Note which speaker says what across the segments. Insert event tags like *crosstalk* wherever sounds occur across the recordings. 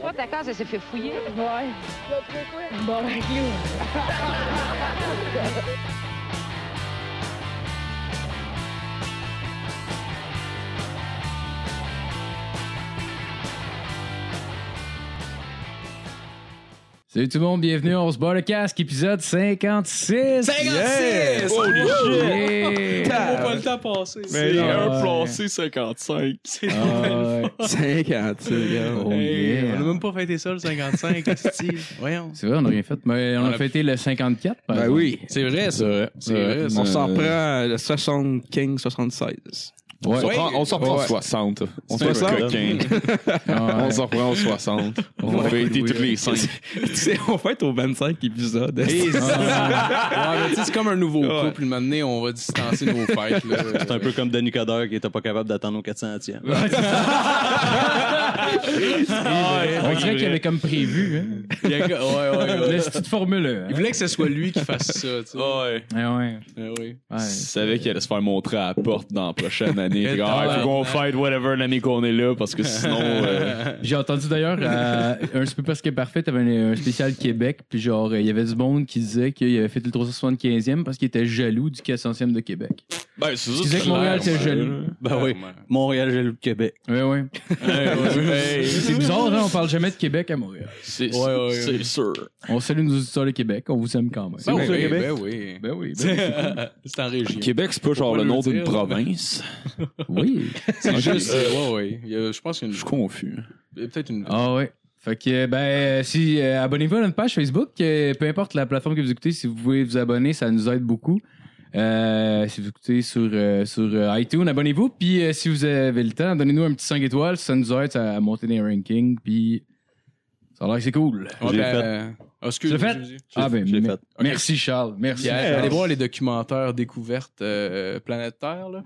Speaker 1: Toi, ta case, elle s'est fait fouiller.
Speaker 2: Ouais. Bon, avec nous.
Speaker 3: Salut tout le monde, bienvenue, on se bat le casque, épisode 56!
Speaker 4: 56!
Speaker 5: Holy shit!
Speaker 3: Yeah!
Speaker 4: Ah,
Speaker 5: On voit pas le temps passer.
Speaker 4: Mais euh,
Speaker 5: C'est
Speaker 4: ouais.
Speaker 5: un placé 55. C'est
Speaker 3: Ah, ouais.
Speaker 4: 50,
Speaker 3: Oh,
Speaker 5: Hey,
Speaker 3: yeah.
Speaker 5: On a même pas fêté ça le 55,
Speaker 4: *laughs*
Speaker 5: style. Voyons.
Speaker 3: C'est vrai, on n'a rien fait, mais on
Speaker 5: On
Speaker 3: a
Speaker 5: a-
Speaker 3: fêté le 54. par
Speaker 4: Ben
Speaker 3: exemple.
Speaker 4: oui.
Speaker 5: C'est vrai, ça. C'est vrai.
Speaker 4: On s'en prend le 75, 76.
Speaker 3: Ouais.
Speaker 5: Ouais.
Speaker 4: On s'en prend
Speaker 6: 60.
Speaker 4: On
Speaker 6: C'est un
Speaker 4: 60.
Speaker 6: coquin.
Speaker 3: Ah, ouais.
Speaker 6: On s'en reprend aux 60. On
Speaker 3: Ouais,
Speaker 6: va aider
Speaker 3: oui.
Speaker 6: tous les 5.
Speaker 4: Tu sais, on va être au 25 épisode.
Speaker 5: Ouais, mais tu sais, c'est comme un nouveau
Speaker 4: Ouais.
Speaker 5: couple. Une matinée, on va distancer nos fêtes. là.
Speaker 7: C'est un peu comme Danny Coder qui était pas capable d'attendre au 400e.
Speaker 3: On dirait qu'il y avait comme prévu. Hein.
Speaker 5: Il y a- Ouais, *laughs* ouais,
Speaker 3: La
Speaker 5: ouais.
Speaker 3: petite formule.
Speaker 5: Il
Speaker 3: Hein.
Speaker 5: voulait Ben que ce soit lui qui fasse ça, tu sais.
Speaker 6: Ouais.
Speaker 3: Ouais, ouais.
Speaker 5: Ouais, ouais.
Speaker 3: Ouais.
Speaker 6: Tu savais qu'il allait se faire montrer à la porte dans la prochaine année.
Speaker 5: Et
Speaker 6: Fait que, Ah,
Speaker 5: dans-
Speaker 6: faut qu'on fight whatever l'année qu'on est là parce que sinon. euh,
Speaker 3: J'ai entendu d'ailleurs euh, un peu parce que parfait, t'avais un, un spécial Québec, puis genre il y avait du monde qui disait qu'il avait fait le 375e parce qu'il était jaloux du 400e de Québec.
Speaker 6: Ben, c'est
Speaker 3: Tu
Speaker 6: ça.
Speaker 3: disais que Montréal était jaloux.
Speaker 7: Ben oui. Montréal, j'ai le Québec.
Speaker 3: Ouais, ouais.
Speaker 6: Hey,
Speaker 3: C'est bizarre, hein, on parle jamais de Québec à Montréal.
Speaker 6: C'est
Speaker 5: Ouais, ouais, ouais.
Speaker 6: c'est sûr.
Speaker 3: On salue nos auditeurs de Québec, on vous aime quand même.
Speaker 5: Ben
Speaker 4: où,
Speaker 5: oui,
Speaker 4: ça, Québec?
Speaker 5: ben oui.
Speaker 3: Ben oui, ben
Speaker 5: C'est en région.
Speaker 6: Québec, c'est pas genre
Speaker 5: pas
Speaker 6: le
Speaker 5: le
Speaker 6: nom
Speaker 5: dire,
Speaker 6: d'une
Speaker 5: mais-
Speaker 6: province.
Speaker 3: oui.
Speaker 5: C'est juste. euh, ouais, ouais. Il y a- Je pense qu'il y a
Speaker 6: Je
Speaker 5: une-
Speaker 6: suis confus.
Speaker 5: il y a peut-être une.
Speaker 3: Ah ouais. Fait que ben euh, si euh, abonnez-vous à notre page Facebook, euh, peu importe la plateforme que vous écoutez, si vous pouvez vous abonner, ça nous aide beaucoup. Euh, si vous écoutez sur euh, sur euh, iTunes, abonnez-vous. Puis euh, si vous avez le temps, donnez-nous un petit 5 étoiles, ça nous aide à monter les rankings. Puis ça a l'air que c'est cool.
Speaker 5: Ouais,
Speaker 7: Je l'ai
Speaker 5: ben, ah, excuse,
Speaker 3: Je l'ai fait.
Speaker 5: je me dis-
Speaker 3: Ah ben
Speaker 7: je l'ai
Speaker 3: me-
Speaker 7: fait.
Speaker 3: merci Charles, merci.
Speaker 5: Puis allez-
Speaker 3: Charles.
Speaker 5: allez voir les documentaires découvertes euh, Planète Terre, là.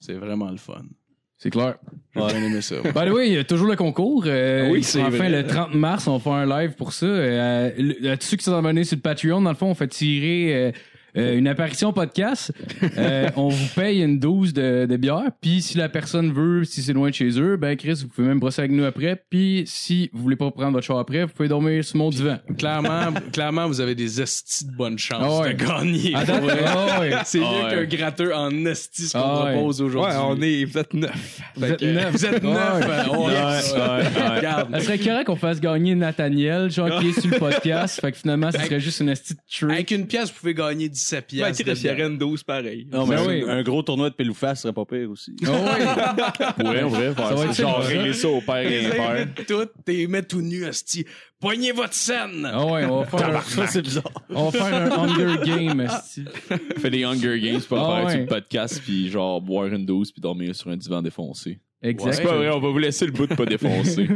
Speaker 5: C'est vraiment le fun.
Speaker 3: C'est clair.
Speaker 5: J'ai bien aimé ça. moi.
Speaker 3: By the way, il y a toujours le concours. Euh,
Speaker 4: Oui, c'est
Speaker 3: Enfin,
Speaker 4: vrai.
Speaker 3: le 30 mars, on fait un live pour ça. Euh, le- à tous ceux qui sont abonnés sur le Patreon, dans le fond, on fait tirer euh, euh, une apparition podcast. Euh, on vous paye une dose de, de bière. Puis si la personne veut, si c'est loin de chez eux, ben Chris, vous pouvez même brosser avec nous après. Puis si vous voulez pas prendre votre char après, vous pouvez dormir sur mon divan.
Speaker 5: clairement, clairement, vous avez des estis de bonne chance
Speaker 3: Ah ouais.
Speaker 5: de gagner.
Speaker 3: Attends,
Speaker 5: Pour vrai.
Speaker 3: ah ouais.
Speaker 5: *laughs* C'est mieux
Speaker 6: Ah
Speaker 5: qu'un
Speaker 6: ouais.
Speaker 5: gratteur en esti ce qu'on
Speaker 3: Ah ouais.
Speaker 5: propose aujourd'hui.
Speaker 4: Ouais, on est, vous êtes neuf.
Speaker 3: Vous êtes neuf.
Speaker 5: Vous êtes
Speaker 3: Ah
Speaker 5: neuf.
Speaker 3: ouais.
Speaker 5: euh, on-
Speaker 6: Yes. Ouais, ouais, ouais.
Speaker 3: Ça
Speaker 5: Regarde.
Speaker 3: serait correct qu'on fasse gagner Nathaniel, genre qui est sur le podcast. Fait que finalement, ce serait juste une petite trick.
Speaker 5: Avec une pièce, vous pouvez gagner 17
Speaker 4: Ben,
Speaker 5: pièces.
Speaker 4: Chris, il y aurait une 12 pareil.
Speaker 7: Non, mais
Speaker 3: Ben
Speaker 7: un-
Speaker 3: oui.
Speaker 7: un gros tournoi de pelouface serait pas pire aussi.
Speaker 3: Ah ouais.
Speaker 6: Ouais, on pourrait
Speaker 3: Ça va
Speaker 6: faire
Speaker 3: être
Speaker 6: ça. Genre
Speaker 3: ça.
Speaker 6: régler ça au père et père.
Speaker 5: Tout, t'es mets tout nu, esti. Poignez votre scène.
Speaker 3: Ah ouais, on va faire un-
Speaker 7: Ça, c'est bizarre.
Speaker 3: On va faire un Hunger Game, esti.
Speaker 6: Fais des Hunger Games pour
Speaker 3: Ah
Speaker 6: faire
Speaker 3: ouais.
Speaker 6: sur le podcast, puis genre boire une douce, puis dormir sur un divan défoncé.
Speaker 3: Exact.
Speaker 6: C'est pas vrai, on va vous laisser le bout de pas défoncer.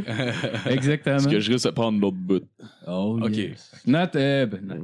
Speaker 3: Exactement.
Speaker 6: *laughs* parce que je risque de prendre l'autre bout.
Speaker 3: Oh,
Speaker 5: Ok.
Speaker 3: yes. Nat, euh, ben,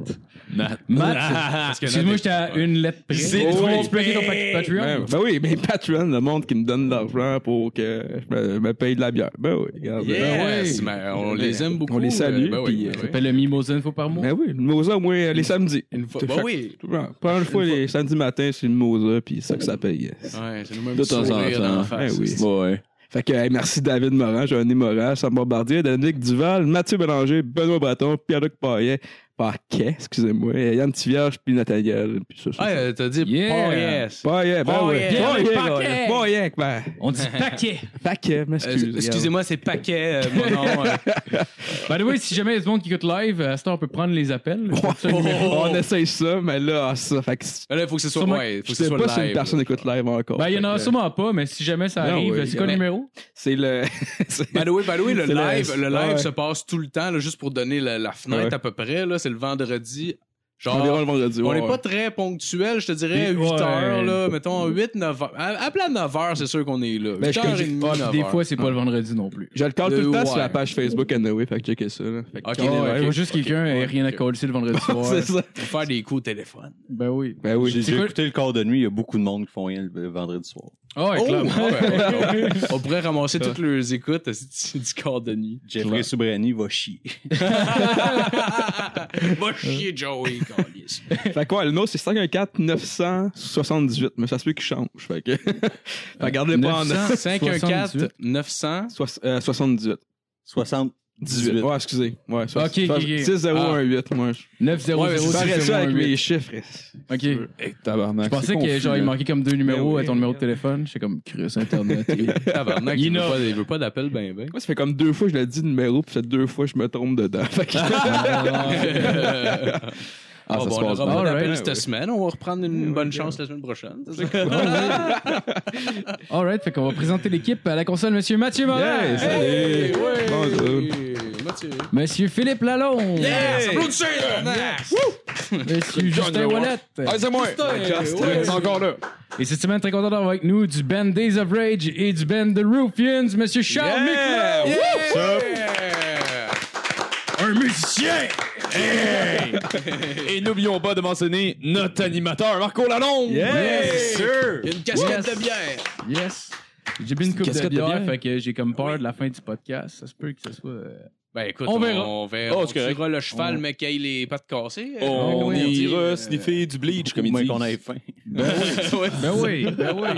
Speaker 3: Nat.
Speaker 6: Nat.
Speaker 3: Matt, excuse-moi, j'étais à une lettre près.
Speaker 4: C'est
Speaker 3: Oh,
Speaker 4: trop
Speaker 3: oui. Tu peux appeler ton Patreon?
Speaker 4: Ben, ben oui, mais Patreon, le monde qui me donne de l'argent pour que je me, me paye de la bière. Ben oui, regarde.
Speaker 5: Yes,
Speaker 3: oui.
Speaker 5: mais on les aime beaucoup.
Speaker 4: On les salue,
Speaker 5: Ben oui,
Speaker 4: puis,
Speaker 5: ben
Speaker 4: euh,
Speaker 5: oui.
Speaker 3: Appelle le Mimosa une fois par mois.
Speaker 4: Ben oui, le Mosa, moi, les samedis.
Speaker 5: Une fois.
Speaker 4: Tout
Speaker 5: Ben
Speaker 4: chaque-
Speaker 5: oui.
Speaker 4: tout- ben, Première fois, les samedis matins, c'est le Mosa, puis c'est ça que ça paye.
Speaker 5: Ouais, c'est nous-mêmes
Speaker 6: De temps en temps.
Speaker 4: Ben oui.
Speaker 6: Ouais.
Speaker 4: Fait que hey, merci David Morin, Joanny Morin, Sam Bombardier, Dominique Duval, Mathieu Bélanger, Benoît Breton, Pierre-Luc Paillet, Paquet, excusez-moi, et Yann Tivierge, puis Nathaniel, puis ça, ça.
Speaker 5: Ah, euh, t'as dit
Speaker 3: Yeah.
Speaker 5: pas yes.
Speaker 4: Paillet, ben oui.
Speaker 5: Paillet.
Speaker 4: Paillet,
Speaker 3: Paquet.
Speaker 4: Paillet, Paillet, ben.
Speaker 3: On dit
Speaker 5: *laughs*
Speaker 3: paquet.
Speaker 4: Paquet,
Speaker 5: Euh,
Speaker 4: m'excuse.
Speaker 5: Excusez-moi, c'est paquet, euh, mon nom.
Speaker 3: *laughs*
Speaker 5: euh.
Speaker 3: By the way, si jamais il y a du monde qui écoute live, à cette heure, on peut prendre les appels.
Speaker 4: regarde.
Speaker 3: C'est ça,
Speaker 5: Oh.
Speaker 3: le numéro.
Speaker 4: On essaye ça, mais là, ah, ça, fait que c'est-
Speaker 5: Ben Là, il faut que ce soit,
Speaker 3: Sûrement-
Speaker 5: ouais,
Speaker 4: je
Speaker 5: faut que ce
Speaker 4: sais
Speaker 5: soit
Speaker 4: pas
Speaker 5: live.
Speaker 4: si une personne écoute live encore.
Speaker 3: Ben, il y en aura
Speaker 4: Fait que,
Speaker 3: sûrement pas, mais si jamais ça
Speaker 4: Non,
Speaker 3: arrive,
Speaker 4: oui,
Speaker 3: c'est quoi le
Speaker 4: mais-
Speaker 3: numéro?
Speaker 4: C'est le. *laughs* c'est-
Speaker 5: By the way, by the way, le
Speaker 4: C'est le-
Speaker 5: live, le live
Speaker 4: ouais.
Speaker 5: se passe tout le temps, là, juste pour donner la, la fenêtre
Speaker 4: Ouais.
Speaker 5: à peu près, là, c'est le vendredi. Genre,
Speaker 4: Environ le vendredi.
Speaker 5: on
Speaker 4: ouais,
Speaker 5: n'est
Speaker 4: ouais.
Speaker 5: pas très ponctuel, je te
Speaker 3: Des-
Speaker 5: dirais, 8
Speaker 3: ouais.
Speaker 5: heures, là, mettons 8, 9 heures. À, à plein 9 heures, c'est sûr qu'on est là. 8
Speaker 4: je
Speaker 5: heures
Speaker 4: te
Speaker 5: et demie,
Speaker 3: Ah, puis
Speaker 5: 9
Speaker 3: des
Speaker 5: heures.
Speaker 3: fois, c'est pas le vendredi non plus.
Speaker 4: Je le cale tout
Speaker 5: Le
Speaker 4: le temps sur
Speaker 5: ouais.
Speaker 4: la page Facebook Anyway, fait que checker ça. Là. Fait que
Speaker 5: Ok,
Speaker 4: quand on est
Speaker 5: ouais,
Speaker 4: live,
Speaker 3: Faut juste quelqu'un ait rien à coller le
Speaker 5: *laughs*
Speaker 3: vendredi soir.
Speaker 4: C'est ça.
Speaker 5: Faut faire des coups au téléphone.
Speaker 3: Ben oui.
Speaker 4: Ben oui.
Speaker 7: J'ai
Speaker 3: C'est
Speaker 7: j'ai
Speaker 3: quoi-
Speaker 7: écouté le corps de nuit, il y a beaucoup de monde qui font rien le le vendredi soir.
Speaker 3: Ah ouais,
Speaker 5: Oh,
Speaker 3: *laughs* clairement.
Speaker 5: ouais,
Speaker 3: *laughs*
Speaker 5: ouais, ouais. on pourrait ramasser toutes leurs écoutes euh, du corps de nuit.
Speaker 7: Jeffrey Soubrani va chier. *laughs*
Speaker 5: Va chier, *laughs* Joey, câlisse.
Speaker 4: Fait quoi, le nôtre, c'est 514 978, mais ça se peut qu'il change.
Speaker 8: *laughs*
Speaker 4: Fait que. fait que gardez pas en
Speaker 3: 900.
Speaker 5: 514 900
Speaker 4: Soix- euh, 78.
Speaker 7: 60. 18.
Speaker 8: Ouais, excusez. Ouais, ça,
Speaker 3: Ok,
Speaker 8: c'est-
Speaker 3: ok, ok.
Speaker 8: 6 0 1 8 moi.
Speaker 5: Ouais,
Speaker 3: 900
Speaker 8: Je parais ça avec mes chiffres.
Speaker 3: Ok. Je
Speaker 6: Hey, tabarnak.
Speaker 3: pensais
Speaker 6: c'est
Speaker 3: que
Speaker 6: confus,
Speaker 3: genre il
Speaker 6: là.
Speaker 3: manquait comme deux numéros
Speaker 8: oui.
Speaker 3: à ton numéro de téléphone. J'étais comme Chris Internet. et-
Speaker 5: Tabarnak,
Speaker 3: Il
Speaker 5: il veut
Speaker 3: innove.
Speaker 5: pas, il veut pas d'appel, ben,
Speaker 4: *laughs*
Speaker 5: ben.
Speaker 8: Moi, ça fait comme deux fois que je le dis le numéro, puis ça fait deux fois que je me trompe dedans. Fait que- *laughs*
Speaker 6: Ah, ça
Speaker 5: bon,
Speaker 6: se
Speaker 5: on
Speaker 6: passe bien.
Speaker 5: aura pas
Speaker 3: Alright,
Speaker 5: d'appel
Speaker 3: ouais,
Speaker 5: cette semaine. On va reprendre une bonne chance la semaine prochaine.
Speaker 3: Alright, fait qu'on va présenter l'équipe à la console, monsieur Mathieu Morin.
Speaker 8: Yeah, salut.
Speaker 5: Hey, ouais.
Speaker 8: Bonjour.
Speaker 5: Mathieu.
Speaker 3: Monsieur Philippe Lalonde. Monsieur Justin Wallet.
Speaker 6: c'est moi!
Speaker 5: ouais.
Speaker 6: encore là!
Speaker 3: Et cette semaine, très content d'avoir avec nous du band Days of Rage et du band The Ruffians, monsieur Charles
Speaker 6: Yeah!
Speaker 3: Michelot.
Speaker 6: Un musicien! Hey! Et n'oublions pas de mentionner notre animateur, Marco Lalonde!
Speaker 5: Yes, Une casquette de bière.
Speaker 3: Yes. J'ai bu une coupe de
Speaker 6: casquette de
Speaker 3: bière,
Speaker 6: bière.
Speaker 3: fait que j'ai comme peur de la fin du podcast. Ça se peut que ce soit. euh,
Speaker 5: Ben écoute,
Speaker 3: On
Speaker 5: on
Speaker 3: verra.
Speaker 5: verra. On verra.
Speaker 6: Oh,
Speaker 5: on
Speaker 6: c'est correct.
Speaker 5: tuera le cheval, mais qu'il ait les pattes cassées.
Speaker 6: On
Speaker 3: Ouais,
Speaker 6: ira
Speaker 5: euh, *laughs*
Speaker 6: sniffer Oh du bleach, comme
Speaker 7: Au
Speaker 6: il
Speaker 7: moins
Speaker 6: dit.
Speaker 7: qu'on ait faim.
Speaker 3: Ben oui, *laughs* ben oui.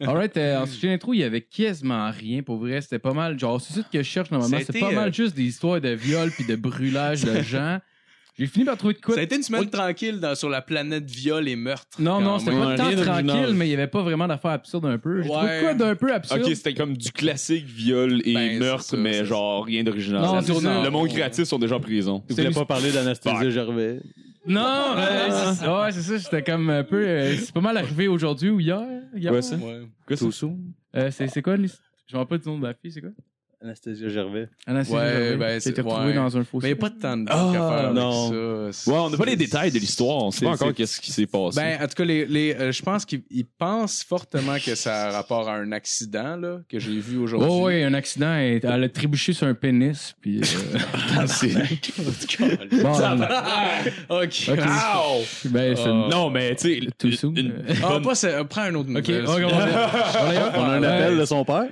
Speaker 3: Alright, euh, ensuite de l'intro, il y avait quasiment rien pour vrai. C'était pas mal. Genre, c'est ça que je cherche normalement. C'est
Speaker 5: C'était,
Speaker 3: pas mal
Speaker 5: euh,
Speaker 3: juste des histoires de viol puis de brûlage de gens. J'ai fini par trouver de quoi.
Speaker 5: Ça a été une semaine tranquille dans- sur la planète viol et meurtre.
Speaker 3: Non, non,
Speaker 5: Quand
Speaker 3: c'était
Speaker 5: même.
Speaker 3: pas
Speaker 6: ouais,
Speaker 3: tant
Speaker 6: rien
Speaker 3: tranquille,
Speaker 6: d'original.
Speaker 3: mais il y avait pas vraiment d'affaires absurdes un peu. J'ai trouvé
Speaker 5: Ouais.
Speaker 3: de quoi d'un peu absurde.
Speaker 6: Ok, c'était comme du classique viol et
Speaker 5: Ben, c'est
Speaker 6: meurtre,
Speaker 5: ça,
Speaker 6: mais
Speaker 5: c'est
Speaker 6: genre rien d'original.
Speaker 3: Non,
Speaker 6: Ça
Speaker 3: c'est
Speaker 6: tourne-
Speaker 3: ça.
Speaker 6: le monde créatif sont déjà en prison.
Speaker 7: Tu voulais pas parler d'Anastasie
Speaker 6: Fuck.
Speaker 7: Gervais.
Speaker 3: Non, euh, c'est- ouais, c'est ça. C'était comme un peu. euh, c'est pas mal arrivé aujourd'hui ou hier. hier
Speaker 6: Ouais, ça.
Speaker 5: Ouais.
Speaker 6: Quoi, ça?
Speaker 3: Euh, c'est c'est quoi l'histoire? Je me rappelle pas du nom de la fille, c'est quoi?
Speaker 7: Anastasia Gervais.
Speaker 3: Anastasie
Speaker 5: Ouais,
Speaker 3: Gervais,
Speaker 5: ben,
Speaker 3: qui a
Speaker 5: c'est-
Speaker 3: été retrouvée
Speaker 5: ouais.
Speaker 3: dans un fossé.
Speaker 5: Mais il n'y a pas de temps de
Speaker 6: Ah,
Speaker 5: faire
Speaker 7: non.
Speaker 5: avec ça.
Speaker 6: Ouais, on n'a pas les détails de l'histoire, on sait pas
Speaker 7: C'est-
Speaker 6: encore qu'est-ce qui s'est passé.
Speaker 5: Ben, en tout cas, les, les, euh, je pense qu'ils ils pensent fortement que ça a rapport à un accident là, que j'ai vu aujourd'hui.
Speaker 3: Oh ouais, un accident, elle, elle a trébuché sur un pénis, puis... euh,
Speaker 6: c'est...
Speaker 3: bon,
Speaker 7: Ah,
Speaker 5: OK.
Speaker 3: Ok.
Speaker 6: Ow!
Speaker 3: ben, c'est
Speaker 7: Euh,
Speaker 3: une-
Speaker 6: Non, mais tu sais,
Speaker 3: Too soon.
Speaker 6: une- une
Speaker 5: Ah,
Speaker 6: bonne-
Speaker 5: pas ça, euh, prends un autre
Speaker 3: Ok,
Speaker 5: nouvelle.
Speaker 3: on va-
Speaker 7: *laughs*
Speaker 3: on va-
Speaker 7: Ben, On a un
Speaker 3: Ouais.
Speaker 7: appel de son *laughs* père.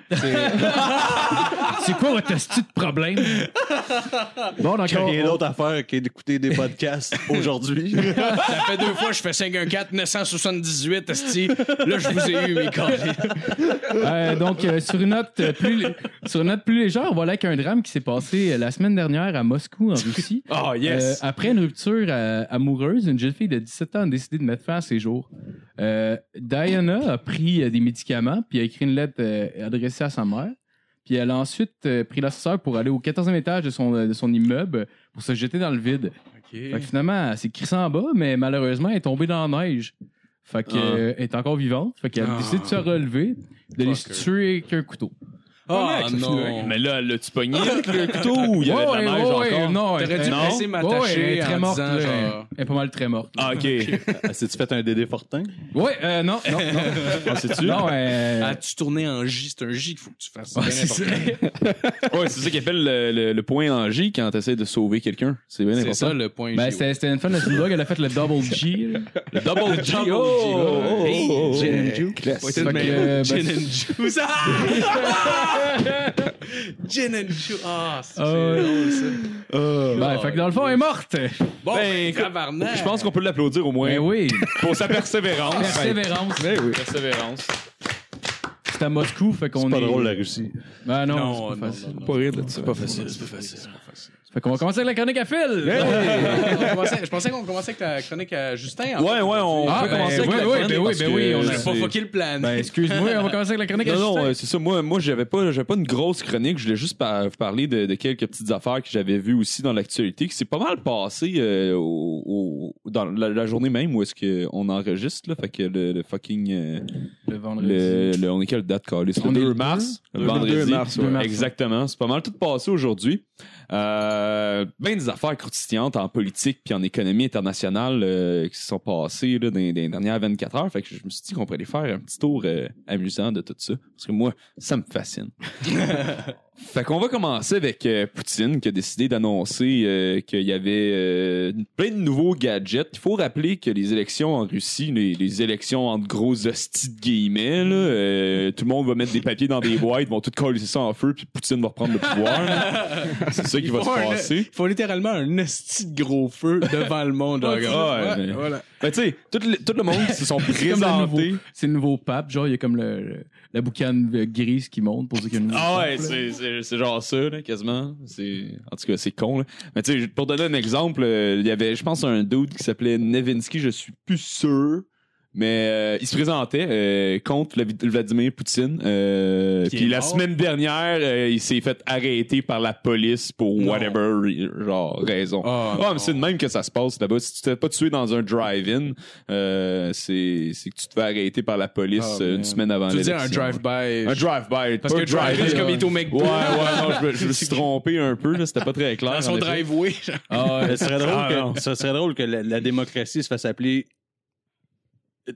Speaker 3: C'est quoi votre astuce de problème? Bon, donc,
Speaker 7: Qu'il y a rien
Speaker 3: on,
Speaker 7: d'autre à faire que d'écouter des *laughs* podcasts aujourd'hui.
Speaker 5: Ça fait deux fois, je fais 514 978 esti. Là, je vous ai eu mes carrés.
Speaker 3: euh, donc euh, sur, une note euh, plus, lé- sur une note plus légère, voilà qu'un drame qui s'est passé euh, la semaine dernière à Moscou,
Speaker 7: *laughs*
Speaker 3: en Russie.
Speaker 6: Ah, yes!
Speaker 3: Euh, après une rupture euh, amoureuse, une jeune fille de 17 ans a décidé de mettre fin à ses jours. Euh, Diana a pris euh, des médicaments, puis a écrit une lettre euh, adressée à sa mère. Puis elle a ensuite euh, pris l'assesseur pour aller au 14e étage de son, euh, de son immeuble pour se jeter dans le vide. Fait que finalement, elle s'est crissée en bas, mais malheureusement, elle est tombée dans la neige. Fait que,
Speaker 6: Ah.
Speaker 3: euh, elle est encore vivante. Fait qu'elle
Speaker 5: Ah.
Speaker 3: a décidé de se relever, de les
Speaker 5: Fucker.
Speaker 3: tuer avec un couteau.
Speaker 5: Ah non.
Speaker 6: Mais là, l'as-tu pogné avec le couteau ou il y avait de
Speaker 3: Ouais,
Speaker 6: la
Speaker 3: ouais,
Speaker 6: neige
Speaker 3: ouais,
Speaker 6: encore?
Speaker 3: non, elle
Speaker 5: T'aurais
Speaker 3: était-
Speaker 5: dû
Speaker 6: non.
Speaker 5: me laisser
Speaker 3: Ouais, elle
Speaker 5: m'attacher
Speaker 3: est très
Speaker 5: en
Speaker 3: morte.
Speaker 5: disant,
Speaker 3: là.
Speaker 5: genre...
Speaker 3: Elle est pas mal très morte.
Speaker 6: Ah, ok.
Speaker 7: As-tu fait un Dédé Fortin?
Speaker 3: Ouais, euh, non, non, *laughs* non.
Speaker 6: On sait-tu?
Speaker 3: non, euh,
Speaker 6: Ah,
Speaker 5: As-tu tourné en J? C'est un J qu'il faut que tu fasses. C'est
Speaker 3: Ouais,
Speaker 5: bien
Speaker 3: c'est
Speaker 5: important.
Speaker 6: Ouais, c'est ça qu'ils appellent le, le- le point en J quand t'essaies de sauver quelqu'un. C'est bien
Speaker 5: C'est
Speaker 6: important.
Speaker 5: ça le point J.
Speaker 3: Ben, c'était c'était une fan de Snoop Dogg, elle a fait le double G.
Speaker 6: *laughs*
Speaker 3: là.
Speaker 6: Le double G.
Speaker 5: Double G,
Speaker 6: oh!
Speaker 5: ouais.
Speaker 6: Hey!
Speaker 7: Oh,
Speaker 8: Gin and
Speaker 3: Fait
Speaker 7: Juice.
Speaker 3: que, euh, ben,
Speaker 5: *laughs* Gin and juice. Ah! Gin and juice. Ah, c'est
Speaker 3: Ah ouais.
Speaker 5: drôle ça.
Speaker 3: ben, fait que dans le fond, elle est morte.
Speaker 5: Bon,
Speaker 6: Ben,
Speaker 5: ben,
Speaker 6: écoute,
Speaker 5: tabarnak.
Speaker 6: Je pense qu'on peut l'applaudir au moins
Speaker 3: Ben oui,
Speaker 6: pour sa
Speaker 3: *laughs*
Speaker 6: persévérance.
Speaker 3: persévérance.
Speaker 6: ben Persévérance.
Speaker 3: C'est à Moscou, fait qu'on est.
Speaker 7: C'est pas drôle, la Russie.
Speaker 3: Ben non,
Speaker 5: Non,
Speaker 3: c'est pas
Speaker 5: non,
Speaker 3: facile.
Speaker 5: non, non.
Speaker 8: Pas rire de ça.
Speaker 6: Pas facile, c'est pas facile.
Speaker 3: Fait qu'on va commencer avec la chronique à Phil.
Speaker 5: *laughs*
Speaker 3: Euh,
Speaker 5: On commençait- je pensais qu'on commençait avec la chronique à Justin. en
Speaker 6: Ouais,
Speaker 5: fait.
Speaker 6: ouais, on
Speaker 3: Ah,
Speaker 6: peut
Speaker 3: ben,
Speaker 6: commencer avec
Speaker 3: oui,
Speaker 6: la
Speaker 3: oui,
Speaker 6: chronique
Speaker 3: ben oui,
Speaker 6: parce
Speaker 3: ben
Speaker 6: que
Speaker 3: oui, on a-
Speaker 5: J'ai
Speaker 6: c'est-
Speaker 5: pas fucké le plan.
Speaker 3: Ben, excuse-moi, on va commencer avec la chronique à
Speaker 6: Non, non,
Speaker 3: Justin.
Speaker 6: euh, c'est ça. Moi, moi j'avais pas, j'avais pas une grosse chronique. Je voulais juste par- vous parler de, de quelques petites affaires que j'avais vues aussi dans l'actualité, qui s'est pas mal passé euh, au- au- dans la, la journée même où est-ce qu'on enregistre. Là, fait que le, le fucking... euh,
Speaker 3: Le vendredi.
Speaker 6: le, le- on est quelle date, Carlis?
Speaker 3: On
Speaker 6: Le
Speaker 3: est
Speaker 6: 2
Speaker 3: le
Speaker 6: mars?
Speaker 8: deux?
Speaker 6: Le vendredi.
Speaker 8: Le deux mars,
Speaker 3: ouais.
Speaker 6: Exactement. C'est pas mal tout passé aujourd'hui. Euh, ben des affaires croustillantes en politique puis en économie internationale euh, qui se sont passées là, dans, les- dans les dernières 24 heures. Fait que je me suis dit qu'on pourrait aller faire un petit tour euh, amusant de tout ça. Parce que moi, ça me fascine. fait qu'on va commencer avec euh, Poutine qui a décidé d'annoncer euh, qu'il y avait euh, plein de nouveaux gadgets. Il faut rappeler que les élections en Russie, les, les élections entre gros hosties de guillemets, là, euh, tout le monde va mettre des papiers dans des boîtes, ils vont tout coller ça en feu, puis Poutine va reprendre le pouvoir. là. C'est ça qui va se passer.
Speaker 5: Il faut littéralement un esti de gros feu devant
Speaker 6: *laughs*
Speaker 5: le monde.
Speaker 6: Ouais,
Speaker 5: regarde.
Speaker 6: mais-
Speaker 5: voilà.
Speaker 6: Ben, tu sais, tout le, tout le monde qui se sont
Speaker 3: C'est comme le nouveau-
Speaker 6: présentés.
Speaker 3: C'est le nouveau pape. Genre, il y a comme le, le- la boucane euh, grise qui monte pour dire qu'il y a une
Speaker 6: Ah ouais, c'est- c'est c'est genre ça, là, quasiment. C'est- En tout cas, c'est con. Là. Mais tu sais, pour donner un exemple, euh, il y avait, je pense, un dude qui s'appelait Nevinsky, je suis plus sûr. Mais euh, il se présentait euh, contre Vlad- Vladimir Poutine. euh,
Speaker 5: Qui est
Speaker 6: Puis la
Speaker 5: mort.
Speaker 6: semaine dernière, euh, il s'est fait arrêter par la police pour
Speaker 5: Non.
Speaker 6: whatever re- genre raison.
Speaker 5: Ah,
Speaker 6: Ah,
Speaker 5: non.
Speaker 6: mais c'est de même que ça se passe là-bas. Si tu t'es pas tué dans un drive-in, euh, c'est c'est que tu te fais arrêter par la police
Speaker 5: Ah,
Speaker 6: euh, une
Speaker 5: man.
Speaker 6: semaine avant
Speaker 5: Tu veux dire un
Speaker 6: l'élection.
Speaker 5: drive-by?
Speaker 6: Un drive-by.
Speaker 5: Parce que
Speaker 6: Pas
Speaker 5: drive-in, c'est comme il est au McDo.
Speaker 6: Ouais, ouais,
Speaker 5: *laughs*
Speaker 6: non, je, me- je me suis trompé un peu, là, c'était pas très clair.
Speaker 5: Dans
Speaker 6: en
Speaker 5: son
Speaker 6: effet.
Speaker 5: driveway.
Speaker 3: Ah
Speaker 5: *laughs*
Speaker 3: ouais.
Speaker 7: Ça serait drôle
Speaker 6: Ah,
Speaker 7: que,
Speaker 6: non.
Speaker 7: ça serait drôle que la, la démocratie se fasse appeler.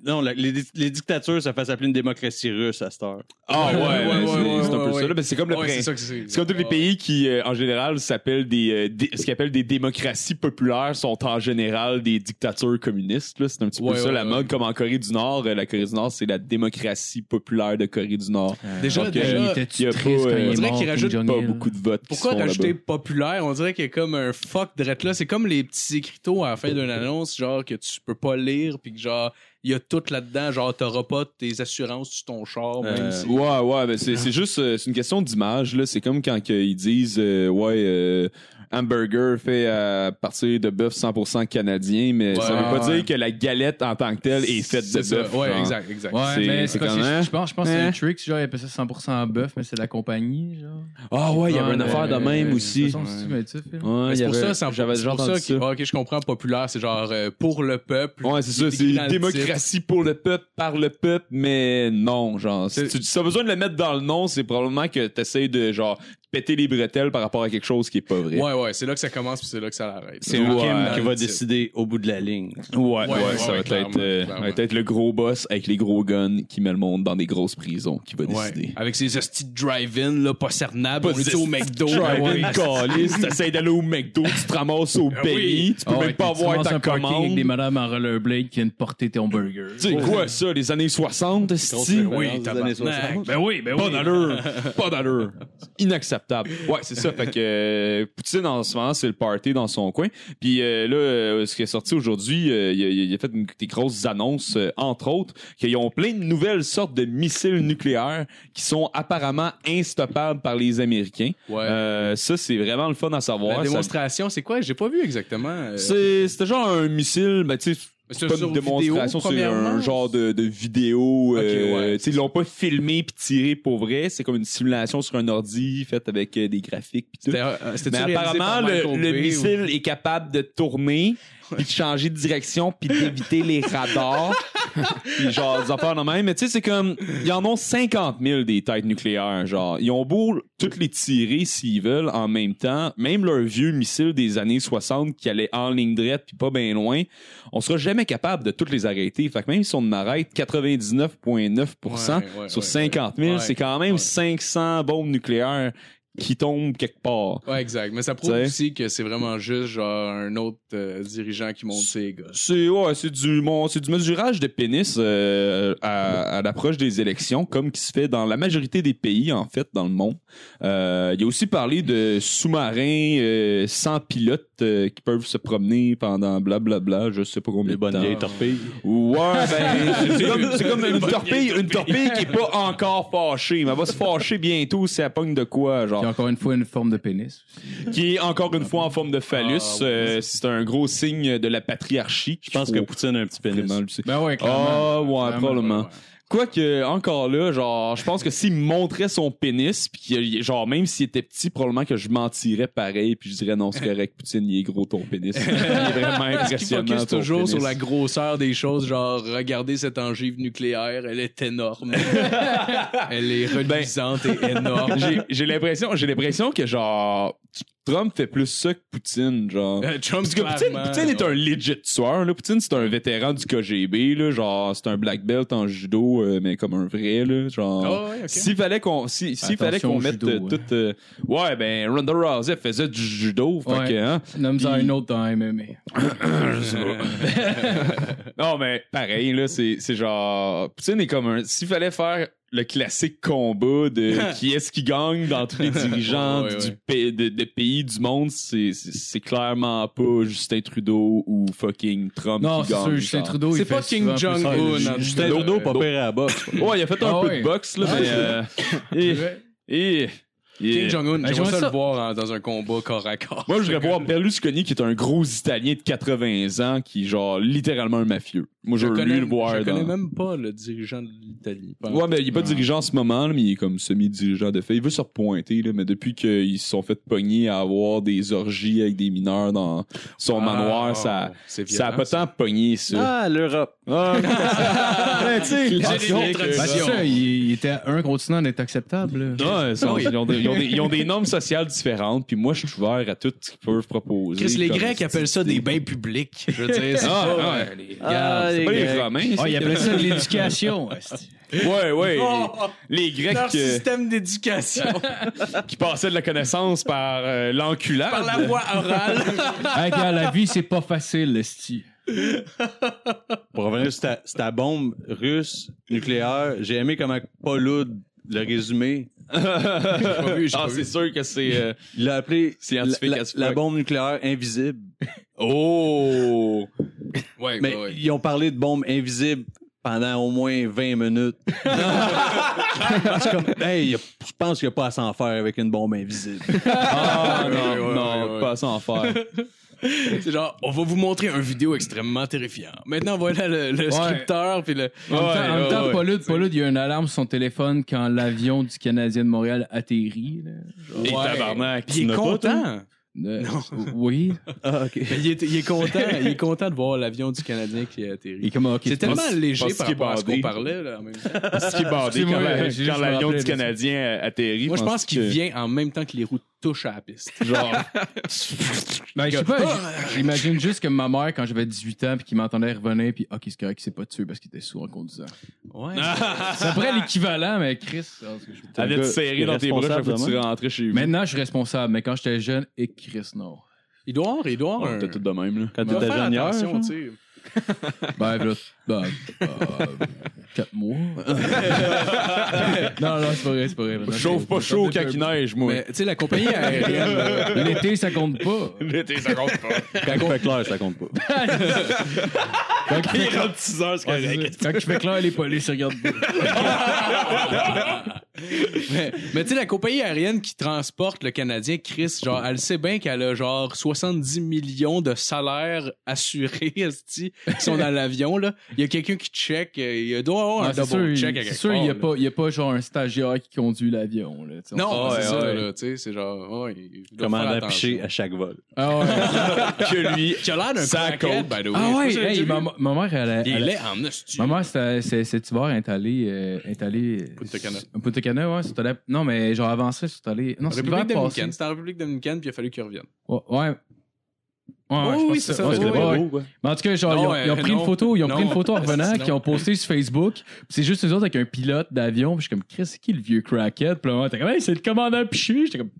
Speaker 7: Non, la- les, les dictatures se fassent appeler une démocratie russe à cette heure.
Speaker 6: Ah ouais,
Speaker 5: Ouais,
Speaker 6: ouais,
Speaker 5: ouais,
Speaker 6: c'est
Speaker 5: ouais,
Speaker 6: c'est un peu
Speaker 5: ouais,
Speaker 6: ça.
Speaker 5: ouais.
Speaker 6: là. Mais c'est comme le
Speaker 5: Ouais,
Speaker 6: principe.
Speaker 5: c'est ça que c'est.
Speaker 6: C'est comme tous les pays qui, euh, en général, s'appellent des, euh, des- ce qu'ils appellent des démocraties populaires sont en général des dictatures communistes. là. C'est un petit peu
Speaker 5: Ouais,
Speaker 6: ça
Speaker 5: ouais,
Speaker 6: la
Speaker 5: ouais.
Speaker 6: mode. Comme en Corée du Nord, euh, la Corée du Nord, c'est la démocratie populaire de Corée du Nord.
Speaker 5: Déjà,
Speaker 6: Donc,
Speaker 5: déjà,
Speaker 6: euh,
Speaker 3: il était-tu
Speaker 6: il y a
Speaker 3: triste
Speaker 6: pas,
Speaker 3: quand
Speaker 6: euh,
Speaker 3: il
Speaker 6: on
Speaker 3: est
Speaker 5: dirait
Speaker 3: mort,
Speaker 5: qu'il
Speaker 3: Kim
Speaker 5: rajoute
Speaker 6: Pas
Speaker 3: Jong-il?
Speaker 6: beaucoup de votes. qui
Speaker 5: Pourquoi
Speaker 6: se font
Speaker 5: rajouter
Speaker 6: là-bas.
Speaker 5: populaire? On dirait qu'il y a comme un fuck drette là. C'est comme les petits écriteaux à la fin d'une annonce, genre que tu peux pas lire, puis que genre, il y a tout là-dedans. Genre, t'auras pas tes assurances sur ton char, même
Speaker 7: Euh,
Speaker 5: si.
Speaker 6: Ouais, ouais, mais c'est c'est juste euh, c'est une question d'image. là. C'est comme quand que ils disent euh, ouais, euh, hamburger fait à partir de bœuf 100% canadien, mais ça
Speaker 5: Ouais,
Speaker 6: veut pas
Speaker 5: ouais.
Speaker 6: dire que la galette en tant que telle est faite de
Speaker 5: C'est ça.
Speaker 6: bœuf.
Speaker 5: Ouais,
Speaker 6: genre.
Speaker 5: exact, exact.
Speaker 3: Ouais,
Speaker 6: C'est-
Speaker 3: mais
Speaker 6: c'est
Speaker 3: c'est parce que
Speaker 6: comment?
Speaker 3: je- je pense, je pense que c'est
Speaker 6: Hein?
Speaker 3: un trick, genre, il appelle ça 100% bœuf, mais c'est la compagnie, genre.
Speaker 6: Ah ouais, il y avait
Speaker 3: Ouais,
Speaker 6: une
Speaker 3: mais-
Speaker 6: affaire de même
Speaker 3: mais-
Speaker 6: aussi.
Speaker 3: De toute façon, si tu mets ça, Phil.
Speaker 6: Ouais, il
Speaker 5: Mais
Speaker 6: y
Speaker 5: c'est pour
Speaker 6: avait-
Speaker 5: ça, c'est
Speaker 6: j'avais
Speaker 5: c'est
Speaker 6: déjà
Speaker 5: pour ça
Speaker 6: entendu
Speaker 5: que-
Speaker 6: ça.
Speaker 5: Ah, ok, je comprends populaire, c'est genre euh, pour le peuple.
Speaker 6: Ouais, c'est ça,
Speaker 5: Il
Speaker 6: c'est
Speaker 5: écrit dans le
Speaker 6: démocratie pour le peuple, par le peuple, mais non, genre, si
Speaker 5: C'est-
Speaker 6: tu, si t'as besoin de le mettre dans le nom, c'est probablement que t'essayes de, genre, péter les bretelles par rapport à quelque chose qui est pas vrai.
Speaker 5: Ouais, ouais, c'est là que ça commence puis c'est là que ça arrête.
Speaker 7: C'est
Speaker 6: Ouais.
Speaker 7: Kim qui
Speaker 5: Ouais.
Speaker 7: va décider au bout de la ligne.
Speaker 6: Ouais,
Speaker 5: Ouais, ouais,
Speaker 6: ça
Speaker 5: ouais,
Speaker 6: va être,
Speaker 5: clairement,
Speaker 6: euh,
Speaker 5: clairement.
Speaker 6: va être le gros boss avec les gros guns qui met le monde dans des grosses prisons qui va
Speaker 5: Ouais.
Speaker 6: décider.
Speaker 5: Avec ces hosties de drive-in, là, pas cernables.
Speaker 6: Pas
Speaker 5: on
Speaker 6: ces
Speaker 5: était au
Speaker 6: *laughs*
Speaker 5: McDo.
Speaker 6: Drive-in,
Speaker 5: Ouais. *laughs*
Speaker 6: calice, t'essayes d'aller au McDo, tu te ramasses au
Speaker 5: Ah oui.
Speaker 6: pays, tu peux
Speaker 3: Ah ouais,
Speaker 6: même pas
Speaker 3: tu
Speaker 6: avoir
Speaker 3: commences
Speaker 6: ta
Speaker 3: un parking avec
Speaker 6: commande.
Speaker 3: des madames en rollerblade qui viennent porter ton burger.
Speaker 6: Tu sais quoi ça, les années 60, si?
Speaker 5: Oui, tabarnak. Ben oui, ben oui.
Speaker 6: Pas d'allure, pas d'allure. Inacceptable. Ouais, c'est ça. Fait que euh, Poutine, en ce moment, c'est le party dans son coin. Puis euh, là, euh, ce qui est sorti aujourd'hui, euh, il, a- il a fait une- des grosses annonces, euh, entre autres, qu'ils ont plein de nouvelles sortes de missiles nucléaires qui sont apparemment instoppables par les Américains.
Speaker 5: Ouais. Ben,
Speaker 6: Euh, ça, c'est vraiment le fun à savoir.
Speaker 5: La
Speaker 6: Ça-
Speaker 5: démonstration, c'est quoi? J'ai pas vu exactement. euh,
Speaker 6: C'est- C'était genre un missile, mais tu sais,
Speaker 5: c'est
Speaker 6: c'est pas
Speaker 5: sur
Speaker 6: une démonstration,
Speaker 5: vidéo,
Speaker 6: c'est un
Speaker 5: premièrement?
Speaker 6: genre de, de vidéo.
Speaker 5: Ok,
Speaker 6: euh,
Speaker 5: ouais.
Speaker 6: tu sais, Ils l'ont pas filmé puis tiré pour vrai. C'est comme une simulation sur un ordi faite avec euh, des graphiques. pis tout.
Speaker 5: C'était, euh, c'était-tu
Speaker 6: Mais
Speaker 5: réalisé par
Speaker 6: apparemment, le,
Speaker 5: Michael
Speaker 6: le
Speaker 5: Bay ou-
Speaker 6: missile est capable de tourner, puis de changer de direction, puis d'éviter les radars. *laughs* puis genre, des affaires de même. Mais tu sais, c'est comme, ils en ont 50 000 des têtes nucléaires. Genre, ils ont beau toutes les tirer s'ils veulent en même temps. Même leur vieux missile des années 60 qui allait en ligne droite, puis pas bien loin, on sera jamais capable de toutes les arrêter. Fait que même si on en arrête 99,9%
Speaker 5: Ouais, ouais,
Speaker 6: sur
Speaker 5: ouais,
Speaker 6: 50 000,
Speaker 5: ouais.
Speaker 6: c'est quand même
Speaker 5: Ouais.
Speaker 6: 500 bombes nucléaires qui tombent quelque part.
Speaker 5: Ouais, exact. Mais ça prouve
Speaker 6: T'sais.
Speaker 5: aussi que c'est vraiment juste genre un autre euh, dirigeant qui monte ses gars.
Speaker 6: C'est ouais, c'est du mon- c'est du mesurage de pénis euh, à, à l'approche des élections, comme qui se fait dans la majorité des pays en fait dans le monde. Euh, il y a aussi parlé de sous-marins euh, sans pilote euh, qui peuvent se promener pendant blablabla, je sais pas combien
Speaker 7: Les
Speaker 6: de
Speaker 7: bonnes
Speaker 6: temps.
Speaker 7: vieilles torpilles.
Speaker 6: Ouais,
Speaker 7: *laughs*
Speaker 6: ben, c'est comme, c'est comme une torpille, une torpille qui est pas encore fâchée, mais elle va se fâcher bientôt si elle pogne de quoi, genre
Speaker 3: Puis encore une fois, une forme de pénis.
Speaker 6: qui est encore une fois en forme de phallus.
Speaker 5: Ah, ouais.
Speaker 6: Euh, c'est un gros signe de la patriarchie.
Speaker 7: Je pense que Poutine a un petit pénis.
Speaker 6: vraiment le sait.
Speaker 3: Ben ouais,
Speaker 6: Ah, ouais,
Speaker 3: Clairement,
Speaker 6: probablement.
Speaker 3: ouais, ouais.
Speaker 6: Quoique, encore là, genre, je pense que s'il me montrait son pénis, puis qu'il- genre, même s'il était petit, probablement que je mentirais pareil, puis je dirais non, c'est correct, Poutine, il est gros ton
Speaker 5: *laughs*
Speaker 6: pénis. Il est vraiment
Speaker 5: Parce qu'il
Speaker 6: impressionnant.
Speaker 5: focus
Speaker 6: ton
Speaker 5: toujours
Speaker 6: pénis.
Speaker 5: sur la grosseur des choses, genre, regardez cette engive nucléaire, elle est
Speaker 6: *laughs*
Speaker 5: énorme. elle est reluisante et énorme.
Speaker 6: Ben, J'ai- J'ai l'impression, j'ai l'impression que genre, Trump fait plus ça que Poutine, genre.
Speaker 5: Euh, Trump,
Speaker 6: Parce que Poutine,
Speaker 5: clairement,
Speaker 6: Poutine est un legit tueur. Là. Poutine, c'est un vétéran du KGB. Là. Genre, c'est un black belt en judo, euh, mais comme un vrai. Là. Genre,
Speaker 5: Ah ouais, ok.
Speaker 6: s'il fallait qu'on, si, s'il fallait
Speaker 3: Attention
Speaker 6: qu'on
Speaker 3: au
Speaker 6: mette
Speaker 3: judo,
Speaker 6: euh,
Speaker 3: hein.
Speaker 6: tout, euh, ouais, ben Ronda Rousey faisait du judo. Fait
Speaker 3: Ouais.
Speaker 6: que, hein,
Speaker 3: Nomme-en
Speaker 6: Puis-
Speaker 3: un autre dans MMA.
Speaker 6: Euh. non, mais pareil, là, c'est, c'est genre. Poutine est comme un. S'il fallait faire le classique combat de qui est-ce qui gagne dans tous les dirigeants
Speaker 5: Ouais, ouais,
Speaker 6: du
Speaker 5: ouais.
Speaker 6: pa- de, de pays du monde, c'est c'est- c'est clairement pas Justin Trudeau ou fucking Trump
Speaker 3: Non,
Speaker 6: qui
Speaker 3: c'est
Speaker 6: gagne.
Speaker 3: sûr,
Speaker 6: genre.
Speaker 3: Justin Trudeau, il
Speaker 5: C'est
Speaker 3: fait
Speaker 5: pas King
Speaker 3: souvent plus ça.
Speaker 5: Jong-un.
Speaker 3: Ouais,
Speaker 5: en tout
Speaker 7: Justin
Speaker 5: cas.
Speaker 7: Trudeau, pas pire à la boxe.
Speaker 6: Ouais, il a fait un
Speaker 3: Ah
Speaker 6: peu
Speaker 3: ouais.
Speaker 6: de boxe, là, mais... euh, eh, eh,
Speaker 5: King
Speaker 6: eh.
Speaker 5: Jong-un,
Speaker 3: Ouais,
Speaker 5: j'aimerais
Speaker 3: j'aimerais
Speaker 5: ça
Speaker 3: ça.
Speaker 5: le voir en- dans un combat corps à corps.
Speaker 6: Moi, je voudrais voir Berlusconi, qui est un gros Italien de 80 ans, qui est genre littéralement un mafieux. Moi, je,
Speaker 5: Je
Speaker 6: veux
Speaker 5: connais,
Speaker 6: lui le voir.
Speaker 5: je
Speaker 6: dans-
Speaker 5: connais même pas le dirigeant de l'Italie.
Speaker 6: Ouais, mais il est pas dirigeant en ce moment, là, mais il est comme semi-dirigeant de fait. Il veut se repointer, là, mais depuis qu'ils se sont fait pogner à avoir des orgies avec des mineurs dans son
Speaker 5: Ah,
Speaker 6: manoir,
Speaker 5: oh,
Speaker 6: ça, ça a pas tant pogné, ça.
Speaker 7: Ah, l'Europe.
Speaker 6: Ben, tu sais,
Speaker 5: des vieilles
Speaker 3: Ben, c'est ça, il, il était à un continent d'être acceptable. là.
Speaker 6: Non, ils, sont- ils ont des, ils ont des- ils ont des normes sociales différentes, puis moi, je suis ouvert à tout ce qu'ils peuvent proposer.
Speaker 5: Chris, les
Speaker 6: comme
Speaker 5: Grecs
Speaker 6: des
Speaker 5: appellent ça des
Speaker 6: idées.
Speaker 5: bains publics. Je veux dire, c'est
Speaker 6: Ah,
Speaker 5: pas,
Speaker 6: ouais.
Speaker 5: euh, les-
Speaker 7: Ah,
Speaker 6: C'est
Speaker 7: les
Speaker 6: pas les
Speaker 7: Grecs.
Speaker 6: Romains, ça.
Speaker 3: Ah, il appelait ça de l'éducation. esti.
Speaker 6: Ouais, ouais.
Speaker 5: Oh.
Speaker 6: Les, les
Speaker 5: Leur
Speaker 6: Grecs euh, *laughs*
Speaker 5: système d'éducation
Speaker 6: qui passaient de la connaissance par euh, l'enculade.
Speaker 5: par la voie orale.
Speaker 3: hey, gars, la vie, c'est pas facile, esti.
Speaker 7: Pour revenir sur ta, sur ta bombe russe nucléaire, j'ai aimé comment Paul Oud le *laughs* résumé.
Speaker 5: pas vu, j'ai
Speaker 6: ah,
Speaker 5: pas
Speaker 6: c'est
Speaker 5: vu.
Speaker 6: sûr que c'est. euh,
Speaker 7: Il l'a appelé la,
Speaker 6: Scientifique
Speaker 7: la-
Speaker 6: as fuck.
Speaker 7: la bombe nucléaire *laughs* invisible.
Speaker 6: Oh!
Speaker 5: Ouais,
Speaker 7: Mais
Speaker 5: ouais, ouais.
Speaker 7: ils ont parlé de bombe invisible pendant au moins 20 *laughs* minutes. Parce que, hey, y a- je pense qu'il n'y a pas à s'en faire avec une bombe invisible.
Speaker 6: Ah, non,
Speaker 5: ouais, ouais,
Speaker 6: non,
Speaker 5: ouais, ouais.
Speaker 6: pas à s'en faire.
Speaker 5: C'est genre, on va vous montrer un vidéo extrêmement terrifiant. Maintenant, voilà le, le scripteur puis le.
Speaker 3: En même temps, en même temps,
Speaker 5: ouais.
Speaker 3: Paulude, Paulude, il y a une alarme sur son téléphone quand l'avion du Canadien de Montréal atterrit. là.
Speaker 6: Et
Speaker 5: Ouais.
Speaker 6: tabarnak,
Speaker 5: Puis il est content.
Speaker 3: Euh, Oui.
Speaker 7: Ah, ok.
Speaker 5: Mais il, est, il est content. Il est content de voir l'avion du Canadien qui a
Speaker 3: Il est
Speaker 5: atterri.
Speaker 3: comme, ok,
Speaker 5: C'est tellement
Speaker 6: pense-
Speaker 5: léger
Speaker 6: pense
Speaker 5: par
Speaker 6: qu'il est
Speaker 5: rapport à ce qu'on
Speaker 6: bandé.
Speaker 5: parlait là, en même temps.
Speaker 6: ce qui est bandé
Speaker 3: Excusez-moi,
Speaker 6: quand, la-
Speaker 3: j'ai
Speaker 6: quand
Speaker 3: juste rappelé
Speaker 6: l'avion du
Speaker 3: de ça.
Speaker 6: Canadien atterrit.
Speaker 5: Moi, je pense qu'il
Speaker 6: que-
Speaker 5: vient en même temps que les roues touchent à la piste.
Speaker 6: Genre,
Speaker 3: Ben, je sais pas, j- j'imagine juste que ma mère, quand j'avais 18 ans, puis qu'il m'entendait revenir, puis ok, c'est correct, c'est pas tué parce qu'il était sourd en conduisant.
Speaker 5: Ouais.
Speaker 3: C'est après l'équivalent, mais Chris. ah, parce que je-
Speaker 6: t'avais
Speaker 7: gars,
Speaker 6: te
Speaker 7: il est
Speaker 6: serré dans tes bras chaque fois que
Speaker 7: responsable
Speaker 6: tu rentrais chez vous.
Speaker 3: Maintenant, je suis responsable, mais quand j'étais jeune, et Chris,
Speaker 5: *laughs*
Speaker 3: non.
Speaker 5: Il doit avoir, il doit avoir. un-
Speaker 6: t'es tout de même, là.
Speaker 7: Quand
Speaker 5: il doit
Speaker 7: t'étais
Speaker 5: faire
Speaker 7: jeune hier,
Speaker 5: attention,
Speaker 6: hein.
Speaker 7: genre?
Speaker 5: tu sais.
Speaker 3: Ben, là, ben, euh, quatre mois.
Speaker 5: *laughs*
Speaker 3: non, non, c'est pas vrai, c'est pas vrai. Maintenant,
Speaker 6: Chauffe
Speaker 3: c'est-
Speaker 6: pas
Speaker 3: c'est-
Speaker 6: chaud quand il neige, moi.
Speaker 5: Mais Euh, tu sais, la compagnie
Speaker 6: *laughs*
Speaker 5: aérienne. là,
Speaker 3: L'été, ça compte
Speaker 5: *laughs*
Speaker 3: pas.
Speaker 6: L'été, ça compte pas.
Speaker 7: Quand il fait clair, ça compte pas.
Speaker 3: Quand tu fais,
Speaker 6: rentre 6 heures, c'est
Speaker 3: quand il fait clair, les polices regardent pas.
Speaker 5: mais mais tu sais, la compagnie aérienne qui transporte le Canadien, Chris, genre, elle sait bien qu'elle a genre 70 millions de salaires assurés, *laughs* esti, qui sont dans l'avion, là. Il y a quelqu'un qui check, euh, il doit avoir un
Speaker 3: Ah, c'est
Speaker 5: double
Speaker 3: sûr,
Speaker 5: check à
Speaker 3: c'est
Speaker 5: quelque
Speaker 3: sûr, il
Speaker 5: part,
Speaker 3: n'y a,
Speaker 5: là.
Speaker 3: pas- il y a pas genre un stagiaire qui conduit l'avion. là, tu sais, on
Speaker 5: Non,
Speaker 3: s'en-
Speaker 5: c'est
Speaker 6: ouais,
Speaker 5: ça,
Speaker 6: ouais.
Speaker 5: là, tu sais, c'est genre, ouais, il doit
Speaker 7: Comment
Speaker 5: faire
Speaker 7: l'afficher
Speaker 5: *laughs* attention.
Speaker 7: à chaque vol.
Speaker 3: Ah ouais.
Speaker 6: que *laughs* lui.
Speaker 5: Tu as l'air d'un
Speaker 6: Ça
Speaker 5: crackhead, by the way.
Speaker 3: Ah ouais,
Speaker 5: Ça, j'ai
Speaker 3: hey,
Speaker 5: déjà
Speaker 3: ma,
Speaker 5: vu.
Speaker 3: ma mère, elle, a-
Speaker 5: Il est
Speaker 3: elle a-
Speaker 5: laid en hostie.
Speaker 3: ma mère, c'était- c'est- cet hiver, elle est allée. euh, elle est allée euh,
Speaker 5: Punta Cana.
Speaker 3: sur- Punta Cana, ouais. c'est allé- non, mais genre avant ça, c'est allé. Non,
Speaker 5: En
Speaker 3: c'est
Speaker 5: République
Speaker 3: l'hiver passé.
Speaker 5: dominicaine. C'était en République dominicaine, puis il a fallu qu'il revienne.
Speaker 3: Ouais. ouais. Ouais, ouais, je
Speaker 5: oui,
Speaker 3: pense
Speaker 5: oui,
Speaker 3: que
Speaker 5: c'est ça.
Speaker 3: ouais,
Speaker 5: C'était
Speaker 3: ouais.
Speaker 7: beau, quoi.
Speaker 3: Mais en tout cas, genre,
Speaker 5: Non,
Speaker 3: ils, ont, ils ont
Speaker 5: euh,
Speaker 3: pris
Speaker 5: non.
Speaker 3: une photo, ils ont
Speaker 5: Non.
Speaker 3: pris une photo en revenant,
Speaker 5: Non.
Speaker 3: qu'ils ont posté sur Facebook. Puis c'est juste eux autres avec un pilote d'avion. Puis je suis comme, Chris, c'est qui le vieux crackhead? Puis là, t'es comme, hey, c'est le commandant Pichu. J'étais comme,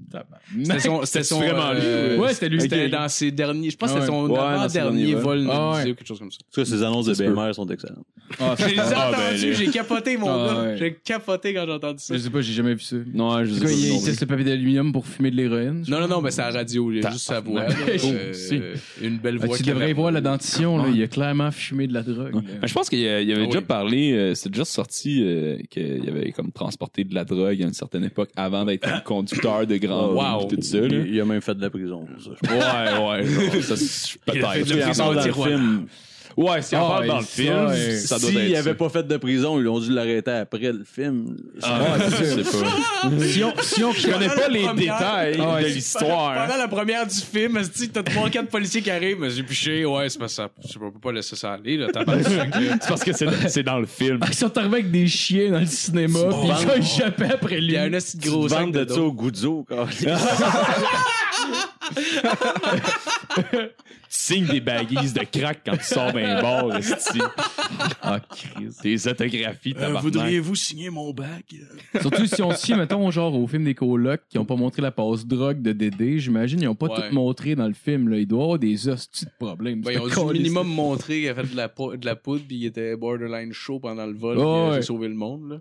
Speaker 5: C'était son, c'était son,
Speaker 6: vraiment
Speaker 5: euh,
Speaker 3: lui, ouais. Ouais, c'était lui,
Speaker 5: C'était
Speaker 3: ok.
Speaker 5: dans ses derniers, je pense que
Speaker 3: Ouais.
Speaker 5: c'était son
Speaker 6: Ouais, dans ses
Speaker 5: avant-dernier
Speaker 6: derniers
Speaker 5: vol,
Speaker 3: vols.
Speaker 5: dans le
Speaker 3: Ah ouais.
Speaker 5: musée ou quelque chose comme ça.
Speaker 7: En tout cas, ces annonces de
Speaker 6: Ça se peut.
Speaker 7: belle-mère sont excellentes.
Speaker 3: Ah,
Speaker 5: Je les ai
Speaker 6: Ah, ben,
Speaker 5: entendus,
Speaker 6: les-
Speaker 5: j'ai capoté, mon
Speaker 3: Ah,
Speaker 5: gars.
Speaker 3: ouais.
Speaker 5: J'ai capoté quand j'ai entendu ça.
Speaker 3: je sais pas, j'ai jamais vu ça.
Speaker 6: Non, je
Speaker 3: C'est
Speaker 6: sais
Speaker 3: quoi,
Speaker 6: pas
Speaker 3: il
Speaker 6: non
Speaker 3: il teste le papier d'aluminium pour fumer de l'héroïne?
Speaker 5: Non, non, non, mais c'est à la radio, il y a juste sa voix. là. Euh,
Speaker 6: si.
Speaker 5: une belle
Speaker 3: Ah,
Speaker 5: voix.
Speaker 3: tu
Speaker 5: qui
Speaker 3: devrais
Speaker 5: avait-
Speaker 3: voir la dentition, là, il a clairement fumé de la drogue. là.
Speaker 6: Mais je pense qu'il y a- il y avait
Speaker 5: Ah
Speaker 6: déjà
Speaker 5: oui.
Speaker 6: parlé, euh, c'est déjà sorti euh, qu'il y avait comme transporté de la drogue à une certaine époque avant d'être un conducteur de grand
Speaker 5: Wow.
Speaker 6: route et tout hein? ça. Là.
Speaker 7: Il, il a même fait de la prison. pour ça.
Speaker 6: Ouais, ouais, *laughs* genre, ça, c'est-
Speaker 5: Il a fait de
Speaker 6: peut-être.
Speaker 5: la
Speaker 7: Il en
Speaker 5: prison
Speaker 7: parle
Speaker 5: au
Speaker 7: dans le
Speaker 5: tiroir.
Speaker 7: film.
Speaker 6: Ouais, si on
Speaker 3: Ah,
Speaker 6: parle dans le
Speaker 3: ouais,
Speaker 6: film,
Speaker 3: ouais.
Speaker 6: ça doit
Speaker 7: S'il
Speaker 6: être.
Speaker 7: avait pas fait de prison, ils ont dû l'arrêter après le film.
Speaker 6: Ah, je sais pas.
Speaker 3: Si on, si on
Speaker 6: Je connais
Speaker 5: Pendant
Speaker 6: pas
Speaker 5: la
Speaker 6: les
Speaker 5: première-
Speaker 6: détails
Speaker 3: Ah, ouais,
Speaker 6: de
Speaker 3: c'est-
Speaker 6: l'histoire.
Speaker 5: Pendant la première du film, esti, t'as trois, quatre policiers qui arrivent, mais j'ai piché, ouais, c'est pas ça. Je peux pas laisser ça aller, là, t'as pas
Speaker 6: C'est parce que c'est c'est dans le film.
Speaker 3: Ils sont arrivés avec des chiens dans le cinéma,
Speaker 5: C'est
Speaker 3: puis
Speaker 5: bon.
Speaker 3: ils ont échappé après
Speaker 5: Il
Speaker 3: lui.
Speaker 5: y a un esti de gros sac
Speaker 7: Vendre
Speaker 5: de
Speaker 7: de ça
Speaker 5: dos.
Speaker 7: au Guzzo, quand
Speaker 6: Tu signes des baguises de crack quand tu sors d'un bar, esti. Ah, Chris. Tes autographies,
Speaker 5: Euh,
Speaker 6: tabarnak.
Speaker 5: Voudriez-vous signer mon bac?
Speaker 3: Surtout si on suit, mettons, genre, au film des colocs, qui ont pas montré la passe drogue de Dédé, j'imagine, ils ont pas
Speaker 5: Ouais.
Speaker 3: tout montré dans le film, là. Il doit y avoir des hosties de problèmes.
Speaker 5: Ben, ils ont dû au minimum montrer qu'il a fait de la, po- de la poudre, puis il était borderline chaud pendant le vol,
Speaker 3: Ouais,
Speaker 5: puis il a
Speaker 3: ouais.
Speaker 5: sauvé le monde, là.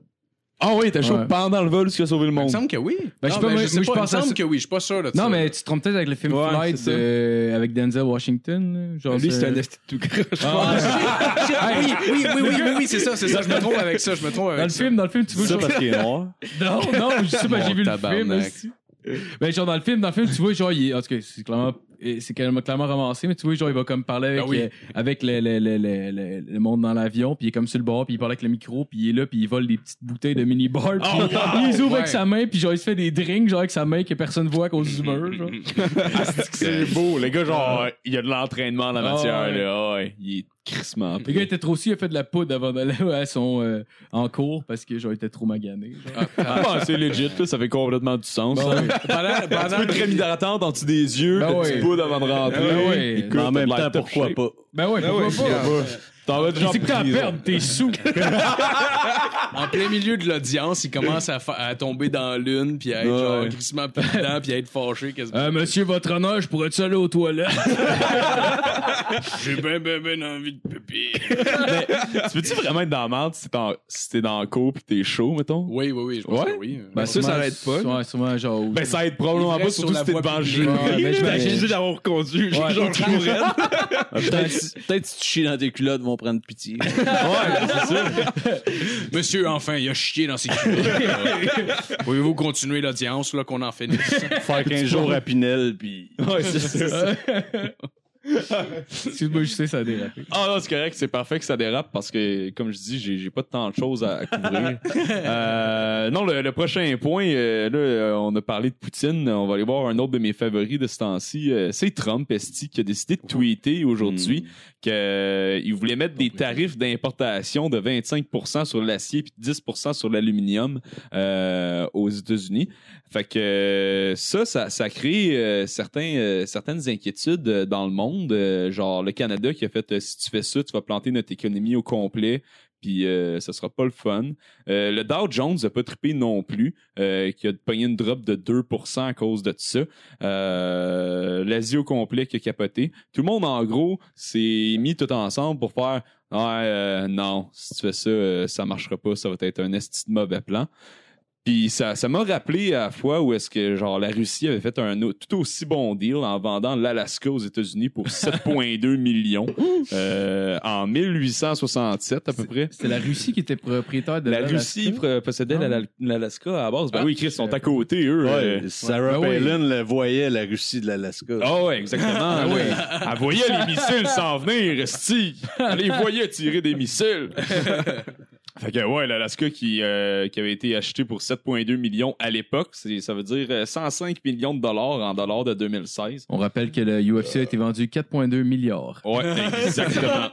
Speaker 6: Ah oui, t'as chaud
Speaker 3: Ouais.
Speaker 6: pendant le vol jusqu'à sauver le
Speaker 5: Il me
Speaker 6: monde.
Speaker 5: semble que oui.
Speaker 3: Ben, je sais
Speaker 5: Non,
Speaker 3: pas, moi-
Speaker 5: je sais
Speaker 3: moi,
Speaker 5: pas,
Speaker 3: je
Speaker 5: il me
Speaker 3: pense à
Speaker 5: semble
Speaker 3: ça.
Speaker 5: que oui. Je suis pas sûr de ça.
Speaker 3: Non, mais tu te trompes peut-être avec le film
Speaker 8: Ouais,
Speaker 3: Flight
Speaker 8: c'est ça.
Speaker 3: de- avec Denzel Washington. là. Genre,
Speaker 8: Lui,
Speaker 3: c'est-
Speaker 8: c'est un esti tout croche.
Speaker 5: Ah,
Speaker 3: *laughs*
Speaker 5: shit, shit, oui, oui, oui, oui, oui, oui, c'est ça, c'est ça. Je me trompe avec ça, je me trompe
Speaker 3: Dans le
Speaker 5: avec ça.
Speaker 3: film, dans le film, tu vois,
Speaker 6: C'est ça
Speaker 3: genre-
Speaker 6: parce qu'il est noir.
Speaker 3: Non, non, je sais pas,
Speaker 5: Mon
Speaker 3: j'ai vu le
Speaker 5: tabarnak.
Speaker 3: film. aussi. Ben, genre, dans le film, dans le film, tu vois, genre, il est, en tout cas, c'est clairement, et c'est clairement, clairement romancé, mais tu vois, genre, il va comme parler avec,
Speaker 5: Ben oui.
Speaker 3: euh, avec le, le, le, le, le- le monde dans l'avion, puis il est comme sur le bord, puis il parle avec le micro, puis il est là, puis il vole des petites bouteilles de mini-bar, puis
Speaker 5: Oh, wow!
Speaker 3: il les ouvre
Speaker 5: Ouais.
Speaker 3: avec sa main, puis genre, il se fait des drinks, genre, avec sa main que personne voit à cause du mur,
Speaker 5: *laughs*
Speaker 3: genre.
Speaker 6: C'est beau. Le gars, genre, il y a de l'entraînement en la
Speaker 3: Ah,
Speaker 6: matière.
Speaker 3: ouais.
Speaker 6: là. Euh, Ah, ouais. Il est crissement.
Speaker 3: Le gars était trop si, il a fait de la poudre avant d'aller *laughs* à son, euh, en cours, parce que, genre, il était trop magané. genre.
Speaker 6: Ah, bah, c'est legit, là, ça fait complètement du sens. là.
Speaker 5: Pendant,
Speaker 6: Un
Speaker 5: pendant,
Speaker 6: peu de crème hydratante en dessous des yeux,
Speaker 3: Ben
Speaker 6: le
Speaker 3: ouais.
Speaker 6: petit poudre avant de
Speaker 5: Ah
Speaker 6: rentrer.
Speaker 3: Ben ouais.
Speaker 6: Écoute,
Speaker 7: Mais en même
Speaker 6: t'as de
Speaker 7: temps,
Speaker 6: l'air
Speaker 7: pourquoi
Speaker 6: torché.
Speaker 7: pas?
Speaker 3: Ben ouais, pourquoi pas?
Speaker 6: T'en vas déjà
Speaker 3: C'est que t'as à
Speaker 5: euh,
Speaker 6: prison.
Speaker 3: perdre, t'es
Speaker 5: *laughs*
Speaker 3: sous.
Speaker 5: en plein milieu de l'audience, il commence à, fa- à tomber dans l'une, puis à être genre
Speaker 6: Ouais.
Speaker 5: crissement pédant, puis à être fâché. quasiment.
Speaker 3: Euh, monsieur, votre honneur, je pourrais-tu aller aux toilettes?
Speaker 5: J'ai ben, ben, ben envie de pipi.
Speaker 6: Tu peux-tu vraiment être dans la merde si t'es en- si t'es dans le cours pis t'es chaud, mettons?
Speaker 5: Oui, oui, oui, je pense
Speaker 6: Ouais?
Speaker 5: que oui.
Speaker 8: Ben, ça, ça arrête pas.
Speaker 3: Ouais, sûrement, genre.
Speaker 6: Ben, ça aide
Speaker 5: Il
Speaker 6: probablement pas,
Speaker 5: reste
Speaker 6: surtout si
Speaker 5: sur la
Speaker 6: t'es
Speaker 5: voie
Speaker 6: devant le
Speaker 5: publique.
Speaker 6: jury.
Speaker 3: Ouais, ben,
Speaker 8: J'imagine
Speaker 3: j'imagine-
Speaker 8: juste d'avoir conduit.
Speaker 3: Ouais.
Speaker 8: Genre, je courais.
Speaker 7: Peut-être peut-être si tu chies dans tes culottes, ils vont prendre pitié.
Speaker 5: Monsieur, enfin, il a chié dans ses culottes. Euh, Pouvez-vous continuer l'audience, là, qu'on en finisse?
Speaker 7: Faire 15 jours à Pinel, puis.
Speaker 6: Ouais, c'est ça.
Speaker 3: Excuse-moi, je sais, ça a dérapé.
Speaker 6: *laughs* Ah non, c'est correct, c'est parfait que ça dérape parce que, comme je dis, j'ai, j'ai pas tant de choses à couvrir. Euh, non, le, le prochain point, euh, là, euh, on a parlé de Poutine, on va aller voir un autre de mes favoris de ce temps-ci. euh, c'est Trump, Esti, qui a décidé de tweeter aujourd'hui qu'il voulait mettre des tarifs d'importation de 25 sur l'acier puis 10 sur l'aluminium euh, aux États-Unis. Fait que euh, ça, ça, ça crée euh, certains, euh, certaines inquiétudes euh, dans le monde. Euh, genre le Canada qui a fait euh, si tu fais ça, tu vas planter notre économie au complet. Puis euh, ça sera pas le fun. Euh, le Dow Jones a pas trippé non plus, euh, qui a pogné une drop de 2% à cause de ça. Euh, L'Asie au complet qui a capoté. Tout le monde, en gros, s'est mis tout ensemble pour faire ah, euh, non, si tu fais ça, euh, ça marchera pas, ça va être un esti de mauvais plan. Puis ça ça m'a rappelé à la fois où est-ce que genre la Russie avait fait un au- tout aussi bon deal en vendant l'Alaska aux
Speaker 3: *laughs*
Speaker 6: États-Unis pour 7,2 millions euh, en 1867 à peu près.
Speaker 3: C'est la Russie qui était propriétaire de
Speaker 6: La
Speaker 3: l'Alaska.
Speaker 6: Russie pr- possédait
Speaker 3: Ah.
Speaker 6: l'Ala- l'Alaska à la base. Ben
Speaker 3: Ah,
Speaker 6: oui, Chris, ils sont
Speaker 3: je-
Speaker 6: à côté, eux.
Speaker 7: *laughs*
Speaker 6: euh.
Speaker 7: Sarah
Speaker 3: Ben oui.
Speaker 7: Palin le voyait la Russie de l'Alaska.
Speaker 5: Oh.
Speaker 6: Ah ouais, exactement. oui. Elle voyait les missiles s'en venir, esti. Elle les voyait tirer des *laughs* missiles. fait que ouais, l'Alaska qui, euh, qui avait été acheté pour 7,2 millions à l'époque, c'est- ça veut dire euh, 105 millions de dollars en dollars de 2016.
Speaker 3: On rappelle que le UFC a été vendu 4,2 milliards.
Speaker 6: *laughs* Ouais, exactement.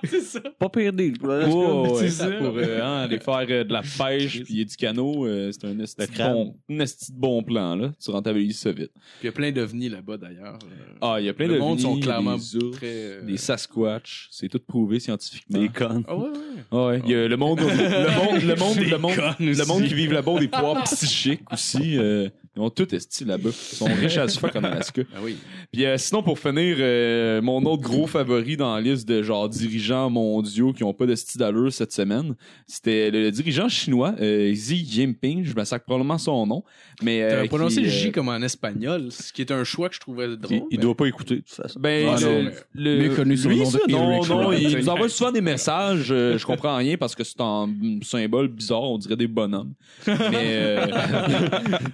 Speaker 7: Pas pire deal pour l'Alaska.
Speaker 6: Oh, ouais.
Speaker 3: C'est ça.
Speaker 6: Pour euh, hein, aller faire euh, de la pêche puis du canot, euh, c'est un esti
Speaker 7: Le
Speaker 6: de
Speaker 7: crabe.
Speaker 6: bon, un esti de bon plan. Là. Tu rentabilises ça vite.
Speaker 5: Puis il y a plein d'ovnis là-bas, d'ailleurs. Euh,
Speaker 6: Ah, il y a plein
Speaker 5: Le
Speaker 6: de
Speaker 5: monde sont
Speaker 6: vignes,
Speaker 5: clairement
Speaker 6: des ours,
Speaker 5: très, euh,
Speaker 6: des Sasquatch, c'est tout prouvé scientifiquement.
Speaker 7: Des connes.
Speaker 5: Ah ouais, ouais.
Speaker 6: Ouais, il y a le monde, le monde, le monde, le monde, le monde qui vivent là-bas ont des pouvoirs psychiques aussi. euh, ils ont tout esti là-bas. Ils sont riches à fuck en Alaska.
Speaker 5: Ah oui.
Speaker 6: Puis euh, sinon, pour finir, euh, mon autre gros favori dans la liste de genre dirigeants mondiaux qui ont pas de style d'allure cette semaine, c'était le, dirigeant chinois euh, Xi Jinping. Je massacre probablement son nom, mais euh,
Speaker 5: T'as
Speaker 6: qui,
Speaker 5: prononcé
Speaker 6: euh,
Speaker 5: J comme en espagnol, ce qui est un choix que je trouvais drôle.
Speaker 7: Il, il
Speaker 5: mais-
Speaker 7: doit pas écouter, de toute façon.
Speaker 6: Ben,
Speaker 5: Ah,
Speaker 6: le-
Speaker 5: non,
Speaker 6: le-
Speaker 3: mieux connu sous le
Speaker 6: lui,
Speaker 3: nom de
Speaker 6: ça, non,
Speaker 3: Eric
Speaker 6: non, il
Speaker 3: Robertson.
Speaker 6: nous envoie souvent des messages, euh, je comprends rien parce que c'est en symbole bizarre, on dirait des bonhommes. Mais euh,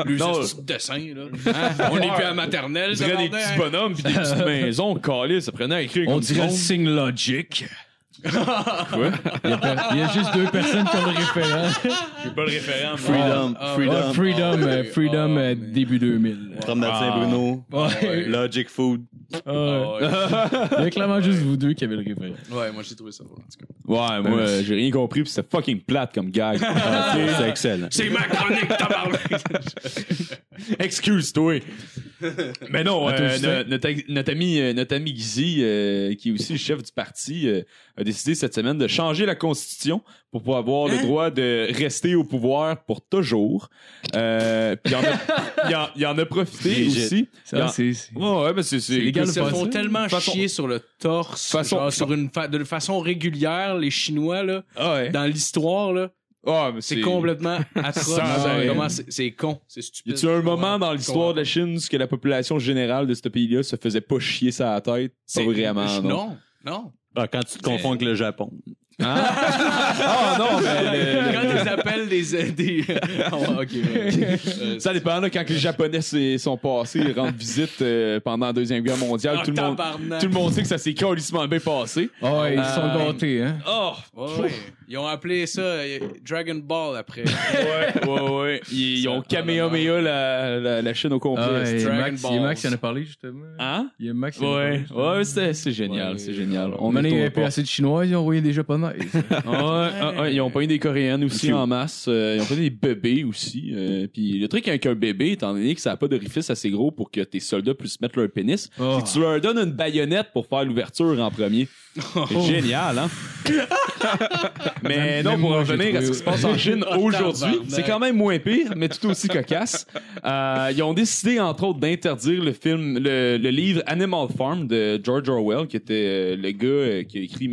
Speaker 5: Lui,
Speaker 6: Non.
Speaker 5: ce petit dessin, là. Hein? On est plus à maternelle, hein.
Speaker 6: on dirait des
Speaker 5: tabarnak.
Speaker 6: petits bonhommes puis *laughs* des petites maisons calées, ça prenait à écrire
Speaker 3: On
Speaker 6: comme
Speaker 3: dirait le
Speaker 6: du
Speaker 3: signe logic.
Speaker 6: monde.
Speaker 3: Il y a, per- il y a juste deux personnes qui ont le référent.
Speaker 6: J'ai pas le référent.
Speaker 7: Freedom,
Speaker 5: Ah,
Speaker 7: freedom.
Speaker 3: *laughs* Ouais, freedom,
Speaker 5: Ah,
Speaker 3: euh,
Speaker 5: oui.
Speaker 3: freedom
Speaker 5: Ah,
Speaker 3: euh,
Speaker 5: mais-
Speaker 3: début 2000.
Speaker 7: Promenade Saint-Bruno.
Speaker 5: Ah. Ouais.
Speaker 7: Logic Food.
Speaker 3: Ah, ouais.
Speaker 5: *laughs* Ah,
Speaker 3: Il y a clairement juste vous deux qui avez le référent.
Speaker 5: ouais. Ouais, moi j'ai trouvé ça drôle, en tout cas.
Speaker 6: Ouais, moi euh, j'ai rien compris puis c'était fucking plate comme *laughs* gag.
Speaker 7: C'est excellent.
Speaker 5: C'est ma
Speaker 6: *laughs*
Speaker 5: chronique, tabarnak!
Speaker 6: Excuse-toi. Mais non,
Speaker 3: Attends,
Speaker 6: euh,
Speaker 3: juste
Speaker 6: no- notre, notre ami, euh, notre ami Guizy, euh, qui est aussi le chef du parti, euh, a décidé cette semaine de changer la constitution pour pouvoir avoir le droit de rester au pouvoir pour toujours. Euh, puis il en a- il en, il en a profité
Speaker 7: Legit.
Speaker 6: aussi. Il
Speaker 3: Ça,
Speaker 6: en-
Speaker 3: c'est. c'est-
Speaker 6: Ouais, ouais, ben c'est c'est-
Speaker 3: C'est légal
Speaker 5: Ils
Speaker 3: de
Speaker 5: se
Speaker 3: faire
Speaker 5: font
Speaker 3: ça.
Speaker 5: tellement
Speaker 6: Façon-
Speaker 5: chier sur le torse,
Speaker 6: Façon-
Speaker 5: genre, sur une fa- de façon régulière, les Chinois, là,
Speaker 6: Ah ouais.
Speaker 5: dans l'histoire, là.
Speaker 6: Ah, mais
Speaker 5: C'est complètement
Speaker 6: *laughs*
Speaker 5: atroce.
Speaker 6: Sans arrêt.
Speaker 5: Comment c'est c'est con, c'est stupide.
Speaker 6: Y a-tu un
Speaker 5: Comment-
Speaker 6: moment dans l'histoire de la Chine où que la population générale de ce pays-là se faisait pas chier sa tête? Pas
Speaker 5: C'est-
Speaker 6: vraiment. Non.
Speaker 5: Non,
Speaker 6: *laughs*
Speaker 5: non.
Speaker 7: Ah, quand tu te confonds avec le Japon.
Speaker 6: Ah non, mais. le-
Speaker 5: Quand ils appellent des.
Speaker 6: *laughs*
Speaker 5: des... Ah ouais, ok, ouais. Euh,
Speaker 6: Ça dépend, là, quand les Japonais se- sont passés, ils rendent visite euh, pendant la Deuxième Guerre mondiale,
Speaker 5: Ah,
Speaker 6: tout, le monde, *laughs*
Speaker 5: tabarnak.
Speaker 6: tout le monde sait que ça s'est carrément bien passé.
Speaker 3: Oh, ils
Speaker 5: Euh,
Speaker 3: sont gâtés, hein.
Speaker 6: Oh!
Speaker 5: Ouais, ouais. Ils ont appelé ça euh, Dragon Ball après.
Speaker 6: Ouais, ouais, ouais. Ils, ils ont
Speaker 5: Ça-
Speaker 6: Kamehameha la, la, la Chine au complet.
Speaker 3: Ah, et
Speaker 5: Dragon
Speaker 3: Max, il y a
Speaker 5: Balls.
Speaker 3: Max qui en a parlé, justement.
Speaker 6: *laughs* Hein?
Speaker 3: Il y a Max qui en a parlé,
Speaker 6: Ouais,
Speaker 3: justement.
Speaker 6: ouais, c'est c'est génial,
Speaker 5: Ouais.
Speaker 6: c'est génial.
Speaker 3: On
Speaker 6: est
Speaker 3: menait pas assez de Chinois, ils ont envoyé des
Speaker 6: *laughs*
Speaker 3: Japonais.
Speaker 6: Ah, ah, ah, ils ont pas eu des Coréennes aussi en masse. euh, ils ont pas eu des bébés aussi. euh, Puis le truc avec un bébé, étant donné que ça n'a pas d'orifice assez gros pour que tes soldats puissent mettre leur pénis,
Speaker 3: Oh.
Speaker 6: c'est que tu leur donnes une baïonnette pour faire l'ouverture en premier.
Speaker 3: Oh.
Speaker 6: C'est
Speaker 3: *laughs*
Speaker 6: Génial, hein? mais
Speaker 3: Même-
Speaker 6: non,
Speaker 3: même
Speaker 6: pour
Speaker 3: moi,
Speaker 6: en revenir
Speaker 3: j'ai
Speaker 6: à ce
Speaker 3: trouvé-
Speaker 6: qui se passe en Chine
Speaker 5: Oh,
Speaker 6: aujourd'hui,
Speaker 5: tabarnak.
Speaker 6: c'est quand même moins pire, mais tout aussi cocasse. Euh, ils ont décidé, entre autres, d'interdire le film, le, le livre Animal Farm de George Orwell, qui était euh, le gars euh, qui a écrit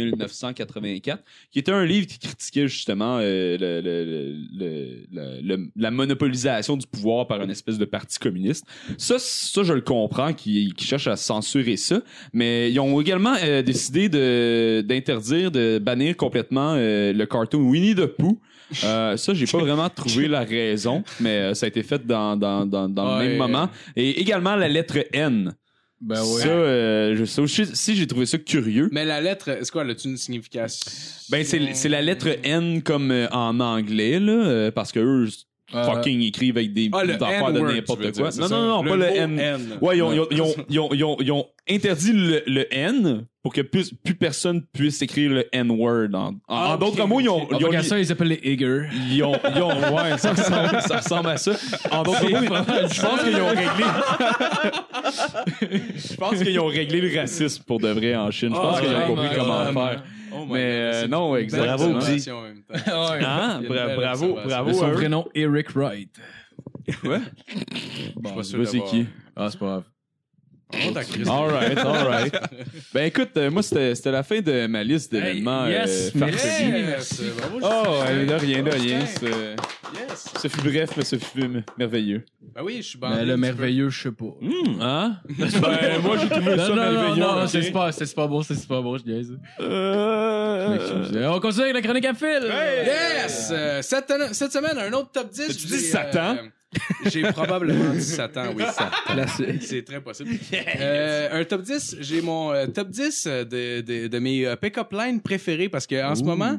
Speaker 6: 1984, qui était un livre qui critiquait justement euh, le- le- le- le- le- le- la monopolisation du pouvoir par une espèce de parti communiste. Ça, ça je le comprends, qui, qui cherche à censurer ça, mais ils ont également euh, décidé de d'interdire, de bannir complètement euh, le cartoon Winnie the Pooh. Euh, ça, j'ai pas vraiment trouvé la raison, mais euh, ça a été fait dans, dans, dans, dans le
Speaker 5: Ouais.
Speaker 6: même moment. Et également la lettre N.
Speaker 3: Ben
Speaker 6: Ça,
Speaker 3: ouais.
Speaker 6: euh, je, ça aussi, si j'ai trouvé ça curieux.
Speaker 5: Mais la lettre, c'est quoi, elle a-tu une signification?
Speaker 6: Ben, c'est c'est la lettre N comme euh, en anglais, là, euh, parce que eux, fucking écrivent avec des
Speaker 5: Ah, le
Speaker 6: affaires de
Speaker 5: N-word, tu veux
Speaker 6: n'importe
Speaker 5: dire,
Speaker 6: quoi.
Speaker 5: c'est
Speaker 6: Non,
Speaker 5: ça?
Speaker 6: non, non, pas le
Speaker 5: mot
Speaker 6: N. Ouais, ils ont, ils ont- ils ont- ils ont- ils ont- ils ont interdit le, le N pour que plus, plus personne puisse écrire le N-word. En, en- en
Speaker 5: Ok,
Speaker 6: d'autres mots, ils ont,
Speaker 5: ok.
Speaker 6: ils ont,
Speaker 3: Regarde ça, ils appellent les Eager.
Speaker 6: ils ont- ils ont- *laughs* ouais, ça ressemble, ça ressemble à ça. En d'autres mots, ils- je pense qu'ils ont réglé. *laughs* je pense qu'ils ont réglé le racisme pour de vrai en Chine. Je pense
Speaker 5: Ah,
Speaker 6: qu'ils ont
Speaker 5: vraiment,
Speaker 6: compris comment
Speaker 3: Euh,
Speaker 5: vraiment.
Speaker 6: faire.
Speaker 5: Oh my
Speaker 6: Mais
Speaker 5: God,
Speaker 6: euh,
Speaker 5: Ben, c'est
Speaker 6: non,
Speaker 5: une
Speaker 6: exactement.
Speaker 5: belle
Speaker 7: Bravo, Guy.
Speaker 5: observation en même temps.
Speaker 6: Hein?
Speaker 5: Il y a une
Speaker 6: Bra-
Speaker 5: belle
Speaker 6: bravo,
Speaker 5: observation.
Speaker 6: bravo.
Speaker 3: Son
Speaker 6: à eux.
Speaker 3: prénom, Eric Wright.
Speaker 5: Je suis pas sûr
Speaker 6: Je sais
Speaker 5: d'avoir-
Speaker 6: qui.
Speaker 3: Ah, c'est pas grave.
Speaker 5: Oh, t'as Christ.
Speaker 6: Alright,
Speaker 5: *laughs*
Speaker 6: alright. Ben écoute, euh, moi c'était c'était la fin de ma liste d'événements.
Speaker 3: Hey, yes,
Speaker 6: euh,
Speaker 3: merci.
Speaker 6: farfelus.
Speaker 5: Yes, bravo,
Speaker 6: Oh,
Speaker 5: Justin.
Speaker 6: euh, de rien, de rien.
Speaker 5: Justin.
Speaker 6: Ce,
Speaker 5: Yes.
Speaker 6: ce fut bref, mais ce fut m- merveilleux.
Speaker 5: Ben oui, je suis
Speaker 6: Bah,
Speaker 5: bandé.
Speaker 3: Mais
Speaker 5: un
Speaker 3: le
Speaker 5: petit
Speaker 3: merveilleux, je sais
Speaker 6: *laughs*
Speaker 3: pas.
Speaker 6: Hein? ben, moi, j'ai
Speaker 5: *laughs*
Speaker 6: trouvé ça
Speaker 3: Non, non, non,
Speaker 6: merveilleux.
Speaker 3: non,
Speaker 6: ok.
Speaker 3: c'est pas, c'est pas bon, c'est pas bon, je niaise.
Speaker 6: Euh,
Speaker 3: Euh, On continue avec la chronique à fil!
Speaker 5: peu. Yes! Euh, cette, cette semaine, un autre top 10.
Speaker 6: T'as-tu
Speaker 5: je
Speaker 6: dit
Speaker 5: dis,
Speaker 6: Satan?
Speaker 5: euh, J'ai probablement dit Satan, oui.
Speaker 8: Placé.
Speaker 5: C'est très possible. Euh, un top 10, j'ai mon euh, top 10 euh, de, de, de mes euh, pick-up lines préférés parce que en ce moment,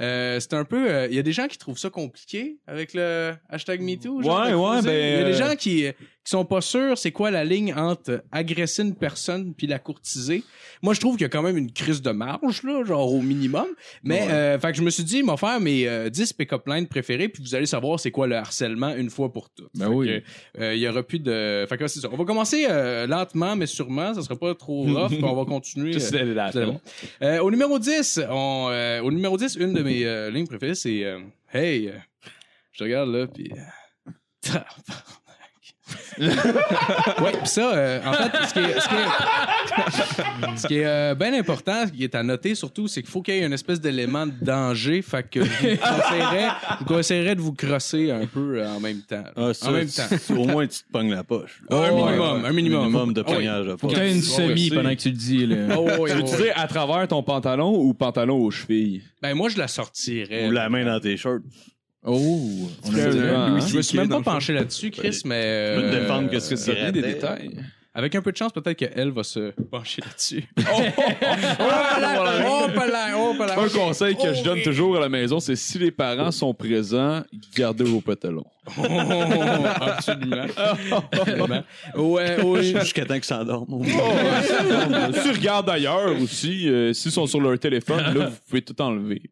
Speaker 5: euh, c'est un peu. euh, Il y a des gens qui trouvent ça compliqué avec le hashtag MeToo. genre,
Speaker 6: Ouais,
Speaker 5: de
Speaker 6: ouais,
Speaker 5: creuser.
Speaker 6: ben,
Speaker 5: Il y a des
Speaker 6: euh,
Speaker 5: gens qui, euh, qui sont pas sûrs c'est quoi la ligne entre euh, agresser une personne puis la courtiser. Moi, je trouve qu'il y a quand même une crise de marge, là, genre au minimum. Mais, euh, fait que je me suis dit, m'en faire mes euh, 10 pick-up lines préférés puis vous allez savoir c'est quoi le harcèlement une fois pour toutes.
Speaker 3: Ben
Speaker 5: Fait
Speaker 3: oui.
Speaker 5: que, euh, Il y aura plus de. Fait que là, c'est ça. On va commencer euh, lentement, mais sûrement. Ça sera
Speaker 3: *laughs*
Speaker 5: pas trop rough. puis on va continuer.
Speaker 6: Juste
Speaker 5: euh,
Speaker 6: la- la-
Speaker 5: vous allez voir. Euh, au numéro 10, on, euh, au numéro 10, une de mes euh, lignes préférées, c'est euh, Hey, euh, je te regarde là, puis. euh, *laughs* tabarnak. ouais, puis ça, euh, en fait, ce qui est, ce qui est- ce qui est, euh, bien important, ce qui est à noter surtout, c'est qu'il faut qu'il y ait une espèce d'élément de danger. Fait que je vous conseillerais, je vous conseillerais de vous crosser un peu euh, en même temps.
Speaker 7: Ah, ça,
Speaker 5: en même temps.
Speaker 7: c'est- Au moins, tu te pognes la poche.
Speaker 5: un
Speaker 3: ouais,
Speaker 5: minimum, un minimum.
Speaker 7: Minimum de
Speaker 5: Ah oui.
Speaker 7: pognage de
Speaker 3: Faut
Speaker 7: poche.
Speaker 3: que t'aies une
Speaker 6: Bon,
Speaker 3: semi
Speaker 6: merci.
Speaker 3: pendant que tu le dis, là.
Speaker 5: Ah ouais, ouais,
Speaker 6: Tu
Speaker 5: ouais.
Speaker 6: veux dire à travers ton pantalon ou pantalon aux chevilles?
Speaker 5: Ben moi je la sortirais.
Speaker 7: Ou la main dans tes shorts.
Speaker 3: *laughs* Oh! On
Speaker 6: Très
Speaker 3: a dit-
Speaker 6: bien.
Speaker 5: Je me suis même pas penché là-dessus, Chris, mais
Speaker 7: Tu
Speaker 5: euh,
Speaker 7: peux te défendre que ce que
Speaker 6: Vous avez
Speaker 7: c'est.
Speaker 6: des détails.
Speaker 5: avec un peu de chance, peut-être qu'elle va se pencher là-dessus. *laughs* oh, palais, oh, palais, oh, palais.
Speaker 6: Un conseil que je donne
Speaker 5: Ok.
Speaker 6: toujours à la maison, c'est si les parents sont présents, gardez vos pantalons.
Speaker 5: Oh, absolument. Absolument. Ouais, ouais.
Speaker 7: *laughs* Jusqu'à temps qu'ils s'endorment.
Speaker 6: *laughs*
Speaker 5: Oh.
Speaker 6: si regardes ailleurs aussi, euh, s'ils sont sur leur téléphone, là, vous pouvez tout enlever.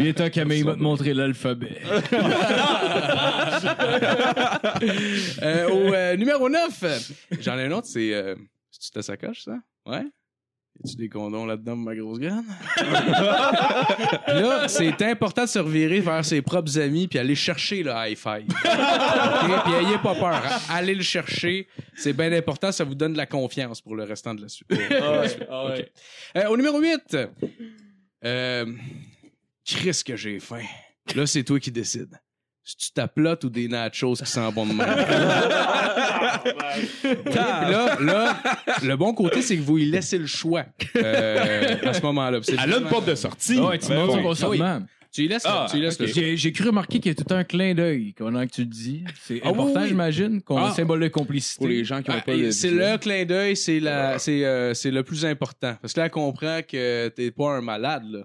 Speaker 3: Il est temps qu'Amé va te montrer l'alphabet.
Speaker 6: Ah
Speaker 5: Euh, au euh, numéro 9, euh, j'en ai un autre, c'est. Euh, tu ta sacoche, ça? Ouais? Y-tu des condoms là-dedans, ma grosse graine? là, c'est important de se revirer vers ses propres amis puis aller chercher le hi-fi. Ok? Puis ayez pas peur. hein. Allez le chercher. C'est bien important. Ça vous donne de la confiance pour le restant de la suite.
Speaker 6: ouais.
Speaker 5: Euh, au numéro 8, euh, Chris que j'ai faim. Là, c'est toi qui décides. Si tu t'aplotes ou des nachos qui sentent bon
Speaker 6: *laughs*
Speaker 5: de même. Puis là, là, le bon côté, c'est que vous lui laissez le choix euh, à ce moment-là. Puis c'est
Speaker 6: Elle a une
Speaker 5: vraiment-
Speaker 6: porte de sortie.
Speaker 3: Ah Ouais, tu m'as
Speaker 6: Ben
Speaker 3: dit
Speaker 6: oui.
Speaker 3: consentement.
Speaker 5: Tu lui laisses, le-
Speaker 6: Ah,
Speaker 5: tu lui laisses le choix.
Speaker 3: J'ai j'ai cru remarquer qu'il y a tout un clin d'œil pendant que tu le dis. C'est
Speaker 5: Ah
Speaker 3: important,
Speaker 5: oui, oui.
Speaker 3: j'imagine, qu'on a
Speaker 5: Ah.
Speaker 3: un symbole de complicité.
Speaker 6: Pour les gens qui ont
Speaker 5: Ah,
Speaker 6: pas
Speaker 5: et
Speaker 6: de
Speaker 5: c'est
Speaker 6: budget.
Speaker 5: le clin d'œil, c'est la, c'est, euh, c'est le plus important. Parce que là, elle comprend que t'es pas un malade, là.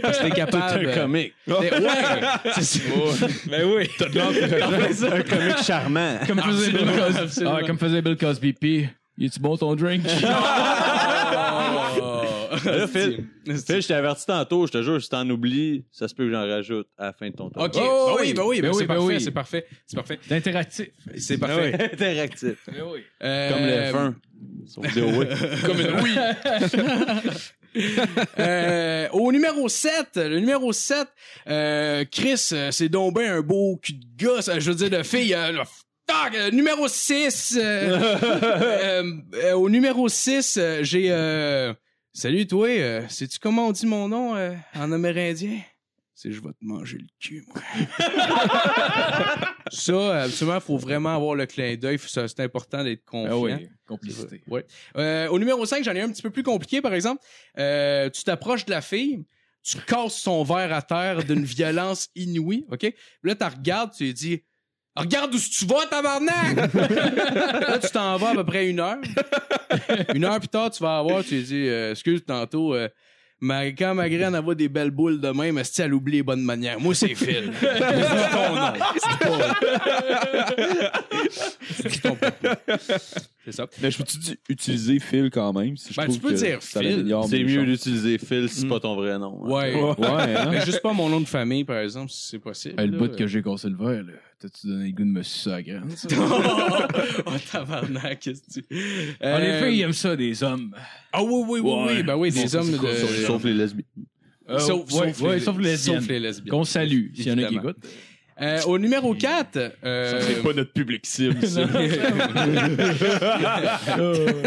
Speaker 5: Parce que t'es capable. euh,
Speaker 7: un comique.
Speaker 5: T'es- ouais! c'est ça. *laughs*
Speaker 6: Ben oui.
Speaker 7: un comique charmant.
Speaker 3: Comme faisait Bill *laughs* Cosby. Ah, comme faisait Bill Cosby. Puis, est-tu bon ton *laughs* drink? Ben
Speaker 7: Là, Phil, Phil, je t'ai averti tantôt, je te jure, si t'en oublies, ça se peut que j'en rajoute à la fin de ton temps.
Speaker 5: Ok, bah oui, bah oui,
Speaker 3: Ben
Speaker 5: bah
Speaker 3: oui,
Speaker 5: c'est
Speaker 3: ben
Speaker 5: parfait,
Speaker 3: oui.
Speaker 5: c'est parfait, c'est parfait,
Speaker 3: C'est interactif. Ben
Speaker 5: c'est parfait.
Speaker 7: *laughs* Interactif.
Speaker 5: Euh,
Speaker 7: Comme le fin. Sauf vidéo, oui.
Speaker 5: *laughs* Comme une oui. Euh, au numéro 7, le numéro 7, euh, Chris, euh, c'est donc ben un beau cul de gosse, euh, je veux dire de fille. euh, le fuck, euh, numéro 6. euh, au numéro 6, j'ai... euh, Salut toi, euh, sais-tu comment on dit mon nom euh, en amérindien? C'est je vais te manger le cul, moi. ça, absolument, faut vraiment avoir le clin d'œil. faut- ça, C'est important d'être
Speaker 3: Ah
Speaker 5: confiant.
Speaker 3: oui, complicité.
Speaker 5: Ouais. Euh, au numéro 5, j'en ai un petit peu plus compliqué, par exemple. Euh, tu t'approches de la fille, tu casses son verre à terre d'une violence inouïe, OK? Puis là, tu regardes, tu lui dis « Regarde où tu vas, tabarnak! » Là, tu t'en vas à peu près une heure. Une heure plus tard, tu vas avoir, tu lui dis euh, Excuse, tantôt... euh, ma, quand ma graine elle voit des belles boules de même, est-ce qu'elle oublie les bonnes manières? Moi, c'est Phil. C'est ton nom. C'est pas- C'est ton papa. C'est ça.
Speaker 6: Mais je peux-tu di- utiliser Phil quand même? Si je
Speaker 5: Ben,
Speaker 6: trouve
Speaker 5: tu peux
Speaker 6: que
Speaker 5: dire
Speaker 6: ça
Speaker 5: Phil.
Speaker 6: l'améliore
Speaker 7: C'est
Speaker 6: mes
Speaker 7: mieux
Speaker 6: chances.
Speaker 7: d'utiliser Phil si c'est pas ton vrai nom.
Speaker 5: Ouais.
Speaker 6: Ouais, hein?
Speaker 5: Mais juste pas mon nom de famille, par exemple, si c'est possible.
Speaker 3: Ben, le
Speaker 5: là.
Speaker 3: bout que j'ai cassé le verre, là. T'as-tu donné le goût de me sucer à la graine? ça?
Speaker 5: oh, tabarnak, qu'est-ce que tu.
Speaker 3: Ah,
Speaker 5: Euh,
Speaker 3: les filles, ils aiment ça, des hommes.
Speaker 5: Ah oui, oui, oui, oui.
Speaker 3: bah
Speaker 5: Ben oui, des hommes de.
Speaker 7: Sauf, sauf les lesbiennes.
Speaker 3: Euh, ouais, ouais, sauf les lesbiennes.
Speaker 5: Sauf les lesbiennes.
Speaker 3: Qu'on salue, s'il y en a qui
Speaker 5: Évidemment.
Speaker 3: *laughs* écoutent.
Speaker 5: Euh, au numéro 4. Euh,
Speaker 6: C'est pas notre public cible, ça.
Speaker 3: *laughs*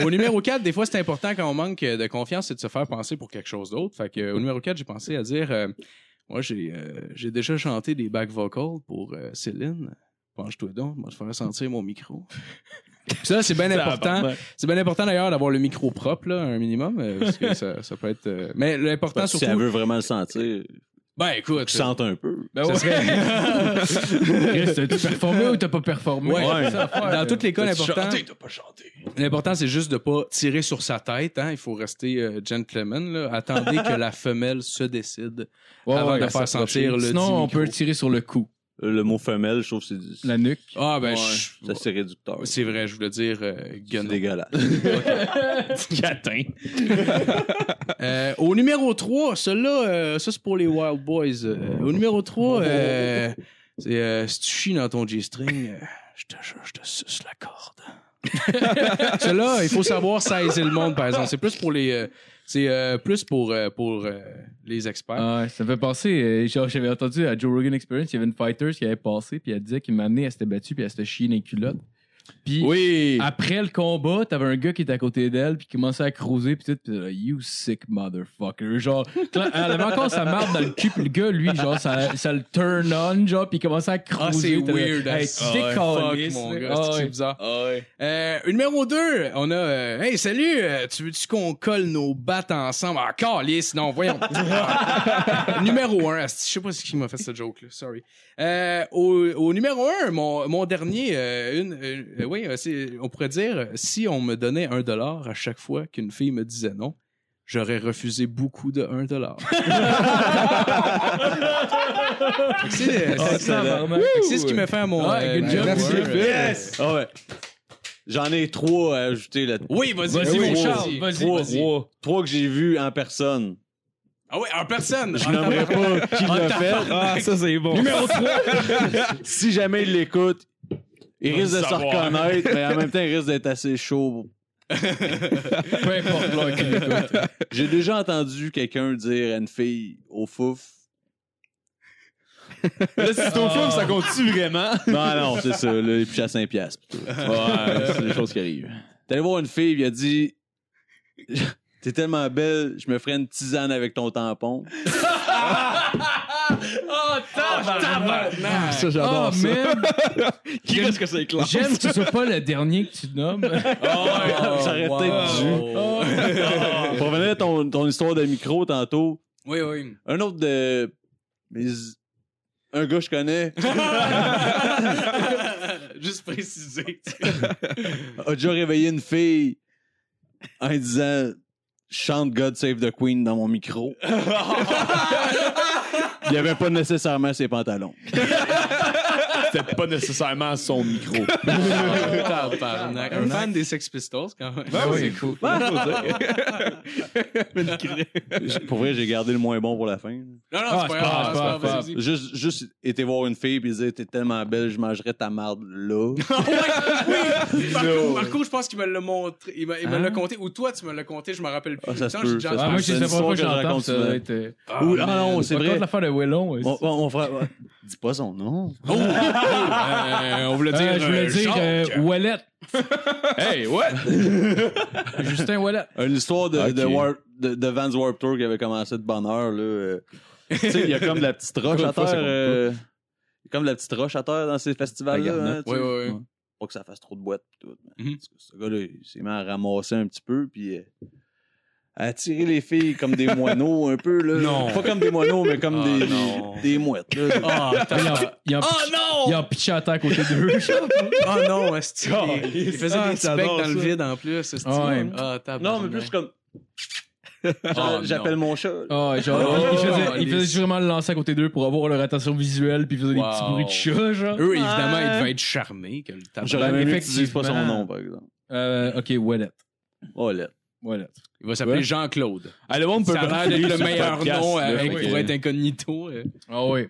Speaker 5: au numéro 4, des fois, c'est important quand on manque de confiance, c'est de se faire penser pour quelque chose d'autre. Fait que, euh, au numéro 4, j'ai pensé à dire euh, Moi, j'ai euh, j'ai déjà chanté des back vocals pour euh, Céline. Penche-toi donc, moi, je vais te faire sentir mon micro. *laughs* Puis ça, c'est bien important. C'est bien important d'ailleurs d'avoir le micro propre, là, un minimum, euh, parce que ça, ça peut être. euh, Mais l'important,
Speaker 7: Parce que Si elle
Speaker 5: surtout.
Speaker 7: veut vraiment le sentir,
Speaker 5: Ben, écoute.
Speaker 7: tu sentes un peu.
Speaker 3: Ben ouais. *laughs* Chris, t'as-tu performé ou t'as pas performé?
Speaker 5: Ouais.
Speaker 3: C'est ça l'affaire, là.
Speaker 5: Dans tous les cas, l'important,
Speaker 6: t'as pas chanté.
Speaker 5: l'important, c'est juste de pas tirer sur sa tête. Hein. Il faut rester euh, gentleman. Là. Attendez que la femelle se décide.
Speaker 3: Ouais,
Speaker 5: avant
Speaker 3: ouais,
Speaker 5: de
Speaker 3: à
Speaker 5: faire
Speaker 3: s'approcher.
Speaker 5: sentir le
Speaker 3: Sinon,
Speaker 5: petit
Speaker 3: on
Speaker 5: micro.
Speaker 3: peut tirer sur le cou,
Speaker 7: Euh, Le mot femelle, je trouve que c'est du-
Speaker 3: la nuque.
Speaker 5: Ah ben,
Speaker 7: Ouais,
Speaker 5: je-
Speaker 7: ça, c'est réducteur. C'est
Speaker 5: c'est vrai, je voulais dire euh, guenon.
Speaker 7: dégueulasse.
Speaker 6: Catin.
Speaker 5: Euh, au numéro 3, celui-là, euh, ça c'est pour les Wild Boys. Euh, au numéro 3, euh, c'est euh, si tu chies dans ton G-string, euh, je te jure, je te suce la corde. *laughs* celui-là, il faut savoir saisir le monde, par exemple. C'est plus pour les. euh, c'est euh, plus pour, euh, pour euh, les experts.
Speaker 3: Ah ouais, ça me fait penser, euh, genre, j'avais entendu à Joe Rogan Experience, il y avait une fighter qui avait passé, puis elle disait qu'une année, elle s'était battue, puis elle s'était chiée dans les culottes. Puis
Speaker 6: Oui.
Speaker 3: après le combat, t'avais un gars qui était à côté d'elle, puis qui commençait à croiser, puis tout, puis là, you sick motherfucker. Genre, cla- elle avait encore sa marde dans le cul, puis le gars, lui, genre, ça, ça le turn on, genre, puis il commençait à
Speaker 5: Ah,
Speaker 3: croiser.
Speaker 5: c'est weird.
Speaker 3: Hey,
Speaker 5: Ah,
Speaker 3: tu
Speaker 5: ouais,
Speaker 3: décolles,
Speaker 5: fuck, mon
Speaker 3: là.
Speaker 5: gars,
Speaker 3: Ah,
Speaker 5: c'est
Speaker 3: ouais.
Speaker 5: bizarre. Euh, numéro 2, on a euh, Hey, salut, euh, tu veux-tu qu'on colle nos battes ensemble? Ah, calice,
Speaker 3: *laughs*
Speaker 5: non, voyons. numéro 1, je sais pas ce qui m'a fait ce joke-là, sorry. Euh, au, au numéro 1, mon, mon dernier, euh, une, une- euh, oui, euh, c'est- on pourrait dire euh, si on me donnait un dollar à chaque fois qu'une fille me disait non, j'aurais refusé beaucoup de
Speaker 3: *laughs*
Speaker 5: 1 dollar. c'est euh,
Speaker 3: Ah,
Speaker 5: c'est-
Speaker 3: tabarnak.
Speaker 5: c'est ce qui me fait à mon.
Speaker 3: Ouais, good
Speaker 5: euh,
Speaker 3: job,
Speaker 5: numéro
Speaker 3: Phil.
Speaker 5: un.
Speaker 7: Yes! Ah ouais. J'en ai trois à ajouter là
Speaker 5: Oui, vas-y,
Speaker 3: Vas-y,
Speaker 5: Ben oui,
Speaker 3: mon
Speaker 5: oui.
Speaker 3: Charles, vas-y,
Speaker 7: Trois,
Speaker 3: vas-y.
Speaker 7: trois, trois que j'ai vus en personne.
Speaker 5: Ah oui, en personne.
Speaker 7: Je
Speaker 5: En *laughs*
Speaker 7: nommerai
Speaker 5: tabarnak.
Speaker 7: pas qui l'a fait.
Speaker 8: Ah, ça, c'est bon.
Speaker 7: Numéro 3. si jamais il l'écoute, il
Speaker 6: va
Speaker 7: risque
Speaker 6: le
Speaker 7: de se
Speaker 6: savoir.
Speaker 7: reconnaître, mais en même temps, il risque d'être assez chaud.
Speaker 3: Peu importe, là, qui l'écoute.
Speaker 7: J'ai déjà entendu quelqu'un dire à une fille au fouf.
Speaker 6: Là, si c'est au fond, ça continue vraiment.
Speaker 7: Non, non, c'est ça, là, il piche à 5 piastres. plutôt. Ouais, c'est des choses qui arrivent. T'es allé voir une fille, il a dit T'es tellement belle, je me ferai une tisane avec ton tampon.
Speaker 8: Ah, ça,
Speaker 3: Oh,
Speaker 8: j'adore ça.
Speaker 3: man!
Speaker 8: Qui
Speaker 3: J'aime-
Speaker 8: risque que c'est clair?
Speaker 3: J'aime que tu sois pas le dernier que tu nommes.
Speaker 7: Oh, ça aurait
Speaker 5: Ah.
Speaker 7: peut-être dû. Pour revenir à ton, ton histoire de micro tantôt,
Speaker 5: Oui, *laughs* oui.
Speaker 7: un autre de. mes- Un gars que je connais
Speaker 5: Juste *laughs* préciser.
Speaker 7: a déjà réveillé une fille en lui disant chante God Save the Queen dans mon *laughs* micro. Il n'y avait pas nécessairement ses pantalons.
Speaker 6: C'était pas nécessairement son micro.
Speaker 5: Tabarnak. Ben Un fan des Sex Pistols, quand même.
Speaker 3: oui, c'est cool.
Speaker 7: Pour vrai, j'ai gardé le moins bon pour la fin.
Speaker 5: Non, non,
Speaker 3: Ah,
Speaker 5: c'est pas grave. C'est pas grave. vas-y, vas-y.
Speaker 7: Juste, juste été voir une fille et dire T'es tellement belle, je mangerais ta marde là.
Speaker 5: Oui, Marco, Marco, je pense qu'il me l'a montré. Il me il me l'a compté. Ou toi, tu me l'as compté, je me rappelle plus.
Speaker 7: Ah, ça se
Speaker 5: Putain,
Speaker 7: peut,
Speaker 5: j'ai
Speaker 7: ça se
Speaker 5: déjà
Speaker 3: Ah,
Speaker 5: entendu
Speaker 3: moi, je
Speaker 7: c'est une
Speaker 3: sais pas
Speaker 7: histoire
Speaker 3: pourquoi
Speaker 7: que
Speaker 3: je
Speaker 7: je
Speaker 3: l'entends.
Speaker 7: raconte
Speaker 3: Ça
Speaker 7: souvent.
Speaker 3: doit être. euh,
Speaker 7: Ou- ah non, c'est
Speaker 3: Par
Speaker 7: vrai.
Speaker 3: contre, l'affaire de Wellon.
Speaker 7: Mon, mon- mon frère. Dis pas son nom.
Speaker 5: Euh, on voulait dire.
Speaker 3: je voulais
Speaker 5: euh,
Speaker 3: dire
Speaker 5: Jacques.
Speaker 3: euh, Wallet.
Speaker 6: hey, what?
Speaker 3: Justin Wallet.
Speaker 7: Une histoire de, de,
Speaker 6: Ok.
Speaker 7: Warp- de- de Vans Warp Tour qui avait commencé de bonne heure. Là, euh. tu sais, il y a comme de la petite roche
Speaker 6: Encore
Speaker 7: à
Speaker 6: une fois,
Speaker 7: terre.
Speaker 6: ça compte
Speaker 7: euh, il y a comme de la petite roche à terre dans ces festivals-là.
Speaker 6: La garnotte.
Speaker 7: hein, tu
Speaker 5: Oui,
Speaker 7: sais.
Speaker 5: oui, oui.
Speaker 7: Pas que ça fasse trop de boîtes. pis tout, mais
Speaker 5: Mhm.
Speaker 7: en tout cas, Ce gars-là, il s'est mis à ramasser un petit peu. Puis. euh, à attirer les filles comme des moineaux un peu là
Speaker 5: Non.
Speaker 7: pas comme des moineaux mais comme
Speaker 5: Ah,
Speaker 7: des,
Speaker 5: non. Ah.
Speaker 7: des des mouettes là.
Speaker 3: Il a- il a-
Speaker 5: non!
Speaker 3: il a pitché à terre à côté d'eux.
Speaker 5: Ah non, esti. Il faisait
Speaker 8: Ah,
Speaker 5: des specs
Speaker 8: j'adore
Speaker 5: dans le
Speaker 8: ça.
Speaker 5: vide en plus, esti.
Speaker 3: Ah ouais.
Speaker 5: Ah, tabarnak.
Speaker 7: non mais plus comme
Speaker 5: Ah,
Speaker 7: j'appelle mon chat là.
Speaker 3: Ah, genre,
Speaker 5: Oh,
Speaker 3: il, faisait,
Speaker 5: oh,
Speaker 3: il faisait
Speaker 5: les-
Speaker 3: sûrement le lancer à côté d'eux pour avoir leur attention visuelle, puis il faisait des
Speaker 5: Wow.
Speaker 3: petits bruits de chat, genre.
Speaker 5: Eux, évidemment, ils devaient être charmés que le tabarnak.
Speaker 7: j'aurais aimé que tu
Speaker 3: effectivement.
Speaker 7: dises pas son nom par exemple
Speaker 3: Euh, ok, Wallet.
Speaker 7: oh là
Speaker 3: Wallet.
Speaker 5: Il va s'appeler
Speaker 6: Ouais.
Speaker 5: Jean-Claude.
Speaker 6: Ah, le monde peut
Speaker 5: Ça a l'air
Speaker 6: pas
Speaker 5: d'être
Speaker 6: sur
Speaker 5: le meilleur
Speaker 6: podcast,
Speaker 5: nom
Speaker 6: là,
Speaker 5: avec,
Speaker 6: fait que-
Speaker 5: pour être incognito. euh.
Speaker 3: Ah oui.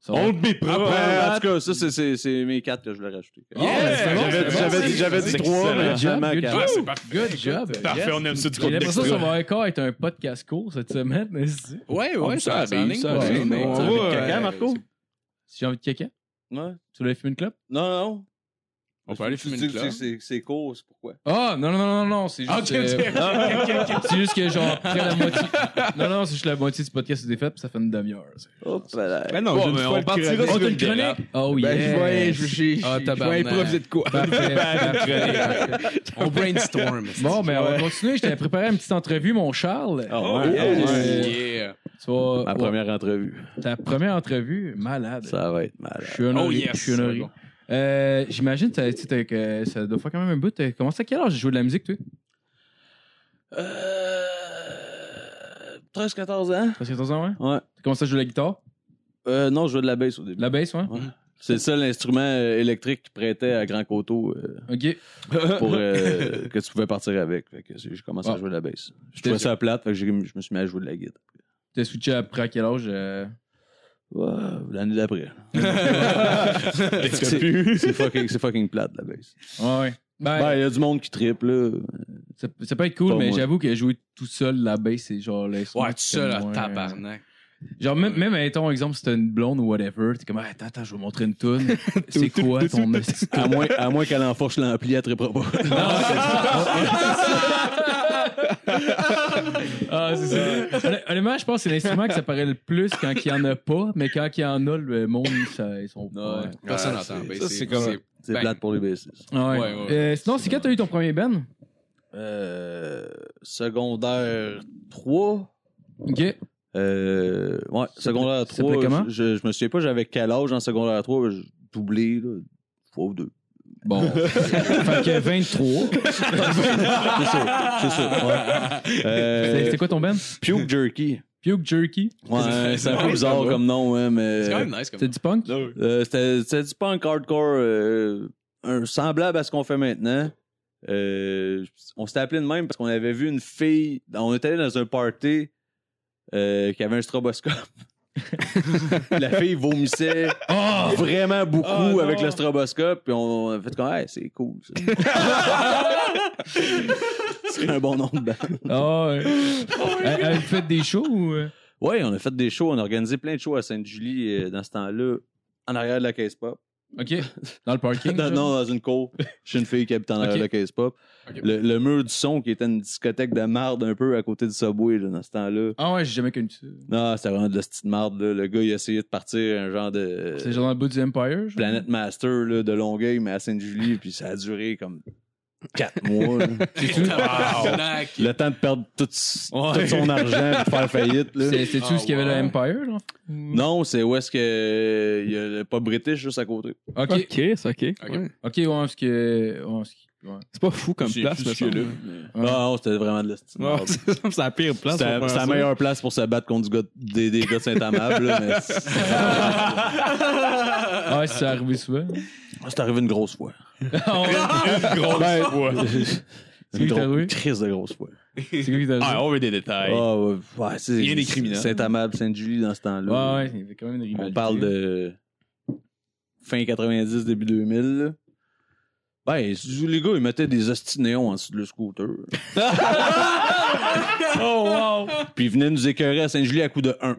Speaker 3: Ça va.
Speaker 6: On te
Speaker 8: Ah, bah,
Speaker 6: méprend.
Speaker 7: Après, en tout cas, Ah, ça, c'est- c'est c'est mes quatre que je voulais rajouter.
Speaker 3: Oh, ben, c'est bon,
Speaker 6: J'avais-
Speaker 3: c'est bon,
Speaker 6: j'avais
Speaker 3: c'est-
Speaker 6: dit- j'avais dit
Speaker 3: c'est
Speaker 6: trois,
Speaker 3: excellent.
Speaker 6: mais
Speaker 3: Good job,
Speaker 7: finalement,
Speaker 3: good
Speaker 7: quatre.
Speaker 3: job.
Speaker 5: Ah, c'est parfait.
Speaker 3: Good job.
Speaker 6: Parfait, on aime ça du
Speaker 3: J'ai l'impression que ça
Speaker 6: extra.
Speaker 3: va encore être un podcast court cette semaine. mais si-
Speaker 5: Ouais,
Speaker 6: On
Speaker 5: ouais, ça
Speaker 6: arrive,
Speaker 5: arrive. en ligne,
Speaker 6: ça
Speaker 5: ouais.
Speaker 6: arrive,
Speaker 5: Ouais,
Speaker 6: on
Speaker 5: ouais.
Speaker 6: va.
Speaker 5: Avec
Speaker 6: Ouais.
Speaker 5: quelqu'un,
Speaker 3: Si j'ai envie de caca,
Speaker 7: Ouais.
Speaker 3: tu voulais fumer une clope?
Speaker 7: Non, non.
Speaker 5: On peut aller fumer
Speaker 7: Tu
Speaker 5: une
Speaker 7: dis que
Speaker 5: clope.
Speaker 7: c'est- C'est court, c'est pourquoi?
Speaker 3: Ah, non, non, non, non, non, c'est juste.
Speaker 5: Ah, ok,
Speaker 3: euh,
Speaker 5: ok, ok, ok.
Speaker 3: C'est juste que genre, après la moitié. Non, non, c'est juste la moitié du podcast est défaite, puis ça fait une demi-heure. c'est-
Speaker 7: Hop là.
Speaker 8: Ben non,
Speaker 6: Bon,
Speaker 8: j'ai une
Speaker 6: mais
Speaker 8: fois
Speaker 6: on
Speaker 8: le
Speaker 6: partira
Speaker 8: crédit.
Speaker 6: sur
Speaker 3: Oh, t'as
Speaker 6: une
Speaker 3: une
Speaker 6: dérape.
Speaker 3: chronique? Oh,
Speaker 8: Ben,
Speaker 3: yes.
Speaker 8: je vais- je- j'ai-
Speaker 3: Ah,
Speaker 8: je vais
Speaker 3: tabarnak.
Speaker 8: improviser de quoi.
Speaker 3: Parfait, parfait.
Speaker 5: On *laughs* brainstorm.
Speaker 3: Bon, ben, on va continuer. Je t'avais préparé une petite entrevue, mon Charles.
Speaker 7: Oh,
Speaker 8: ouais.
Speaker 3: ouais.
Speaker 5: Yeah.
Speaker 3: Tu vas-
Speaker 7: Ma
Speaker 3: ouais,
Speaker 7: première entrevue.
Speaker 3: ta première entrevue, malade.
Speaker 7: Ça va être
Speaker 3: Je
Speaker 7: mal.
Speaker 3: suis honoré.
Speaker 5: Oh, yes.
Speaker 3: Je suis honoré.
Speaker 5: Bon.
Speaker 3: Euh, J'imagine t'as- tu sais, t'as- que ça doit faire quand même un bout. T'as commencé à quelle heure j'ai joué de la musique, toi?
Speaker 7: Euh... 13-14 ans?
Speaker 3: T'as 14 ans, ouais?
Speaker 7: Ouais.
Speaker 3: T'as commencé à jouer de la guitare?
Speaker 7: Euh, non, je jouais de la basse au début.
Speaker 3: La bass, ouais?
Speaker 7: C'est le seul instrument euh, électrique qui prêtait à Grand Coteau euh,
Speaker 3: Ok.
Speaker 7: pour *laughs* euh, que tu pouvais partir avec. Fait que j'ai commencé
Speaker 3: Ah.
Speaker 7: à jouer de la basse. Je trouvais ça plate, fait que j'ai- je me suis mis à jouer de la guitare.
Speaker 3: T'as switché après à quel âge? euh?
Speaker 7: Ouais,
Speaker 3: *laughs*
Speaker 7: L'année d'après.
Speaker 6: T'as
Speaker 7: C'est-
Speaker 6: pu.
Speaker 7: C'est fucking, c'est fucking plate, la bass.
Speaker 3: Ouais, ouais. Ben,
Speaker 7: Ben, il y a du monde qui trippe, là.
Speaker 3: Ça, ça peut être cool,
Speaker 7: Pas
Speaker 3: mais
Speaker 7: moi.
Speaker 3: j'avoue que jouer tout seul la bass, c'est genre le.
Speaker 5: Ouais, tout seul ah, à
Speaker 3: Ouais.
Speaker 5: tabarnak.
Speaker 3: euh, Genre, même, même mettons, exemple, si t'as une blonde ou whatever, t'es comme, Ah, attends, attends, je vais montrer une toune. c'est quoi ton. esti-
Speaker 7: À moins, à moins qu'elle enfourche l'ampli, elle trippera pas.
Speaker 3: ah, c'est ça. Honn- Honnêtement, je pense que c'est l'instrument que ça paraît le plus quand il y en a pas, mais quand il y en a, le monde, ça, ils sont. Ouais.
Speaker 5: Personne
Speaker 7: Ouais,
Speaker 5: n'entend.
Speaker 7: c'est-
Speaker 5: ben,
Speaker 6: ça, c'est comme-
Speaker 5: c'est-
Speaker 7: C'est
Speaker 5: Ben.
Speaker 7: plate pour les bassistes.
Speaker 3: Ouais.
Speaker 5: Ouais, ouais.
Speaker 3: Euh, sinon, c'est quand t'as eu ton premier Ben?
Speaker 7: Euh, secondaire 3.
Speaker 3: Ok.
Speaker 7: Euh, ouais, secondaire
Speaker 3: ça s'appelait
Speaker 7: 3.
Speaker 3: comment?
Speaker 7: Je, je me souviens pas, j'avais quel âge en secondaire 3. Je doublé, là, fois
Speaker 3: *laughs*
Speaker 7: ou deux.
Speaker 3: Bon. fait que 23.
Speaker 7: C'est ça, c'est ça. ouais.
Speaker 3: *laughs* C'est-
Speaker 7: Euh,
Speaker 3: C'était quoi ton Ben?
Speaker 7: Puke Jerky.
Speaker 3: Puke Jerky.
Speaker 7: Ouais, c'est un peu bizarre comme nom, hein, mais...
Speaker 5: C'est quand même nice comme
Speaker 3: C'était du punk?
Speaker 7: Euh, C'était c'était du punk hardcore euh, un, semblable à ce qu'on fait maintenant. Euh, on s'était appelé de même parce qu'on avait vu une fille. On était allé dans un party euh, qui avait un stroboscope. *laughs* la fille vomissait
Speaker 3: Ah.
Speaker 7: vraiment beaucoup
Speaker 8: Oh,
Speaker 7: avec
Speaker 8: non.
Speaker 7: le stroboscope. Puis on a fait comme, hey, c'est cool. ça. c'est un bon nom de band.
Speaker 3: Ah, ouais. Euh, euh, vous faites des shows ou. euh?
Speaker 7: Ouais, on a fait des shows. On a organisé plein de shows à Sainte-Julie euh, dans ce temps-là, en arrière de la caisse pop.
Speaker 3: OK. Dans le parking.
Speaker 7: Dans-
Speaker 3: genre?
Speaker 7: non, dans une cour. Je suis une fille qui habite en arrière
Speaker 3: Ok.
Speaker 7: de Case Pop.
Speaker 3: Ok.
Speaker 7: Le, le mur du son qui était une discothèque de marde un peu à côté du subway là, dans ce temps-là.
Speaker 3: Ah ouais, j'ai jamais connu ça.
Speaker 7: Non, c'était vraiment de la petite marde. là. Le gars, il a essayé de partir un genre de
Speaker 3: C'est genre dans le bout du Empire. genre?
Speaker 7: Planet Master là, de Longueuil, mais à Sainte-Julie, puis ça a duré comme
Speaker 3: *laughs*
Speaker 7: quatre mois. là.
Speaker 5: Tabarnak.
Speaker 7: Le temps de perdre tout, s-
Speaker 5: Ouais.
Speaker 7: tout son argent et de faire faillite. là.
Speaker 3: C'est- C'est-tu
Speaker 5: Ah
Speaker 3: ce qu'il y avait
Speaker 5: ouais.
Speaker 3: dans Empire, genre?
Speaker 7: Non, c'est où est-ce que il y a le pop british juste à côté.
Speaker 3: OK.
Speaker 8: Ok, c'est ok.
Speaker 5: *laughs* Ok.
Speaker 4: *laughs*
Speaker 8: Ouais.
Speaker 3: OK, ouais, parce que. ouais, parce que- ouais.
Speaker 8: C'est pas fou comme
Speaker 5: J'ai
Speaker 8: place,
Speaker 5: plus
Speaker 8: me
Speaker 5: ce
Speaker 8: semble.
Speaker 7: Ah non, c'était vraiment de la petite
Speaker 8: Ouais, *laughs*
Speaker 7: marde.
Speaker 8: c'est c'est la pire place.
Speaker 7: C'est la-
Speaker 8: pour
Speaker 7: c'est
Speaker 8: faire
Speaker 7: la
Speaker 8: ça.
Speaker 7: meilleure place pour se battre contre du gars- des, des gars de Saint-Amable. là, mais c'est- *laughs*
Speaker 3: Ah ouais, c'est arrivé souvent.
Speaker 7: c'est arrivé une grosse fois.
Speaker 3: Ah ouais,
Speaker 7: Ben, c'est
Speaker 3: qui t'est
Speaker 7: une grosse
Speaker 3: arrivé?
Speaker 7: une crise de grosse fois.
Speaker 3: c'est quoi qui t'a dit?
Speaker 6: Ah, on veut des détails.
Speaker 7: Ah, ouais, ouais, c'est-
Speaker 6: Il y a des criminels.
Speaker 7: Saint-Amable, Sainte-Julie dans ce temps-là.
Speaker 3: Ouais, ouais, il y avait quand même une
Speaker 7: On
Speaker 3: rivalité.
Speaker 7: parle de fin 90, début 2000. là. Ben, les gars, ils mettaient des hosties de néons en dessous de le *laughs* scooter.
Speaker 3: Oh, wow!
Speaker 7: Puis ils venaient nous écœurer à Sainte-Julie à coup de 1.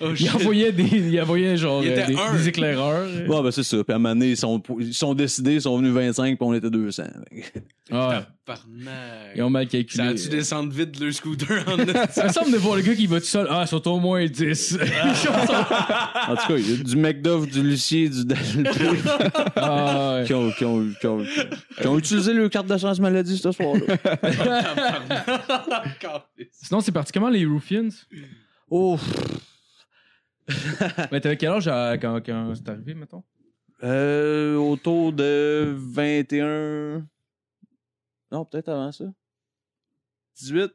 Speaker 5: Oh,
Speaker 3: Il
Speaker 5: shit.
Speaker 3: envoyait des, il envoyait genre
Speaker 5: Il
Speaker 3: euh,
Speaker 5: était
Speaker 3: des,
Speaker 5: un.
Speaker 3: des éclaireurs.
Speaker 7: Ouais, ben c'est ça. Puis à un moment donné, ils sont, ils sont décidés, ils sont venus 25, puis on était 200.
Speaker 3: Ah,
Speaker 5: Tabarnak.
Speaker 3: ils ont mal
Speaker 5: Ça
Speaker 3: calculé.
Speaker 5: a-tu descendre vite le scooter en *laughs* dedans?
Speaker 3: Ça me semble de voir le gars qui va tout seul. Ah, ils sont au moins 10.
Speaker 7: En tout cas, il y a du McDuff, du Lucier, du *laughs* Dalpé
Speaker 3: ah, ouais.
Speaker 7: qui, ont, qui, ont, qui, ont, qui ont utilisé leur carte d'assurance maladie ce soir-là.
Speaker 3: *laughs* Sinon, c'est parti comment les Ruffians?
Speaker 7: Oh,
Speaker 3: Mais t'avais quel âge à- quand, quand c'est arrivé, mettons?
Speaker 7: euh, autour de 21. Non, peut-être avant ça. 18.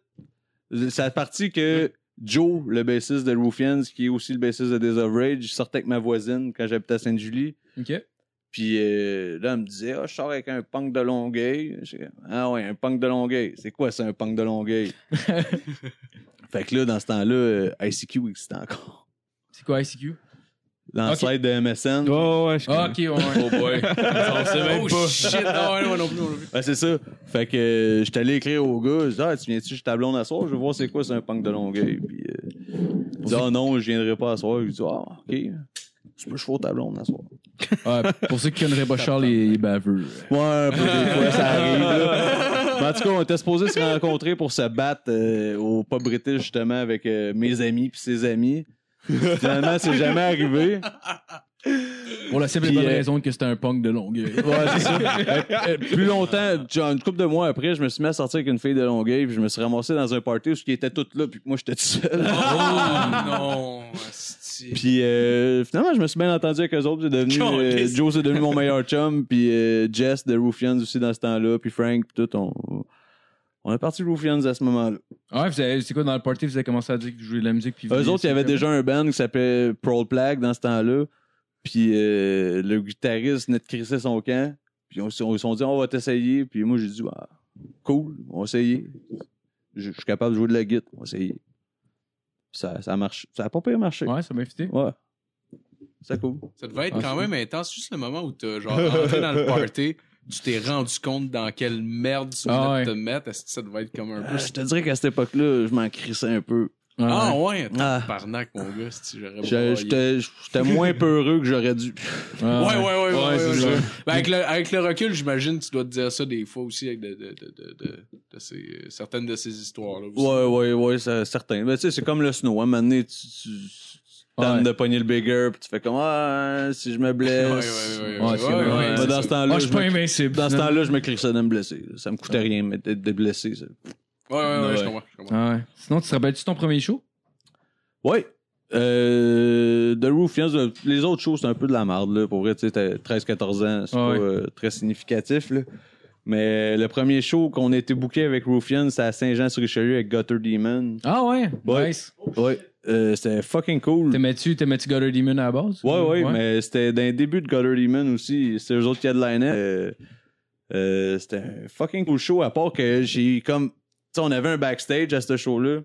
Speaker 7: C'est à partir que Joe, le bassiste de Ruffians, qui est aussi le bassiste de Days of Rage, sortait avec ma voisine quand j'habitais à Sainte-Julie.
Speaker 3: Ok.
Speaker 7: Puis euh, là, elle me disait, ah, je sors avec un punk de Longueuil. J'ai dit, ah ouais, un punk de Longueuil. C'est quoi ça, un punk de Longueuil? fait que là, dans ce temps-là, euh, ICQ existait encore.
Speaker 3: C'est quoi ICQ?
Speaker 7: Dans
Speaker 3: Ok.
Speaker 7: le slide de MSN.
Speaker 8: Ouais, ouais, je
Speaker 3: Ah, ok, ouais. Oh boy.
Speaker 5: On sait même pas. shit. Ah ouais, moi non plus, moi non plus.
Speaker 7: Ouais, c'est ça. Fait que euh, j'étais allé écrire au gars, je dis, ah, tu viens-tu chez ta blonde à soir? Je veux voir c'est quoi, c'est un punk de Longueuil. Puis euh, il dit, ah non, je viendrai pas à soir. Je dis, ah, ok. Tu peux chevaux ta blonde à soir.
Speaker 3: pour ceux qui connaîraient pas Charles, les est baveux.
Speaker 7: Ouais, un peu des fois, ça arrive. là. Mais en tout cas, on était supposés se rencontrer pour se battre euh, au pub british, justement, avec euh, mes amis puis ses amis. Finalement, c'est jamais arrivé.
Speaker 3: Pour la simple et
Speaker 7: Puis,
Speaker 3: bonne
Speaker 7: euh,
Speaker 3: raison que c'était un punk de longueuil.
Speaker 7: Ouais, c'est ça. Euh, euh, Plus longtemps, genre, une couple de mois après, je me suis mis à sortir avec une fille de Longueuil, puis je me suis ramassé dans un party où ils étaient tous là, puis que moi, j'étais tout seul.
Speaker 5: Oh non, asti.
Speaker 7: Puis euh, finalement, je me suis bien entendu avec eux autres. C'est devenu, euh,
Speaker 5: Caliste.
Speaker 7: Joe, c'est devenu mon meilleur chum. Puis euh, Jess de Ruffians aussi dans ce temps-là. Puis Frank, puis tout. On, on est parti Ruffians à ce moment-là.
Speaker 3: *laughs* Ouais, vous avez- c'est quoi, dans le party, vous avez commencé à dire que vous jouez de la musique. Puis vous
Speaker 7: Eux autres, il y avait déjà un band qui s'appelait Pearl Plague dans ce temps-là. Puis euh, le guitariste venait de crisser son camp. Puis on, s- on, ils se sont dit, on va t'essayer. Puis moi, j'ai dit, bah, cool, on va essayer. Je, je suis capable de jouer de la guitare, on va essayer. Puis Ça, ça marche. Ça a pas pire marché.
Speaker 3: Ouais, ça m'a fité.
Speaker 7: Ouais. C'est cool.
Speaker 5: Ça devait
Speaker 3: ah,
Speaker 5: être quand même intense, juste le moment où t'as genre entré
Speaker 3: *laughs*
Speaker 5: dans le party, tu t'es rendu compte dans quelle merde tu venais
Speaker 3: Ah ouais. Ah,
Speaker 5: de te mettre, est-ce que ça devait être comme un peu...
Speaker 7: Euh, je te dirais qu'à cette époque-là, je m'en crissais un peu.
Speaker 3: Ouais,
Speaker 5: Ah ouais,
Speaker 7: Ah.
Speaker 5: tabarnak mon gars, si j'aurais
Speaker 7: Je- J'étais j'étais *laughs* moins peureux que j'aurais dû.
Speaker 5: Ouais, ouais, ouais, ouais,
Speaker 3: ah, Ouais,
Speaker 5: ouais,
Speaker 3: c'est
Speaker 5: ouais.
Speaker 3: ça.
Speaker 5: Ben, avec, le, avec le recul, j'imagine que tu dois te dire ça des fois aussi avec de, de, de, de, de- de ces- certaines de ces histoires-là. aussi.
Speaker 7: Ouais, ouais, ouais, c'est certain. Mais tu sais, c'est comme le snow. hein. À un moment donné, tu, tu, tu tentes
Speaker 3: Ouais.
Speaker 7: de pogner le bigger, puis tu fais comme Ah, si je me
Speaker 5: *laughs* Ouais, ouais,
Speaker 7: blesse.
Speaker 5: ouais, ouais,
Speaker 3: Ouais, c'est
Speaker 5: ouais,
Speaker 3: vrai,
Speaker 5: ouais,
Speaker 3: ouais,
Speaker 7: Mais
Speaker 5: c'est
Speaker 7: dans
Speaker 5: ça.
Speaker 7: ce temps-là,
Speaker 3: Ah, je
Speaker 7: je
Speaker 3: suis pas
Speaker 7: me-
Speaker 3: invincible.
Speaker 7: dans ce temps-là, je me crissais de me blesser. Ça me coûtait rien, mais d'être d'être blessé, ça.
Speaker 5: Ouais, ouais, ouais, je
Speaker 7: Ouais.
Speaker 5: comprends. je comprends.
Speaker 3: Ah ouais. Sinon, tu te rappelles-tu ton premier show?
Speaker 7: Ouais. Euh, The Roof, finalement, les autres choses, c'est un peu de la merde, là. Pour vrai, tu sais, t'as 13-14 ans, c'est
Speaker 3: Ah
Speaker 7: pas
Speaker 3: ouais.
Speaker 7: euh, très significatif, là. Mais le premier show qu'on a été booké avec Roofian, c'est à Saint-Jean-sur-Richelieu avec Gutter Demon.
Speaker 3: Ah ouais?
Speaker 7: Ouais.
Speaker 3: Nice.
Speaker 7: Ouais, euh, c'était fucking cool.
Speaker 3: T'aimais-tu, t'aimais-tu Gutter Demon à la base?
Speaker 7: Ouais, ouais, mais c'était d'un début de Gutter Demon aussi. C'était eux autres qui headlinaient. Euh, euh, c'était un fucking cool show, à part que j'ai comme. Tu sais, on avait un backstage à ce show-là.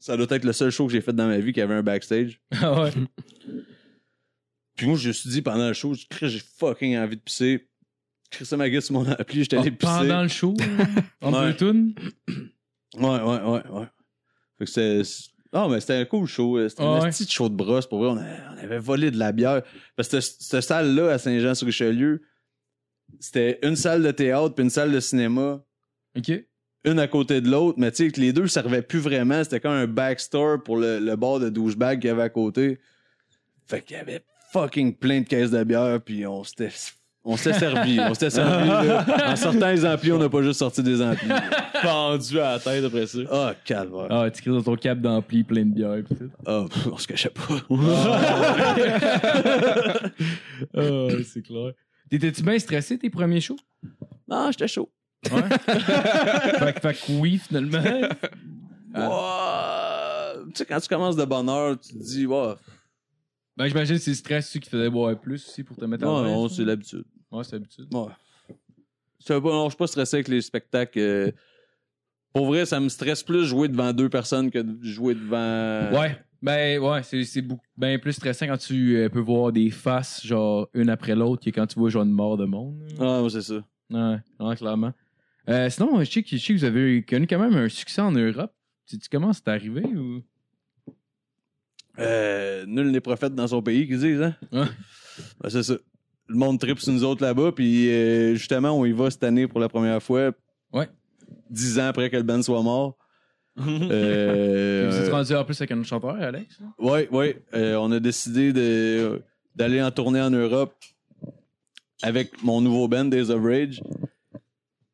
Speaker 7: Ça doit être le seul show que j'ai fait dans ma vie qui avait un backstage.
Speaker 3: *laughs* Ah ouais.
Speaker 7: Puis moi, je me suis dit pendant le show, je crie, j'ai fucking envie de pisser. Chris ma gueule sur mon appli, j'étais allé
Speaker 3: Ah,
Speaker 7: pisser.
Speaker 3: pendant le
Speaker 7: *laughs*
Speaker 3: show? En
Speaker 7: Ouais.
Speaker 3: deux tunes?
Speaker 7: Ouais, ouais, ouais, ouais. Fait que c'est. Non, mais c'était un cool show. euh, C'était
Speaker 3: Ah
Speaker 7: un
Speaker 3: ouais.
Speaker 7: petit show de brosse. Pour vrai, on a- on avait volé de la bière. Parce que cette- cette salle-là à Saint-Jean-sur-Richelieu, c'était une salle de théâtre puis une salle de cinéma,
Speaker 3: OK.
Speaker 7: une à côté de l'autre. Mais tu sais, que les deux servaient plus vraiment. C'était comme un backstore pour le, le bar de douchebag qu'il y avait à côté. Fait qu'il y avait fucking plein de caisses de bière puis on s'était. On s'était servi, on s'était servi. là. En sortant les amplis, on n'a pas juste sorti des amplis.
Speaker 6: Pendu à la tête après ça.
Speaker 7: Ah, calvaire.
Speaker 3: Ah, tu cries dans ton cap d'ampli plein de bière. pis tout.
Speaker 7: Ah, pff, on se cachait pas.
Speaker 3: Ah, c'est clair. T'étais-tu bien stressé tes premiers
Speaker 7: *laughs*
Speaker 3: shows?
Speaker 7: *laughs* non, j'étais chaud.
Speaker 3: Ouais. fait, que- fait que oui, finalement.
Speaker 7: Ouais. Tu sais, quand tu commences de bonne heure, tu te dis, ouais,
Speaker 3: Ben, j'imagine que c'est le stress aussi qui faisait boire plus aussi pour te mettre
Speaker 7: non,
Speaker 3: à
Speaker 7: non,
Speaker 3: l'aise. hein.
Speaker 7: c'est l'habitude.
Speaker 3: Ouais, c'est l'habitude.
Speaker 7: Ouais. Je sais pas, non, je suis pas stressé avec les spectacles. euh, Pour vrai, ça me stresse plus jouer devant deux personnes que de jouer devant.
Speaker 3: Ouais. Ben, ouais, c'est, c'est beaucoup, ben plus stressant quand tu euh, peux voir des faces, genre, une après l'autre, que quand tu vois, genre, une mort de monde.
Speaker 7: Ah, ouais, c'est ça.
Speaker 3: Ouais, ouais, clairement. Euh, sinon, je sais, que, je sais que vous avez connu quand même un succès en Europe. Tu, tu comment c'est arrivé ou.
Speaker 7: Euh, nul n'est prophète dans son pays, qu'ils disent, hein?
Speaker 3: Ouais.
Speaker 7: Ben, c'est ça. Le monde tripe sur nous autres là-bas, puis euh, justement, on y va cette année pour la première fois.
Speaker 3: Ouais.
Speaker 7: Dix ans après que le band
Speaker 3: *laughs*
Speaker 7: soit mort. Euh,
Speaker 3: vous
Speaker 7: euh,
Speaker 3: êtes rendu en plus avec un autre chanteur, Alex? là?
Speaker 7: Oui, oui. Euh, on a décidé de- d'aller en tournée en Europe avec mon nouveau band, Days of Rage.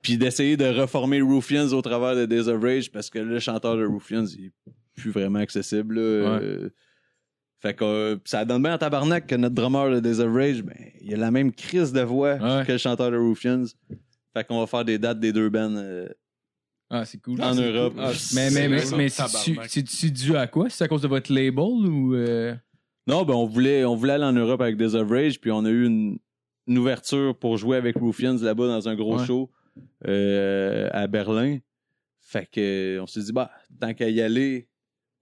Speaker 7: Puis d'essayer de reformer Ruffians au travers de Days of Rage parce que le chanteur de Ruffians, il est plus vraiment accessible. là. Euh, fait que euh, ça donne bien en tabarnak que notre drummer de Days of Rage, ben, il a la même crise de voix
Speaker 3: Ouais.
Speaker 7: que le chanteur de Ruffians. Fait qu'on va faire des dates des deux bands euh,
Speaker 3: Ah, c'est cool. Ah,
Speaker 7: en Europe.
Speaker 3: Mais, mais,
Speaker 5: Ah, C'est
Speaker 3: mais,
Speaker 5: vraiment
Speaker 3: mais c'est-
Speaker 5: tabarnak.
Speaker 3: c'est c'est dû à quoi? C'est à cause de votre label ou. euh,
Speaker 7: Non, ben on voulait, on voulait aller en Europe avec des of Rage, puis on a eu une, une ouverture pour jouer avec Ruffians là-bas dans un gros
Speaker 3: Ouais.
Speaker 7: show euh, à Berlin. Fait que on s'est dit bah tant qu'à y aller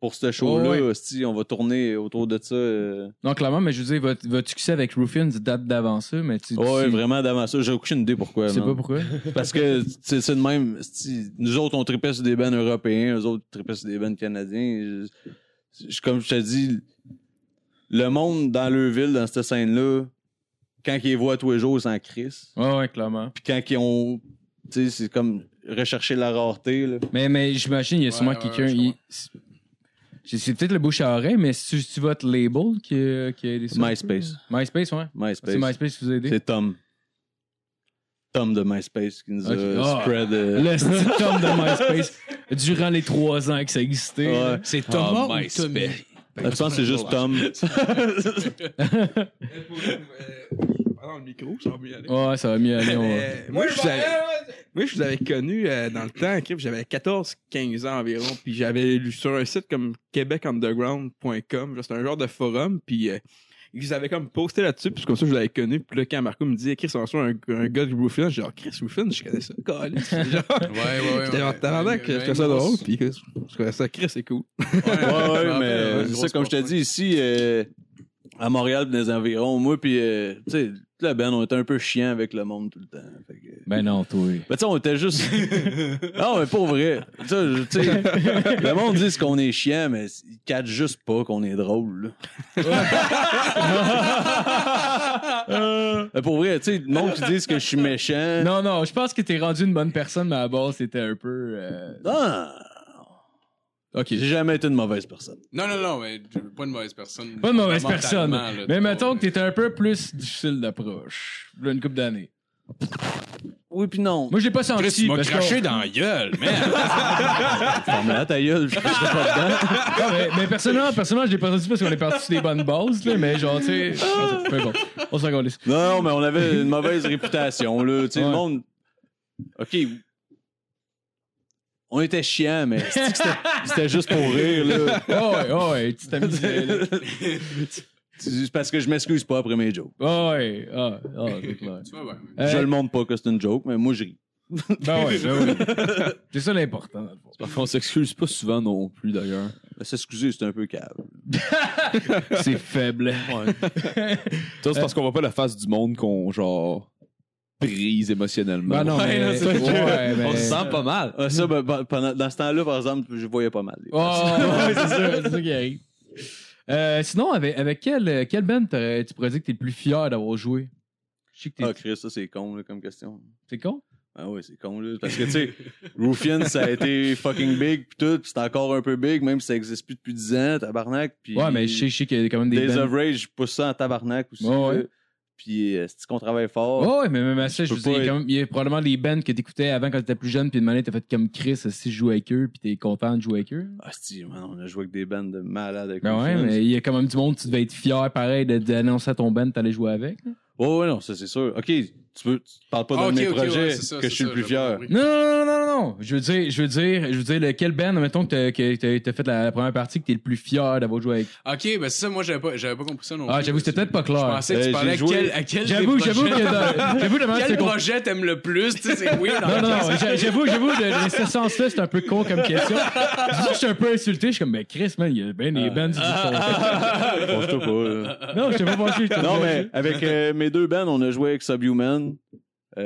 Speaker 7: pour ce show-là,
Speaker 3: Ouais, ouais.
Speaker 7: hostie, on va tourner autour de ça. euh.
Speaker 3: Non, clairement, mais je veux dire, votre, votre succès avec Ruffians date d'avant ça, mais tu.
Speaker 7: Ouais,
Speaker 3: tu-
Speaker 7: vraiment d'avant ça, j'ai aucune idée pourquoi.
Speaker 3: Je sais
Speaker 7: man.
Speaker 3: pas
Speaker 5: *laughs*
Speaker 3: pourquoi.
Speaker 7: Parce que c'est ça de même. hostie, Nous autres, on tripait sur des bands européens, eux autres tripaient sur des bands canadiens. Je- je- comme je te dis, le monde dans leur ville, dans cette scène-là, quand ils les voient tous les jours, ils s'en crissent.
Speaker 3: Ouais, ouais, clairement.
Speaker 7: Puis quand ils ont. Tu sais, c'est comme rechercher la rareté. Là.
Speaker 3: Mais, mais j'imagine, il y a
Speaker 5: Ouais,
Speaker 3: sûrement
Speaker 5: ouais,
Speaker 3: quelqu'un.
Speaker 5: ouais, je
Speaker 3: il- c'est c'est peut-être le bouche à oreille, mais c'est c'est votre label qui, a- qui a aidé ça. un peu?
Speaker 7: MySpace.
Speaker 3: MySpace, ouais.
Speaker 7: MySpace.
Speaker 3: C'est MySpace qui vous a aidé.
Speaker 7: C'est Tom. Tom de MySpace qui nous
Speaker 3: Ok.
Speaker 7: a
Speaker 3: Ah.
Speaker 7: spread. euh,
Speaker 3: Le style Tom de MySpace *laughs* durant les trois ans que ça existait.
Speaker 7: ouais.
Speaker 5: C'est
Speaker 6: Thomas
Speaker 3: Ah,
Speaker 5: Thomas
Speaker 6: ou
Speaker 5: ou
Speaker 6: Tommy?
Speaker 5: Tommy?
Speaker 7: Je pense que c'est
Speaker 3: *laughs*
Speaker 7: juste Tom.
Speaker 4: Pendant euh, le micro, ça va mieux aller.
Speaker 3: Ouais, ça va mieux aller. on va-
Speaker 4: Euh, moi, je vous avais, moi, je vous avais connu euh, dans le temps, crip, j'avais 14-15 ans environ, puis j'avais lu sur un site comme québecunderground.com, genre, c'est un genre de forum, puis euh, ils avaient comme posté là-dessus, puis c'est comme ça, que je l'avais connu, puis là, quand Marco me dit, Eh, Chris, on reçoit un, un gars de Roofin, j'ai genre, Chris Roofin, je connais ça, câlisse. Genre,
Speaker 5: Ouais, *laughs* ouais,
Speaker 7: *laughs*
Speaker 5: ouais.
Speaker 4: J'étais en tabarnak, je trouvais ça drôle, puis que je trouvais ça, Chris, c'est cool.
Speaker 7: Ouais, ouais, mais c'est ça, comme je te dis, ici, euh, à Montréal, pis dans les environs, moi, puis, euh, tu sais, là, Ben, on était un peu chiant avec le monde tout le temps. Fait que...
Speaker 3: Ben non, toi.
Speaker 7: Ben, tu sais, on était juste. non, mais pour vrai. Tu sais, je- tu sais, le monde dit qu'on est chiant, mais ils catchent juste pas qu'on est drôle, là. *laughs* Ben, pour vrai, tu sais, le monde qui dit que je suis méchant.
Speaker 3: Non, non, je pense que t'es rendu une bonne personne, mais à la base, c'était un peu. euh,
Speaker 7: Non.
Speaker 3: Ok.
Speaker 7: ah, J'ai jamais été une mauvaise personne.
Speaker 5: Non, non, non, mais pas une mauvaise personne.
Speaker 3: Pas de mauvaise personne.
Speaker 5: Fondamentalement, là,
Speaker 3: mais
Speaker 5: t'as
Speaker 3: mettons
Speaker 5: pas-
Speaker 3: que t'étais un peu plus difficile d'approche. Là, une couple d'années.
Speaker 7: Oui, puis non.
Speaker 3: Moi, j'ai pas senti.
Speaker 5: Chris, il m'a
Speaker 3: parce que-
Speaker 5: craché dans la gueule, man.
Speaker 7: Ferme-la, ta gueule, je suis pas dedans.
Speaker 3: Ah, mais, mais personnellement, personnellement, je l'ai pas senti parce qu'on est parti sur des bonnes bases, là, mais genre, tu sais. peu importe. On s'en calisse.
Speaker 7: Non, non, mais on avait une mauvaise réputation, là. Tu sais, le
Speaker 3: Ouais.
Speaker 7: monde. OK. On était chiants, mais c'est-tu que c'était c'était juste pour rire, là.
Speaker 3: Oh, ouais, oh, ouais, tu t'amusais. là.
Speaker 7: C'est parce que je m'excuse pas après mes jokes.
Speaker 3: Oh, ouais, ah, ah, c'est clair.
Speaker 5: Tu vois, ouais.
Speaker 3: Euh,
Speaker 7: Je le montre pas que c'est une joke, mais moi, je ris.
Speaker 3: Ben ouais, ben oui. C'est ça l'important, dans le fond.
Speaker 6: Parfois, on s'excuse pas souvent non plus d'ailleurs.
Speaker 7: Mais S'excuser, c'est un peu cave.
Speaker 3: C'est faible.
Speaker 6: Ça, c'est parce qu'on voit pas la face du monde qu'on genre prise émotionnellement.
Speaker 3: Ben non, mais-
Speaker 6: là, c'est-
Speaker 3: Ouais,
Speaker 6: ouais,
Speaker 3: mais-
Speaker 6: On se sent pas mal.
Speaker 7: Ah, ça, ben, ben, pendant- dans ce temps-là, par exemple, je voyais pas mal. les-
Speaker 3: Oh, ouais, c'est ça, c'est ça qui arrive. Euh, sinon, avec, avec quelle, quelle band t'aurais- tu pourrais dire que t'es le plus fier d'avoir joué? Je sais que t'es...
Speaker 7: Ah, Chris, ça, c'est con, là, comme question.
Speaker 3: C'est con?
Speaker 7: Ah oui, c'est con, là. Parce que, tu sais, Rufin, ça a été fucking big, pis tout, pis c'est encore un peu big, même si ça existe plus depuis 10 ans, tabarnak. Pis
Speaker 3: Ouais, mais je sais, je sais qu'il y a quand même des
Speaker 7: Days
Speaker 3: bands...
Speaker 7: of Rage, je pousse ça en tabarnak aussi.
Speaker 3: Ouais, ouais.
Speaker 7: là. Puis, euh, c'est qu'on travaille fort.
Speaker 3: Oh, ouais, mais même à ça, je
Speaker 7: peux
Speaker 3: veux dire,
Speaker 7: pas
Speaker 3: il y a quand même- il y a probablement des bands que t'écoutais avant quand t'étais plus jeune, puis de manière t'as fait comme Chris, si je joue avec eux, puis t'es content de jouer avec eux.
Speaker 7: Ah, si, man, on a joué avec des bandes de malades avec
Speaker 3: Ben ouais,
Speaker 7: Rufin.
Speaker 3: mais il y a quand même du monde, tu devais être fier, pareil, de- d'annoncer à ton band que t'allais jouer avec. là.
Speaker 7: Ouais, ouais, non, ça, c'est sûr. OK, tu veux, tu parles pas de
Speaker 5: Ah, ok,
Speaker 7: mes
Speaker 5: ok, ouais,
Speaker 7: projets
Speaker 5: c'est ça,
Speaker 7: que
Speaker 5: c'est
Speaker 7: je suis
Speaker 5: ça,
Speaker 7: le plus *laughs*
Speaker 5: j'ai pas
Speaker 7: fier.
Speaker 5: compris.
Speaker 3: Non, non, non, non, non, non. Je veux dire, je veux dire, je veux dire, lequel band, mettons que t'as- que t'as t'as fait la, la première partie, que t'es le plus fier d'avoir joué avec.
Speaker 5: Ok, ben c'est ça, moi j'avais pas, j'avais pas compris ça non
Speaker 3: Ah,
Speaker 5: plus.
Speaker 3: j'avoue, c'était peut-être pas
Speaker 5: Je
Speaker 3: clair.
Speaker 5: pensais que
Speaker 7: Euh,
Speaker 5: tu parlais à
Speaker 7: j'ai joué-
Speaker 5: quel, à quel des
Speaker 3: J'avoue, j'avoue que
Speaker 5: projets-
Speaker 3: dans- j'avoue, de manière
Speaker 5: Quel
Speaker 3: c'est con-
Speaker 5: projet t'aimes le plus? Tu sais, c'est weird.
Speaker 3: *laughs*
Speaker 5: hein,
Speaker 3: Non, non, non, j'a- j'avoue, j'avoue, de, de ce sens-là, c'est un peu con comme question. Je suis un peu insulté, je suis comme, ben Chris, man, il y a ben
Speaker 7: Ah.
Speaker 3: des bands qui
Speaker 7: Pense-toi pas, là.
Speaker 3: sont... Non, je t'ai pas pensé. je t'ai
Speaker 7: Non,
Speaker 3: pas
Speaker 7: mais avec euh, mes deux bands, on a joué avec Subhuman,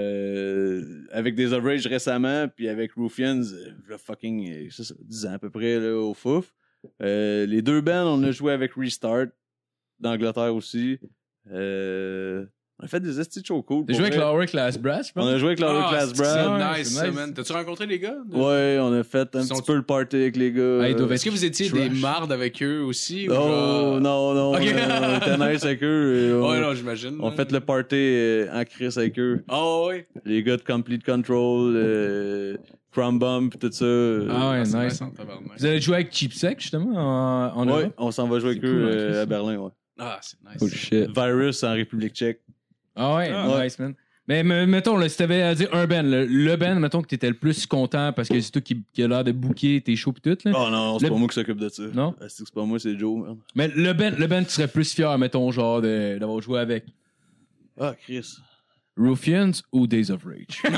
Speaker 7: euh, avec des Average récemment, puis avec Ruffians, euh, le fucking euh, ça, ça, 10 ans à peu près là, au Fouf. Euh, les deux bands, on a joué avec Restart d'Angleterre aussi. Euh, on a fait des esti de show cool.
Speaker 3: T'as
Speaker 7: pour
Speaker 3: joué avec
Speaker 7: vrai.
Speaker 3: Laura Class Brass, je
Speaker 7: On
Speaker 3: pense?
Speaker 7: a joué avec Laura Class Brad.
Speaker 3: Brad.
Speaker 5: Ah, nice,
Speaker 3: Ouais,
Speaker 5: ça,
Speaker 3: nice.
Speaker 5: man. T'as-tu rencontré les gars?
Speaker 7: Ouais, on a fait un
Speaker 5: Ils sont-
Speaker 7: petit peu le party avec les gars.
Speaker 3: Ah, ils doivent
Speaker 5: Est-ce que vous étiez
Speaker 3: Trash.
Speaker 5: des mardes avec eux aussi? ou
Speaker 7: Oh,
Speaker 5: genre-
Speaker 7: non, non.
Speaker 5: Ok.
Speaker 7: On était nice avec eux. et on-
Speaker 5: *laughs* Ouais, non, j'imagine.
Speaker 7: On fait le party euh, en crise avec eux.
Speaker 5: Oh, ouais.
Speaker 7: Les gars de Complete Control, euh, Crumb Bump, tout ça.
Speaker 3: Ah ouais,
Speaker 5: C'est
Speaker 3: nice.
Speaker 5: nice, en tabarnak.
Speaker 3: Vous avez joué avec Cheapsec, justement, en, en
Speaker 7: Ouais,
Speaker 3: Europe?
Speaker 7: on s'en va jouer
Speaker 3: C'est
Speaker 7: avec
Speaker 3: cool,
Speaker 7: eux
Speaker 3: en crise.
Speaker 7: euh, à Berlin, ouais.
Speaker 5: Ah, c'est
Speaker 8: Oh
Speaker 5: nice.
Speaker 8: shit.
Speaker 7: Euh, Virus en République tchèque.
Speaker 3: Ah ouais,
Speaker 7: Ah.
Speaker 3: nice, man. Mais me- mettons, là, si t'avais à dire un band, le, le band, mettons que t'étais le plus content parce que c'est toi qui, qui a l'air de bouquer tes shows pis tout, là.
Speaker 7: Oh non, c'est
Speaker 3: Le-
Speaker 7: pas moi qui s'occupe de ça.
Speaker 3: Non?
Speaker 7: Ah, C'est que c'est pas moi, c'est Joe, man.
Speaker 3: Mais le band, le band, tu serais plus fier, mettons, genre, de- d'avoir joué avec
Speaker 7: Ah, Chris.
Speaker 3: Ruffians ou Days of Rage?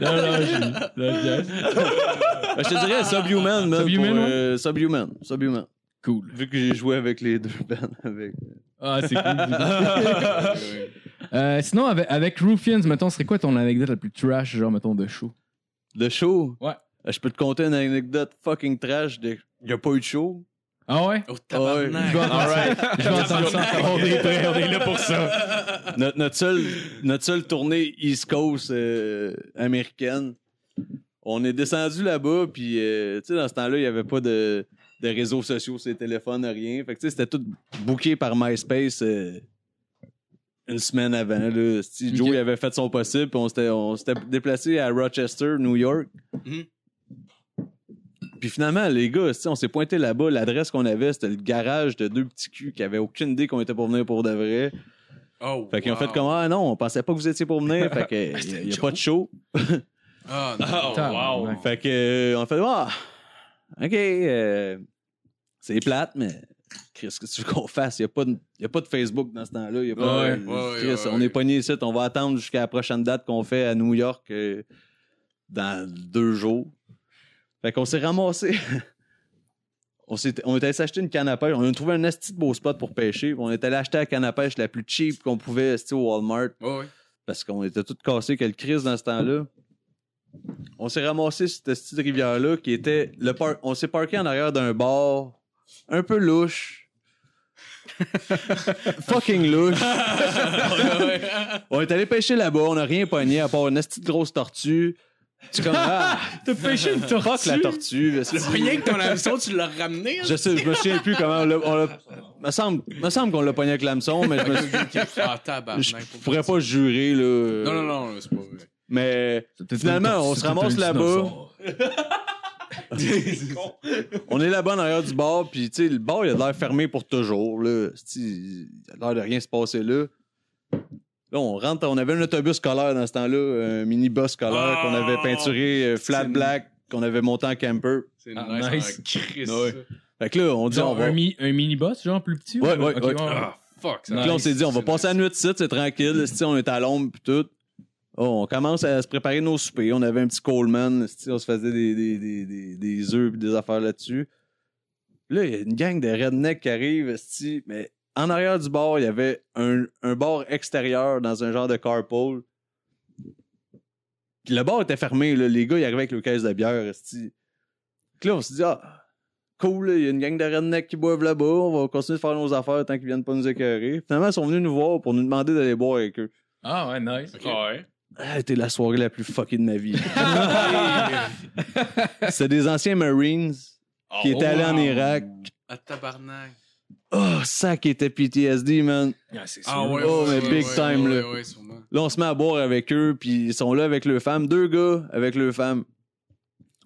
Speaker 3: non, non, je- non, je-
Speaker 7: Ah, je te dirais Subhuman, man.
Speaker 3: Subhuman,
Speaker 7: pour,
Speaker 3: ouais.
Speaker 7: euh, Subhuman, Subhuman.
Speaker 3: Cool.
Speaker 7: Vu que j'ai joué avec les deux bands *laughs* avec.
Speaker 3: Ah, c'est *laughs* cool. Euh, sinon, avec, avec Ruffians, mettons, serait quoi ton anecdote la plus trash, genre, mettons, de show?
Speaker 7: Le show.
Speaker 3: Ouais.
Speaker 7: Ah, Je peux te conter une anecdote fucking trash de. Il a pas eu de show.
Speaker 3: Ah *laughs* ouais?
Speaker 5: Oh, tabarnak.
Speaker 3: Je vais entendre ça. Je vais entendre *laughs* ça.
Speaker 6: On est prêts, on est là pour ça.
Speaker 7: notre, notre, seule, notre seule tournée East Coast euh, américaine. On est descendu là-bas, puis euh, tu sais, dans ce temps-là, il n'y avait pas de, de réseaux sociaux, ces téléphones, rien. Fait que tu sais, c'était tout booké par MySpace euh, une semaine avant. Là. Si Joe
Speaker 3: Ok.
Speaker 7: il avait fait son possible, puis on s'était, on s'était déplacé à Rochester, New York.
Speaker 5: Mhm.
Speaker 7: Puis finalement, les gars, tu sais, on s'est pointé là-bas. L'adresse qu'on avait, c'était le garage de deux petits culs qui avaient aucune idée qu'on était pour venir pour de vrai.
Speaker 5: Oh,
Speaker 7: Fait qu'ils ont
Speaker 5: wow. Ben,
Speaker 7: fait comme Ah non, on pensait pas que vous étiez pour
Speaker 5: *laughs*
Speaker 7: venir. fait que il y a pas de show.
Speaker 5: Ah, non. Oh,
Speaker 3: wow.
Speaker 7: Fait que euh, on fait Ah, OK. euh, c'est plate, mais Chris, qu'est-ce que tu veux qu'on fasse? Il n'y a, pas de- y a pas de Facebook dans ce temps-là. Y a pas,
Speaker 5: Ouais,
Speaker 7: euh,
Speaker 5: ouais,
Speaker 7: Chris,
Speaker 5: ouais, ouais.
Speaker 7: on est pogné ici. On va attendre jusqu'à la prochaine date qu'on fait à New York euh, dans deux jours. Fait qu'on s'est ramassé. *laughs* On, s'est- on est allé s'acheter une canne à pêche. On a trouvé un esti de beau spot pour pêcher. On est allé acheter la canne à pêche la plus cheap qu'on pouvait esti, au Walmart
Speaker 5: Ouais, ouais.
Speaker 7: parce qu'on était tous cassés que le crise dans ce temps-là. On s'est ramassé sur cette petite rivière-là qui était. Le par- On s'est parqué en arrière d'un bar un
Speaker 3: *laughs*
Speaker 7: peu louche. Fucking louche.
Speaker 3: *laughs*
Speaker 7: on est allé pêcher là-bas, on n'a rien pogné à part une petite grosse tortue. Tu comme ah,
Speaker 3: *laughs* T'as pêché une tortue?
Speaker 7: fuck la tortue.
Speaker 5: *laughs*
Speaker 7: esti.
Speaker 5: Rien que ton hameçon, tu l'as ramené. hein?
Speaker 7: Je sais, je me souviens plus comment on l'a. on l'a- Me semble, me semble qu'on l'a pogné avec l'hameçon, mais je me souviens.
Speaker 5: Ah, tabarnak.
Speaker 7: Je pourrais pas jurer, là.
Speaker 5: Non, non, non, c'est pas vrai.
Speaker 7: Mais
Speaker 3: C'est peut-être
Speaker 7: Finalement,
Speaker 3: une tortue,
Speaker 7: on
Speaker 3: c'est
Speaker 7: se
Speaker 3: peut-être
Speaker 7: ramasse
Speaker 3: un
Speaker 7: là-bas.
Speaker 3: dinosaure.
Speaker 7: On est là-bas en arrière du bar, puis tu sais, le bar, il a l'air fermé pour toujours, là. C'est-tu, Il a l'air de rien se passer là. Là, on rentre, on avait un autobus scolaire dans ce temps-là, un minibus scolaire
Speaker 5: Ah!
Speaker 7: qu'on avait peinturé euh, flat
Speaker 5: C'est-
Speaker 7: black, qu'on avait monté en camper.
Speaker 5: C'est
Speaker 3: Ah,
Speaker 5: nice.
Speaker 3: nice.
Speaker 5: Chris.
Speaker 7: Ouais. Fait que là, on dit, on
Speaker 3: Genre
Speaker 7: va...
Speaker 3: un, mi- un mini-boss, genre plus petit?
Speaker 7: Ouais,
Speaker 3: ou-
Speaker 7: ouais,
Speaker 3: ok,
Speaker 7: ouais.
Speaker 5: Ah, fuck.
Speaker 7: Fait que là, on s'est dit, on va
Speaker 5: C'est
Speaker 7: passer la
Speaker 5: nice.
Speaker 7: nuit ici, c'est tranquille. esti, on est à l'ombre puis tout. Oh, on commence à se préparer nos soupers. On avait un petit Coleman. esti, on se faisait des, des, des, des, des œufs pis des affaires là-dessus. Là, il y a une gang de rednecks qui arrive, esti, mais en arrière du bar, il y avait un, un bar extérieur dans un genre de carpool. Puis le bar était fermé, là. les gars, ils arrivaient avec le caisse de bière. esti. Puis là, on s'est dit, ah, cool, là, il y a une gang de rednecks qui boivent là-bas, on va continuer de faire nos affaires tant qu'ils viennent pas nous écœurer. Finalement, ils sont venus nous voir pour nous demander d'aller boire avec eux.
Speaker 3: Ah ouais, nice.
Speaker 6: Ouais.
Speaker 7: Ah, t'es la soirée la plus fuckée de ma vie. C'est des anciens Marines
Speaker 3: Ah,
Speaker 7: qui
Speaker 3: Oh,
Speaker 7: étaient allés en Irak.
Speaker 5: À Ah, tabarnak.
Speaker 7: Oh, ça qui était PTSD, man.
Speaker 5: Ah ouais,
Speaker 7: Oh,
Speaker 5: ouais,
Speaker 7: mais
Speaker 5: ouais,
Speaker 7: big
Speaker 5: ouais,
Speaker 7: time,
Speaker 5: ouais,
Speaker 7: là.
Speaker 5: ouais, ouais, sûrement.
Speaker 7: Là, on se met à boire avec eux, puis ils sont là avec leurs femmes. Deux gars avec leurs femmes.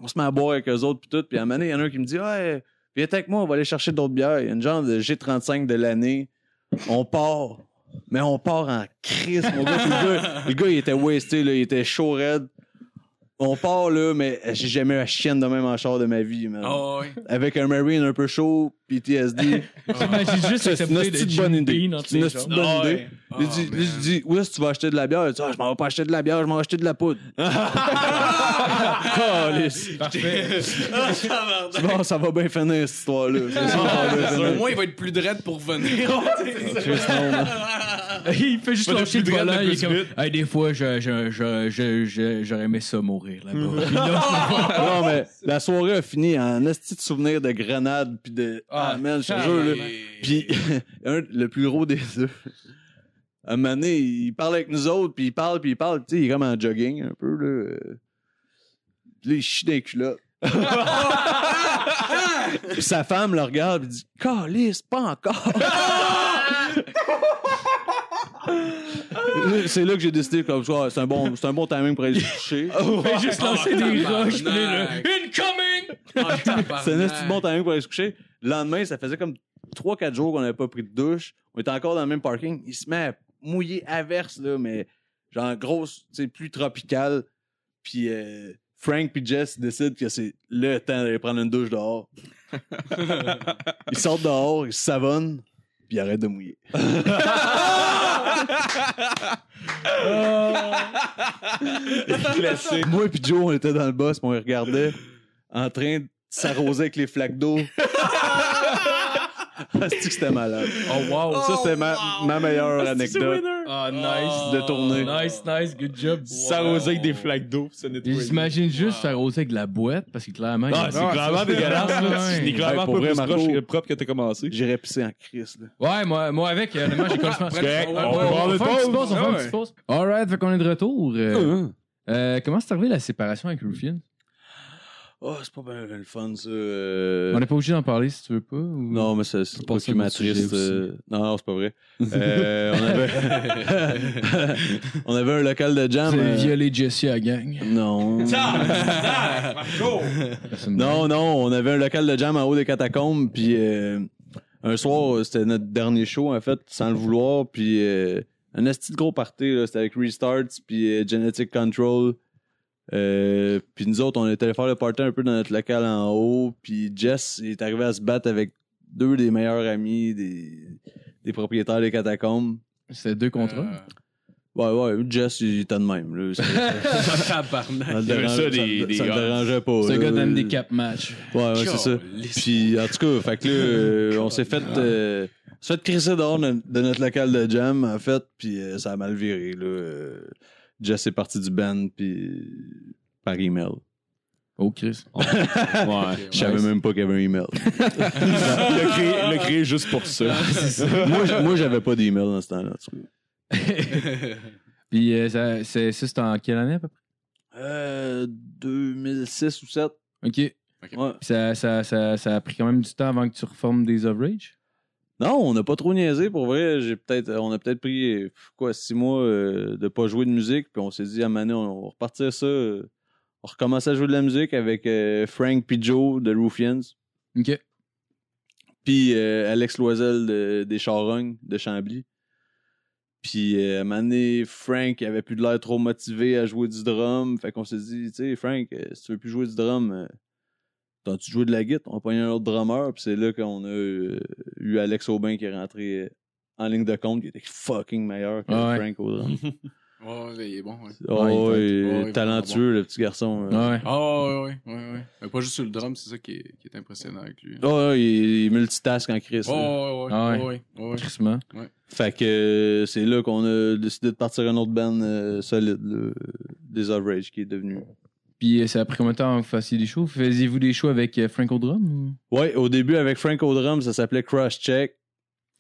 Speaker 7: On se met à boire avec eux autres, puis tout. Puis à un moment donné, il y en a un qui me dit Ouais, viens avec moi, on va aller chercher d'autres bières. Il y a une genre de G35 de l'année. On part. Mais on part en crise, mon gars. Puis Le gars, le gars, il était wasté, là, il était chaud raide. On part, là, mais j'ai jamais eu la chienne de même en char de ma vie, man.
Speaker 5: Ah ouais.
Speaker 7: Avec un Marine un peu chaud, PTSD.
Speaker 3: *laughs* J'ai juste
Speaker 7: C'est une
Speaker 3: accepté de
Speaker 7: hostie de bonne
Speaker 3: Jim
Speaker 7: idée.
Speaker 3: Beam,
Speaker 7: C'est une hostie de bonne idée.
Speaker 5: Ah,
Speaker 7: Là, je dis- là,
Speaker 5: man.
Speaker 7: je dis, où est-ce que tu vas acheter de la bière? Il dit, Ah, je m'en vais pas acheter de la bière, je m'en vais acheter de la poudre. Calisse.
Speaker 3: Parfait.
Speaker 7: Bon, ça va bien finir, cette histoire-là. C'est sûr que ça va bien
Speaker 5: Ah, Au
Speaker 7: finir.
Speaker 5: moins, il va être plus dread
Speaker 7: *laughs*
Speaker 5: pour venir.
Speaker 7: Juste non, là.
Speaker 3: *laughs* il fait juste
Speaker 6: Pas de
Speaker 3: lâcher le
Speaker 6: plus drôle,
Speaker 3: volant.
Speaker 6: de
Speaker 3: Il est
Speaker 6: plus
Speaker 3: comme,
Speaker 6: vite.
Speaker 3: hey, des fois, je- je- je- je- je- j'aurais aimé ça mourir
Speaker 6: Mm-hmm.
Speaker 3: là-bas. Puis là,
Speaker 7: Non, mais la soirée a fini en esti de souvenirs de grenades puis de... Ah,
Speaker 3: Ah,
Speaker 7: man, je te
Speaker 3: ça,
Speaker 7: jure, là.
Speaker 5: Et-
Speaker 7: Puis, *laughs* un, le plus gros des deux, à un moment donné, il parle avec nous autres, puis il parle, puis il parle, tu sais, il est comme en jogging un peu, là. Puis là, il chie dans les culottes. puis sa femme le regarde, puis dit Calisse, pas encore. Là, c'est là que j'ai décidé, comme ça, c'est un, bon, c'est un bon timing pour aller se coucher.
Speaker 3: il fait juste lancer des roches. puis
Speaker 6: *laughs*
Speaker 3: là,
Speaker 5: Ah, tabarnak.
Speaker 3: Incoming!
Speaker 5: Ah, tabarnak.
Speaker 7: C'est un esti de bon timing pour aller se coucher. Le lendemain, ça faisait comme 3-4 jours qu'on n'avait pas pris de douche. On était encore dans le même parking. Il se met à mouiller à verse, là, mais genre grosse, tu sais, plus tropicale. Puis euh, Frank puis Jess décident que c'est le temps d'aller prendre une douche dehors. ils sortent dehors, ils se savonnent, puis ils arrêtent de *laughs* mouiller.
Speaker 6: Classique.
Speaker 7: Moi et Joe, on était dans le boss, puis on les regardait en train de s'arroser avec les flaques d'eau. *laughs* Asti que c'était malade.
Speaker 3: Oh, wow.
Speaker 7: Ça, c'était ma, ma meilleure anecdote
Speaker 3: Ah, nice.
Speaker 7: de tournée.
Speaker 3: Ah, Nice, nice, good job.
Speaker 6: S'arroser avec des flaques d'eau, ça nettoie.
Speaker 3: J'imagine juste s'arroser avec de la boîte parce que clairement. il y a-
Speaker 6: Ah, c'est clairement
Speaker 7: *laughs*
Speaker 6: dégueulasse, là.
Speaker 3: Ouais.
Speaker 6: C'est
Speaker 7: Ouais,
Speaker 6: clairement
Speaker 7: pour
Speaker 6: pas
Speaker 7: vrai,
Speaker 6: plus
Speaker 7: Marco.
Speaker 6: proche- propre que t'as commencé.
Speaker 7: J'irais pisser en crise, là.
Speaker 3: Ouais, moi, moi avec, euh, honnêtement, j'ai complètement.
Speaker 6: C'est correct.
Speaker 3: Ouais, ouais,
Speaker 6: Ah, On va
Speaker 3: on
Speaker 6: prendre
Speaker 3: va
Speaker 6: une
Speaker 3: faire une petite
Speaker 6: pause.
Speaker 3: pause, on va faire une petite pause. Alright, fait qu'on est de retour. Euh, euh, comment c'est arrivé la séparation avec Rufin?
Speaker 7: Oh, c'est pas bien le fun, ça. euh,
Speaker 3: On n'est pas obligé d'en parler si tu veux pas. ou-
Speaker 7: Non, mais c'est c'est
Speaker 3: On
Speaker 7: pas
Speaker 3: passe
Speaker 7: qui
Speaker 3: à d'autres
Speaker 7: m'attriste.
Speaker 3: sujets aussi.
Speaker 7: euh, Non, non, c'est pas vrai. Euh, on, avait... *laughs* on avait un local de jam.
Speaker 3: Vous
Speaker 7: euh,
Speaker 3: avez violé Jesse à gang.
Speaker 7: Non.
Speaker 5: Ah,
Speaker 3: Personne
Speaker 7: Non, non, on avait un local de jam en haut des catacombes, puis euh, un soir, euh, c'était notre dernier show, en fait, sans le vouloir, puis euh, un esti de gros party, là, c'était avec Restarts, puis euh, Genetic Control, euh, puis nous autres, on était allés faire le party un peu dans notre local en haut, puis Jess il est arrivé à se battre avec deux des meilleurs amis des, des propriétaires des catacombes.
Speaker 3: C'est deux contre un.
Speaker 7: Ouais, ouais, Jess, il était de même, là. Ça,
Speaker 5: Ah, Tabarnak.
Speaker 7: me
Speaker 6: *laughs* Il y avait ça,
Speaker 7: dérange-
Speaker 6: des- des
Speaker 7: ça me
Speaker 6: gars.
Speaker 7: dérangeait pas.
Speaker 3: C'est un
Speaker 7: là.
Speaker 3: gars d'handicap match.
Speaker 7: Ouais, ouais, c'est ça. Puis en tout cas, fait que là, euh, on s'est fait, euh, on s'est fait crisser dehors de, de notre local de jam, en fait, puis euh, ça a mal viré. Là. Euh, Jess est parti du band, puis par email.
Speaker 3: Oh, Chris.
Speaker 6: Ouais.
Speaker 7: Je savais même pas qu'il y avait un email.
Speaker 6: *laughs* Le créer- le créer juste pour ça.
Speaker 7: moi, j- moi, j'avais pas d'email dans ce temps-là. en tout cas.
Speaker 3: Puis euh, ça, c'est, ça, c'était en quelle année à peu près?
Speaker 7: Euh, 2006 ou 7.
Speaker 3: OK. Puis
Speaker 7: Ouais.
Speaker 3: ça, ça, ça, ça a pris quand même du temps avant que tu reformes des overages.
Speaker 7: Non, on n'a pas trop niaisé pour vrai. J'ai peut-être, on a peut-être pris euh, quoi six mois euh, de pas jouer de musique, puis on s'est dit à Mané, on va repartir ça. euh, on recommençait à jouer de la musique avec euh, Frank puis Joe de Ruffians,
Speaker 3: OK.
Speaker 7: puis euh, Alex Loisel de- des Charognes de Chambly. Puis euh, à un moment donné, Frank il avait plus de l'air trop motivé à jouer du drum, fait qu'on s'est dit, tu sais, Frank, euh, si tu veux plus jouer du drum. euh, T'as-tu joué de la guitare? On a pogné un autre drummer, puis c'est là qu'on a euh, eu Alex Aubin qui est rentré euh, en ligne de compte, qui était fucking meilleur que
Speaker 3: Ah ouais.
Speaker 7: Frank au drum.
Speaker 5: Ouais, Oh, il est bon, ouais.
Speaker 7: Oh,
Speaker 3: *laughs* Ouais, il est
Speaker 7: ouais,
Speaker 5: bon. Ouais, il est
Speaker 7: talentueux, le petit garçon. euh. là.
Speaker 3: Ouais.
Speaker 5: Oh, ouais, ouais, ouais, ouais. Mais pas juste sur le drum, c'est ça qui est, qui est impressionnant avec lui.
Speaker 7: Oh, ouais, il, il multitask en Christ. là.
Speaker 5: Oh, ouais,
Speaker 3: Ah
Speaker 5: ouais,
Speaker 3: ouais.
Speaker 5: ouais, ouais, ouais.
Speaker 3: Tristement.
Speaker 7: Fait que euh, c'est là qu'on a décidé de partir une autre band euh, solide, là, des Average, qui est devenu.
Speaker 3: Puis euh, ça a pris combien de temps que vous fassiez des shows? Faisiez-vous des shows avec euh, Frank O'Drum?
Speaker 7: Ouais, au début, avec Frank O'Drum, ça s'appelait Cross Check.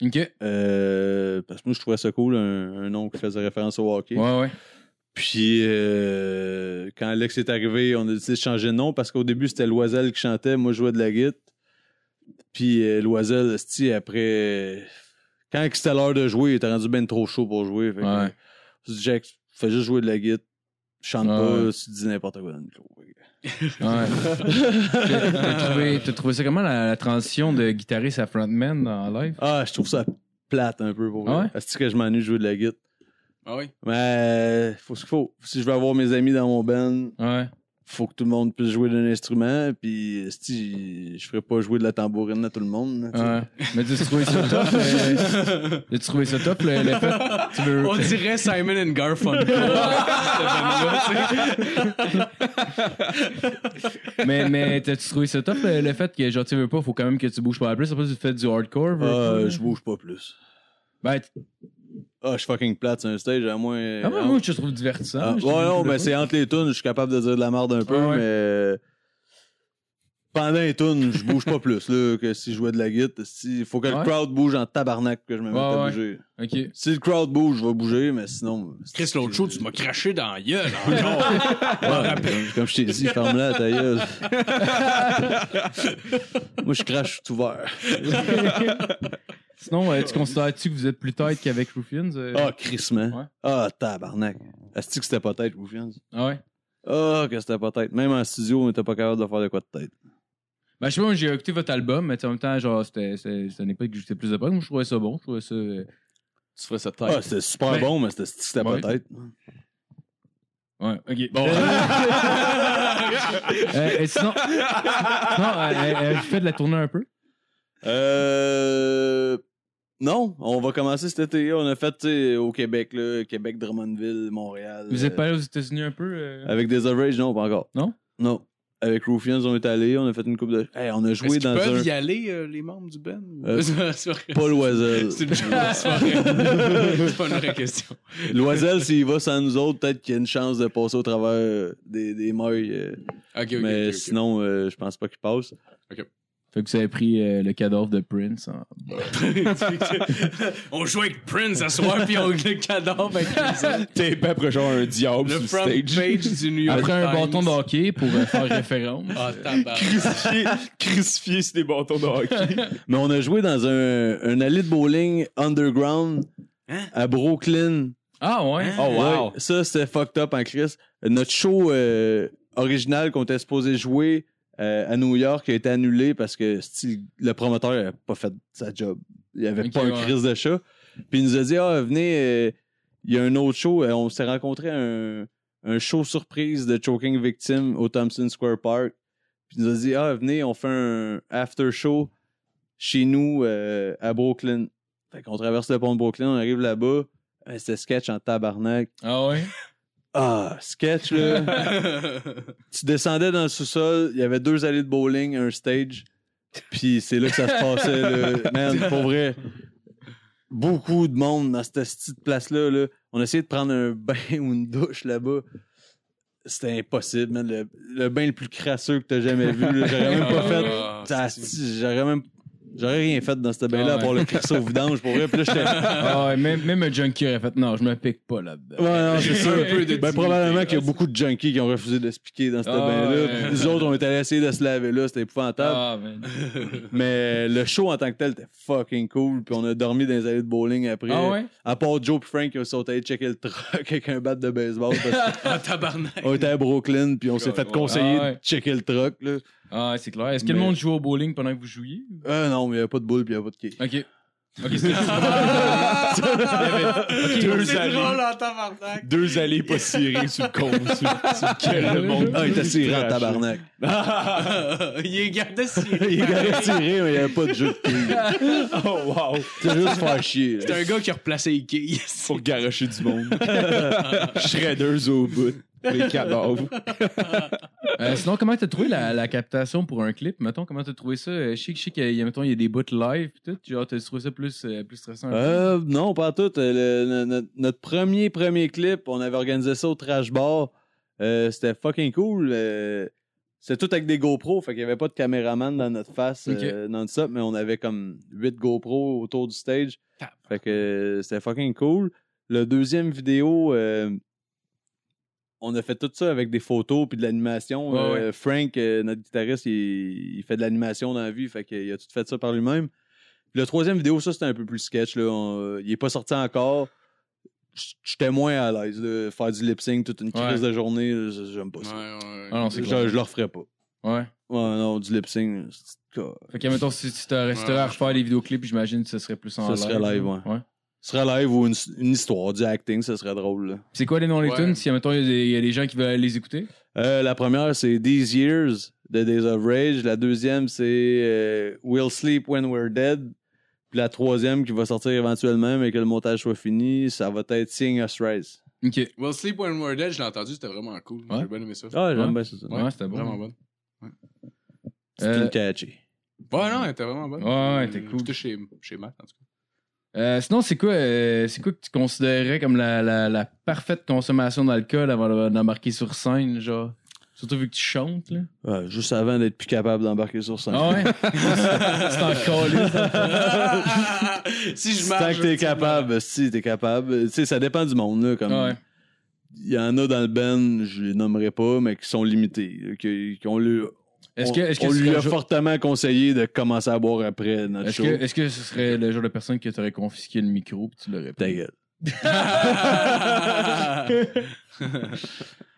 Speaker 3: ou- Ok. Ouais,
Speaker 7: euh, parce que moi, je trouvais ça cool, un, un nom qui faisait référence au hockey.
Speaker 3: ouais.
Speaker 7: Puis euh, quand Alex est arrivé, on a décidé de changer de nom parce qu'au début, c'était Loisel qui chantait, moi je jouais de la guitare. Puis euh, Loisel, esti, après quand c'était l'heure de jouer, il était rendu ben trop chaud pour jouer. Fait que,
Speaker 3: Ouais.
Speaker 7: euh, je dis, Jack, fais juste jouer de la guitare, chante
Speaker 3: Ah Ouais,
Speaker 7: pas, tu dis n'importe quoi dans le micro.
Speaker 3: ouais. T'as t'as trouvé, t'as trouvé ça comment la, la transition de guitariste à frontman en live?
Speaker 7: Ah, je trouve ça plate un peu pour
Speaker 3: Ah
Speaker 7: vrai.
Speaker 3: ouais?
Speaker 7: Esti que je m'ennuie de jouer de la guitare.
Speaker 5: Ah oui.
Speaker 7: Mais faut ce qu'il faut. Si je veux avoir mes amis dans mon band,
Speaker 3: Ouais.
Speaker 7: faut que tout le monde puisse jouer d'un instrument, puis si je ferais pas jouer de la tambourine à tout le monde. là, tu
Speaker 3: *laughs* Ouais.
Speaker 7: sais.
Speaker 3: Mais tu trouvé ça top? euh, T'as trouvé ça top, le, le fait? Tu veux...
Speaker 5: On dirait Simon and Garfunkel.
Speaker 3: Mais, mais t'as-tu trouvé ça top, le, le fait que, genre, tu veux pas, faut quand même que tu bouges pas la plus. Après, tu fais du hardcore.
Speaker 7: Ah,
Speaker 3: versus-
Speaker 7: je bouge pas plus.
Speaker 3: Ben, t-
Speaker 7: Ah, je suis fucking plate sur un stage, à moins.
Speaker 3: ah, moi,
Speaker 7: Ah,
Speaker 3: moi, je te trouve divertissant.
Speaker 7: ah,
Speaker 3: Je te
Speaker 7: ouais,
Speaker 3: trouve
Speaker 7: non,
Speaker 3: le
Speaker 7: ben
Speaker 3: fun.
Speaker 7: c'est entre les tunes, je suis capable de dire de la merde un peu,
Speaker 3: Ah ouais.
Speaker 7: mais. euh, Pendant les tunes, je bouge pas plus, là, que si je jouais de la guitare. Il faut que le
Speaker 3: Ouais.
Speaker 7: crowd bouge en tabarnak que je me mette
Speaker 3: Ouais,
Speaker 7: à
Speaker 3: ouais.
Speaker 7: bouger.
Speaker 3: Ok.
Speaker 7: Si le crowd bouge, je vais bouger, mais sinon.
Speaker 5: Chris, l'autre show, tu m'as craché dans la gueule. hein.
Speaker 7: Ouais, comme je t'ai dit, ferme-la, ta gueule. Moi, je crache tout vert. Euh, *laughs*
Speaker 3: Sinon, euh, tu considères-tu que vous êtes plus tight qu'avec Ruffians? euh?
Speaker 7: Ah, crissement.
Speaker 3: Ouais.
Speaker 7: Ah, tabarnak. Est-ce que c'était pas tête, Ruffians?
Speaker 3: Ah ouais.
Speaker 7: Ah, que c'était pas tête. Même en studio, on était pas capable de faire de quoi de tête.
Speaker 3: Ben, je sais pas, moi, j'ai écouté votre album, mais tu sais, en même temps, genre, c'était, c'était, c'était une époque que j'écoutais plus de punk. Moi, je trouvais ça bon. Je trouvais ça. euh,
Speaker 6: Tu ferais ça de
Speaker 7: Ah, c'était super
Speaker 3: Mais-
Speaker 7: bon, mais c'était esti que c'était
Speaker 3: Ouais.
Speaker 7: pas *laughs* tête.
Speaker 3: Ouais, ok.
Speaker 7: *laughs*
Speaker 3: Bon. Euh, et sinon. Non, euh, euh, je fais de la tournée un peu.
Speaker 7: Euh. Non, on va commencer cet été. On a fait, tu sais, au Québec, là, Québec, Drummondville, Montréal.
Speaker 3: Vous
Speaker 7: euh,
Speaker 3: êtes pas allé aux États-Unis un peu? euh?
Speaker 7: Avec des Average, non, pas encore.
Speaker 3: Non?
Speaker 7: Non. Avec Ruffians, on est allé, on a fait une coupe de. Hey, on a joué dans
Speaker 5: peuvent
Speaker 7: un.
Speaker 5: y aller, euh, les membres du band? ou-
Speaker 7: Euh,
Speaker 5: *laughs* C'est vrai.
Speaker 7: Pas Loisel.
Speaker 5: *laughs* C'est une joke, c'est pas vrai. C'est pas une vraie question.
Speaker 7: Loisel, s'il va sans nous autres, peut-être qu'il y a une chance de passer au travers euh, des, des mailles. euh,
Speaker 5: Ok, ok.
Speaker 7: mais
Speaker 5: ok, ok.
Speaker 7: sinon, euh, je pense pas qu'il passe.
Speaker 3: Fait que vous avez pris euh, le cadavre de Prince. hein.
Speaker 5: *laughs* on joue avec Prince à soir, puis on le cadavre avec les autres.
Speaker 6: T'es pas après genre un diable sur
Speaker 5: le
Speaker 6: le
Speaker 5: front
Speaker 6: stage.
Speaker 5: page du New York
Speaker 3: Après un
Speaker 5: Times.
Speaker 3: bâton de hockey pour euh, faire référence.
Speaker 5: Ah, tabarnak.
Speaker 6: Crucifié, crucifié sur des bâtons de hockey.
Speaker 7: Mais on a joué dans un, un allée de bowling underground
Speaker 5: Hein?
Speaker 7: à Brooklyn.
Speaker 3: *laughs* Ah ouais?
Speaker 5: Oh,
Speaker 7: Ouais, ça, c'était fucked up en Chris. Notre show euh, original qu'on était supposé jouer euh, à New York a été annulé parce que sti, le promoteur n'avait pas fait sa job. Il n'y avait
Speaker 3: Ok,
Speaker 7: pas un
Speaker 3: ouais.
Speaker 7: crise de chat. Puis il nous a dit Ah, venez, euh, il y a un autre show. Euh, On s'est rencontré à un, un show surprise de Choking Victim au Thompson Square Park. Puis il nous a dit Ah, venez, on fait un after show chez nous euh, à Brooklyn. Fait qu'on traverse le pont de Brooklyn, on arrive là-bas. Euh, C'était sketch en tabarnak.
Speaker 3: Ah ouais?
Speaker 7: Ah, sketch, là.
Speaker 5: *laughs*
Speaker 7: tu descendais dans le sous-sol, il y avait deux allées de bowling, un stage. Puis c'est là que ça se passait, là. Man, pour vrai. Beaucoup de monde dans cette petite place-là. Là. On essayait de prendre un bain ou une douche là-bas. C'était impossible, man. Le, le bain le plus crasseux que t'as jamais vu. là. J'aurais même pas fait.
Speaker 5: Ah,
Speaker 7: ça,
Speaker 5: c'est-
Speaker 7: asti, J'aurais même. J'aurais rien fait dans ce bain-là
Speaker 3: Ah ouais.
Speaker 7: pour le crisser au vidange pour vrai. Puis là, j'étais.
Speaker 3: Ah ouais, même, même un junkie aurait fait non, je me pique pas là-dedans.
Speaker 7: Ouais, non, c'est sûr.
Speaker 5: Un peu de
Speaker 7: ben,
Speaker 5: timidité,
Speaker 7: probablement
Speaker 5: là,
Speaker 7: qu'il y a beaucoup de junkies qui ont refusé de se piquer dans ce
Speaker 3: Ah,
Speaker 7: bain-là.
Speaker 3: ouais.
Speaker 7: Puis Nous autres, on était allés essayer de se laver là, c'était épouvantable.
Speaker 3: Ah, man.
Speaker 7: Mais le show en tant que tel était fucking cool. Puis on a dormi dans les allées de bowling après.
Speaker 3: Ah ouais?
Speaker 7: À part Joe et Frank qui sont allés checker le truck *laughs* avec un bat de baseball. Parce
Speaker 5: Ah, tabarnak.
Speaker 7: qu'on était à Brooklyn, puis on s'est fait conseiller
Speaker 3: Ah ouais.
Speaker 7: de checker le truck. Là.
Speaker 3: Ah, c'est clair. Est-ce que
Speaker 7: Mais-
Speaker 3: le monde joue au bowling pendant que vous jouiez?
Speaker 7: Euh, non, mais il n'y avait pas de boule, puis il n'y avait pas de kick.
Speaker 3: Ok. Ok, c'est
Speaker 6: Deux
Speaker 5: C'est
Speaker 6: allées.
Speaker 5: drôle en tabarnak.
Speaker 6: Deux allées pas cirées sur le con, sur, sur lequel le monde.
Speaker 7: Ah, il était tiré en tabarnak.
Speaker 5: *laughs* Il est gardé si.
Speaker 7: Il avait tiré, mais il n'y avait pas de jeu de *laughs* prix.
Speaker 6: *laughs* Oh, wow!
Speaker 7: C'est juste faire chier.
Speaker 5: C'est un gars qui a replacé Ikea. ici.
Speaker 6: Pour garocher du monde. Shredders au bout. Les cadavres.
Speaker 3: Euh, sinon, comment t'as trouvé la, la captation pour un clip? Mettons, comment t'as trouvé ça? Euh, Je sais que- je sais qu'il y a- mettons, il y a des bouts live pis tout. Genre, t'as trouvé ça plus, euh, plus stressant? un peu?
Speaker 7: Euh, non, pas en tout. Euh, le- le- notre, notre premier premier clip, on avait organisé ça au Trash Bar. Euh, C'était fucking cool. Euh, C'était tout avec des GoPro, fait qu'il n'y avait pas de caméraman dans notre face
Speaker 3: Ok.
Speaker 7: euh, non-stop, mais on avait comme 8 GoPro autour du stage.
Speaker 3: Ah.
Speaker 5: Tabarnak.
Speaker 7: Fait que euh, c'était fucking cool. Le deuxième vidéo, euh, on a fait tout ça avec des photos puis de l'animation.
Speaker 3: Ouais,
Speaker 7: Euh, Frank, euh, notre guitariste, il, il fait de l'animation dans la vie, fait qu'il a tout fait ça par lui-même. Le troisième vidéo, ça, c'était un peu plus sketch. Là. On- euh, il est pas sorti encore. J- J'étais moins à l'aise de faire du lip-sync toute une crise de journée. là, j- J'aime pas ça.
Speaker 3: Ah non, c'est
Speaker 7: je,
Speaker 3: clair.
Speaker 7: je le referais pas.
Speaker 3: Ouais.
Speaker 7: Ouais, non, du lip-sync, c'est-
Speaker 3: Fait que, mettons, si tu t'aurais si t'aurais à refaire les vidéoclips, j'imagine que ce serait plus en
Speaker 7: Ça
Speaker 3: live.
Speaker 7: serait live, ouais.
Speaker 3: ouais.
Speaker 7: ce serait live ou une, une histoire, du acting, ça serait drôle. là.
Speaker 3: C'est quoi les noms des
Speaker 5: Ouais.
Speaker 3: tunes? Si, mettons, il y a des- il y, a des gens qui veulent les écouter?
Speaker 7: Euh, la première, c'est These Years de Days of Rage. La deuxième, c'est euh, We'll Sleep When We're Dead. Puis la troisième, qui va sortir éventuellement, mais que le montage soit fini, ça va être Seeing Us Rise.
Speaker 3: Ok. Ouais,
Speaker 5: We'll Sleep When We're Dead, je l'ai entendu, c'était vraiment cool.
Speaker 3: Ouais.
Speaker 5: J'ai bien aimé ça.
Speaker 7: Ah,
Speaker 3: j'aime
Speaker 7: bien ça.
Speaker 3: c'était bon.
Speaker 5: Vraiment bon.
Speaker 3: Euh,
Speaker 7: catchy.
Speaker 5: Ouais, non, elle était vraiment bonne.
Speaker 3: Ouais, ouais, t'es cool.
Speaker 5: C'était chez, chez Matt, en tout cas.
Speaker 3: Euh, sinon, c'est quoi, euh, c'est quoi que tu considérais comme la, la, la parfaite consommation d'alcool avant de- d'embarquer sur scène, genre? Surtout vu que tu chantes, là.
Speaker 7: Ouais, juste avant d'être plus capable d'embarquer sur scène. *laughs*
Speaker 3: Ah ouais? c'est encore
Speaker 5: *laughs* si je
Speaker 7: Tant
Speaker 5: marche.
Speaker 7: que t'es capable, si t'es capable. Tu sais, ça dépend du monde, là. Comme,
Speaker 3: Ouais.
Speaker 7: Il y en a dans le band, je les nommerai pas, mais qui sont limités. là, qui- Qu'on lui,
Speaker 3: Est-ce
Speaker 7: on-
Speaker 3: que, est-ce que
Speaker 7: on
Speaker 3: ce
Speaker 7: lui
Speaker 3: serait
Speaker 7: a
Speaker 3: le jour-
Speaker 7: fortement conseillé de commencer à boire après notre
Speaker 3: est-ce
Speaker 7: show.
Speaker 3: que, est-ce que ce serait le genre de personne qui t'aurait confisqué le micro pis tu l'aurais
Speaker 7: Ta
Speaker 3: pris? *laughs*
Speaker 7: gueule.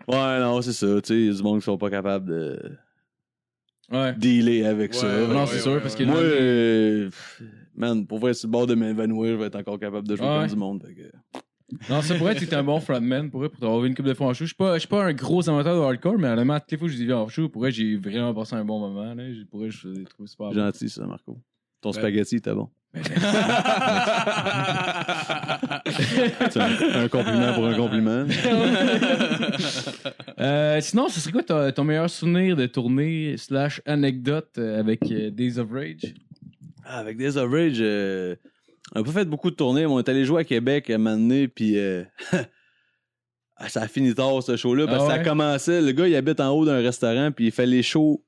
Speaker 7: Ouais, non, c'est ça. Tu sais, il y a du monde qui sont pas capables de
Speaker 3: Ouais.
Speaker 7: dealer avec ça.
Speaker 5: Ouais,
Speaker 3: Non, c'est sûr,
Speaker 5: ouais,
Speaker 3: parce que
Speaker 5: ouais.
Speaker 7: Moi,
Speaker 3: là,
Speaker 7: euh, pff, man, pour vrai, sur le bord de m'évanouir, je vais être encore capable de jouer
Speaker 3: Ah Ouais.
Speaker 7: comme du monde. fait que-
Speaker 3: Non, ça pourrait être que t'es un bon frontman, pour vrai, pour t'avoir vu une coupe de fois en show. Je suis pas, je suis pas un gros amateur de hardcore, mais honnêtement, toutes les fois que je dis en show, pour vrai, j'ai vraiment passé un bon moment, là. J'ai- Pour vrai, je l'ai trouvé super bon. Ben-
Speaker 7: Gentil, ça, Marco. Ton spaghetti, t'es bon. *laughs*
Speaker 3: *laughs*
Speaker 7: C'est un, un compliment pour un compliment.
Speaker 3: Euh, sinon, ce serait quoi ton, ton meilleur souvenir de tournée slash anecdote euh, avec euh, Days of Rage?
Speaker 7: Ah, Avec Days of Rage, euh, on a pas fait beaucoup de tournées, mais on est allé jouer à Québec à un moment donné, puis euh, *laughs* ah, ça a fini tard ce show-là, parce
Speaker 3: Ah
Speaker 7: que
Speaker 3: ouais?
Speaker 7: ça commençait. Le gars, il habite en haut d'un restaurant, puis il fait les shows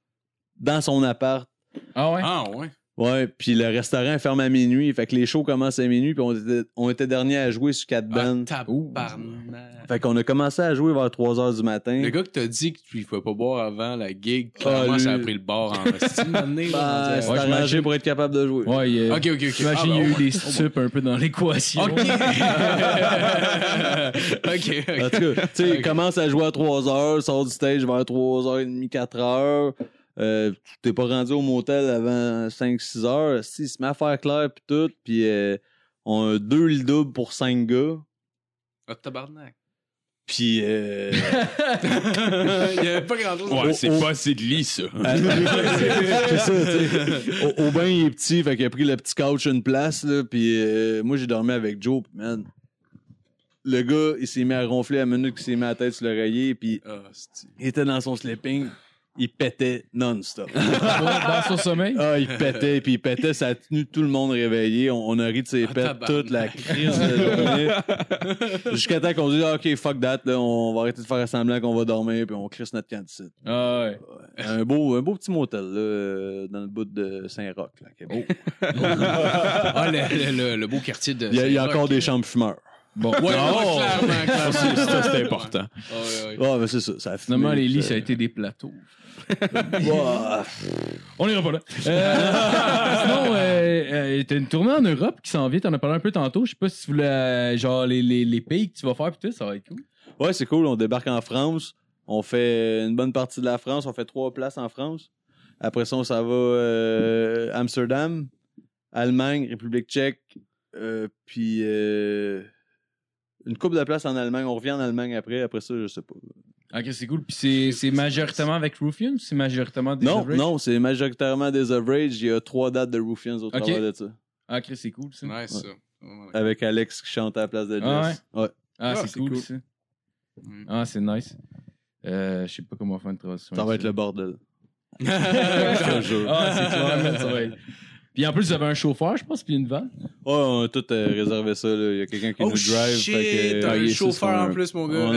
Speaker 7: dans son appart.
Speaker 3: Ah ouais?
Speaker 5: Ah, ouais.
Speaker 7: Ouais, puis le restaurant ferme à minuit, fait que les shows commencent à minuit, puis on était, on était dernier à jouer sur quatre
Speaker 5: Ah,
Speaker 7: bandes.
Speaker 5: tabarnak.
Speaker 7: fait qu'on a commencé à jouer vers 3 heures du matin.
Speaker 5: Le gars qui t'a dit que tu ne pouvais pas boire avant la gig,
Speaker 7: Ah,
Speaker 5: clairement,
Speaker 7: lui.
Speaker 5: ça a pris le bord en
Speaker 7: *laughs*
Speaker 5: estime, un moment donné,
Speaker 7: Bah,
Speaker 5: là,
Speaker 7: c'est
Speaker 5: on dirait.
Speaker 7: arrangé pour être capable de jouer.
Speaker 3: Ouais, il y a-
Speaker 5: Ok, ok, ok.
Speaker 3: J'imagine
Speaker 5: Ah,
Speaker 3: qu'il y a
Speaker 5: bah,
Speaker 3: eu
Speaker 5: au
Speaker 3: des
Speaker 5: moins.
Speaker 3: stupes un peu dans l'équation.
Speaker 5: *laughs* Ok.
Speaker 7: En
Speaker 5: ok, ok.
Speaker 7: tout cas, tu sais,
Speaker 5: Ok.
Speaker 7: il commence à jouer à 3 heures, sort du stage vers 3h30, 4 heures. Euh, tu t'es pas rendu au motel avant 5-6 heures. Si, il se met à faire clair puis tout, puis euh, on a deux le double pour 5 gars.
Speaker 5: Ah, tabarnak. *laughs*
Speaker 7: Puis euh,
Speaker 5: Il n'y avait pas grand chose.
Speaker 6: Ouais, c'est pas assez de lit, ça.
Speaker 7: *laughs* c'est ça, tu sais. Au- Aubin, il est petit, fait qu'il a pris le petit couch une place, là, puis euh, moi, j'ai dormi avec Joe, puis man, le gars, il s'est mis à ronfler à la minute qu'il s'est mis la tête sur l'oreiller, puis
Speaker 5: Ah, c'est-
Speaker 7: il était dans son sleeping, il pétait
Speaker 5: *laughs*
Speaker 7: non-stop.
Speaker 3: *laughs* dans son sommeil?
Speaker 7: Ah, il pétait, puis il pétait, ça a tenu tout le monde réveillé. On, on a ri de ses
Speaker 5: Ah,
Speaker 7: pètes
Speaker 5: tabarnak.
Speaker 7: toute la crise de journée. Jusqu'à temps qu'on dise, Ah, OK, fuck that, là, on va arrêter de faire semblant qu'on va dormir, puis on crisse notre camp d'ici.
Speaker 3: Ah ouais.
Speaker 7: Un beau, un beau petit motel, là, euh, dans le bout de Saint-Roch, là, qui est beau.
Speaker 5: *laughs* Ah, le, le- le- le beau quartier de.
Speaker 7: Il y a, il y a
Speaker 5: Saint-Roch.
Speaker 7: encore des chambres fumeurs.
Speaker 3: Bon.
Speaker 5: Ouais,
Speaker 7: Oh.
Speaker 5: non,
Speaker 7: *laughs*
Speaker 5: clairement, clairement.
Speaker 6: Ah, oh, Ça, c'est important.
Speaker 5: Ah, ouais, ouais.
Speaker 7: Ah, ben c'est ça, ça a fumé, euh,
Speaker 3: Finalement, les lits,
Speaker 7: ça-
Speaker 3: ça a été des plateaux.
Speaker 7: Ouah.
Speaker 3: On ira pas là. Euh, sinon, euh, euh, t'as une tournée en Europe qui s'en vient. T'en as parlé un peu tantôt. Je sais pas si tu voulais, euh, genre, les, les, les pays que tu vas faire, pis tout, ça va être cool.
Speaker 7: Ouais, c'est cool, on débarque en France, on fait une bonne partie de la France, on fait trois places en France. Après ça, on s'en va euh, Amsterdam. Allemagne, République tchèque, euh, puis euh, une coupe de place en Allemagne. On revient en Allemagne après. Après ça, je sais pas.
Speaker 3: Ah, Ok, c'est cool. Puis c'est, c'est majoritairement avec Ruffian ou c'est majoritairement des
Speaker 7: non,
Speaker 3: Average?
Speaker 7: non, c'est majoritairement des Average. Il y a trois dates de Ruffians au
Speaker 3: Ok.
Speaker 7: travers de ça.
Speaker 3: Ah, Chris, c'est cool ça.
Speaker 5: Nice,
Speaker 7: Ouais.
Speaker 5: ça. Ouais.
Speaker 7: Avec Alex qui chante à la place de Jess.
Speaker 3: Ah
Speaker 7: ouais.
Speaker 3: Ah,
Speaker 4: Ah,
Speaker 3: c'est
Speaker 4: c'est
Speaker 3: cool,
Speaker 4: cool.
Speaker 3: ça.
Speaker 5: Mm.
Speaker 3: Ah, c'est nice. Euh, je sais pas comment faire une transition.
Speaker 7: Ça va
Speaker 3: avec
Speaker 7: être
Speaker 3: *laughs*
Speaker 7: le bordel.
Speaker 3: Je te jure. Ah, c'est
Speaker 7: *laughs*
Speaker 3: clair, ça va être. Puis en plus, vous avez un chauffeur, je pense, puis une vanne.
Speaker 7: Ouais, on a tout euh, réservé ça. là. Il y a quelqu'un qui
Speaker 5: Oh
Speaker 7: nous drive.
Speaker 5: shit,
Speaker 7: fait que,
Speaker 5: t'as
Speaker 7: Ah, il
Speaker 5: un
Speaker 7: est
Speaker 5: chauffeur
Speaker 7: sous-
Speaker 5: en plus, mon gars.
Speaker 7: On a un,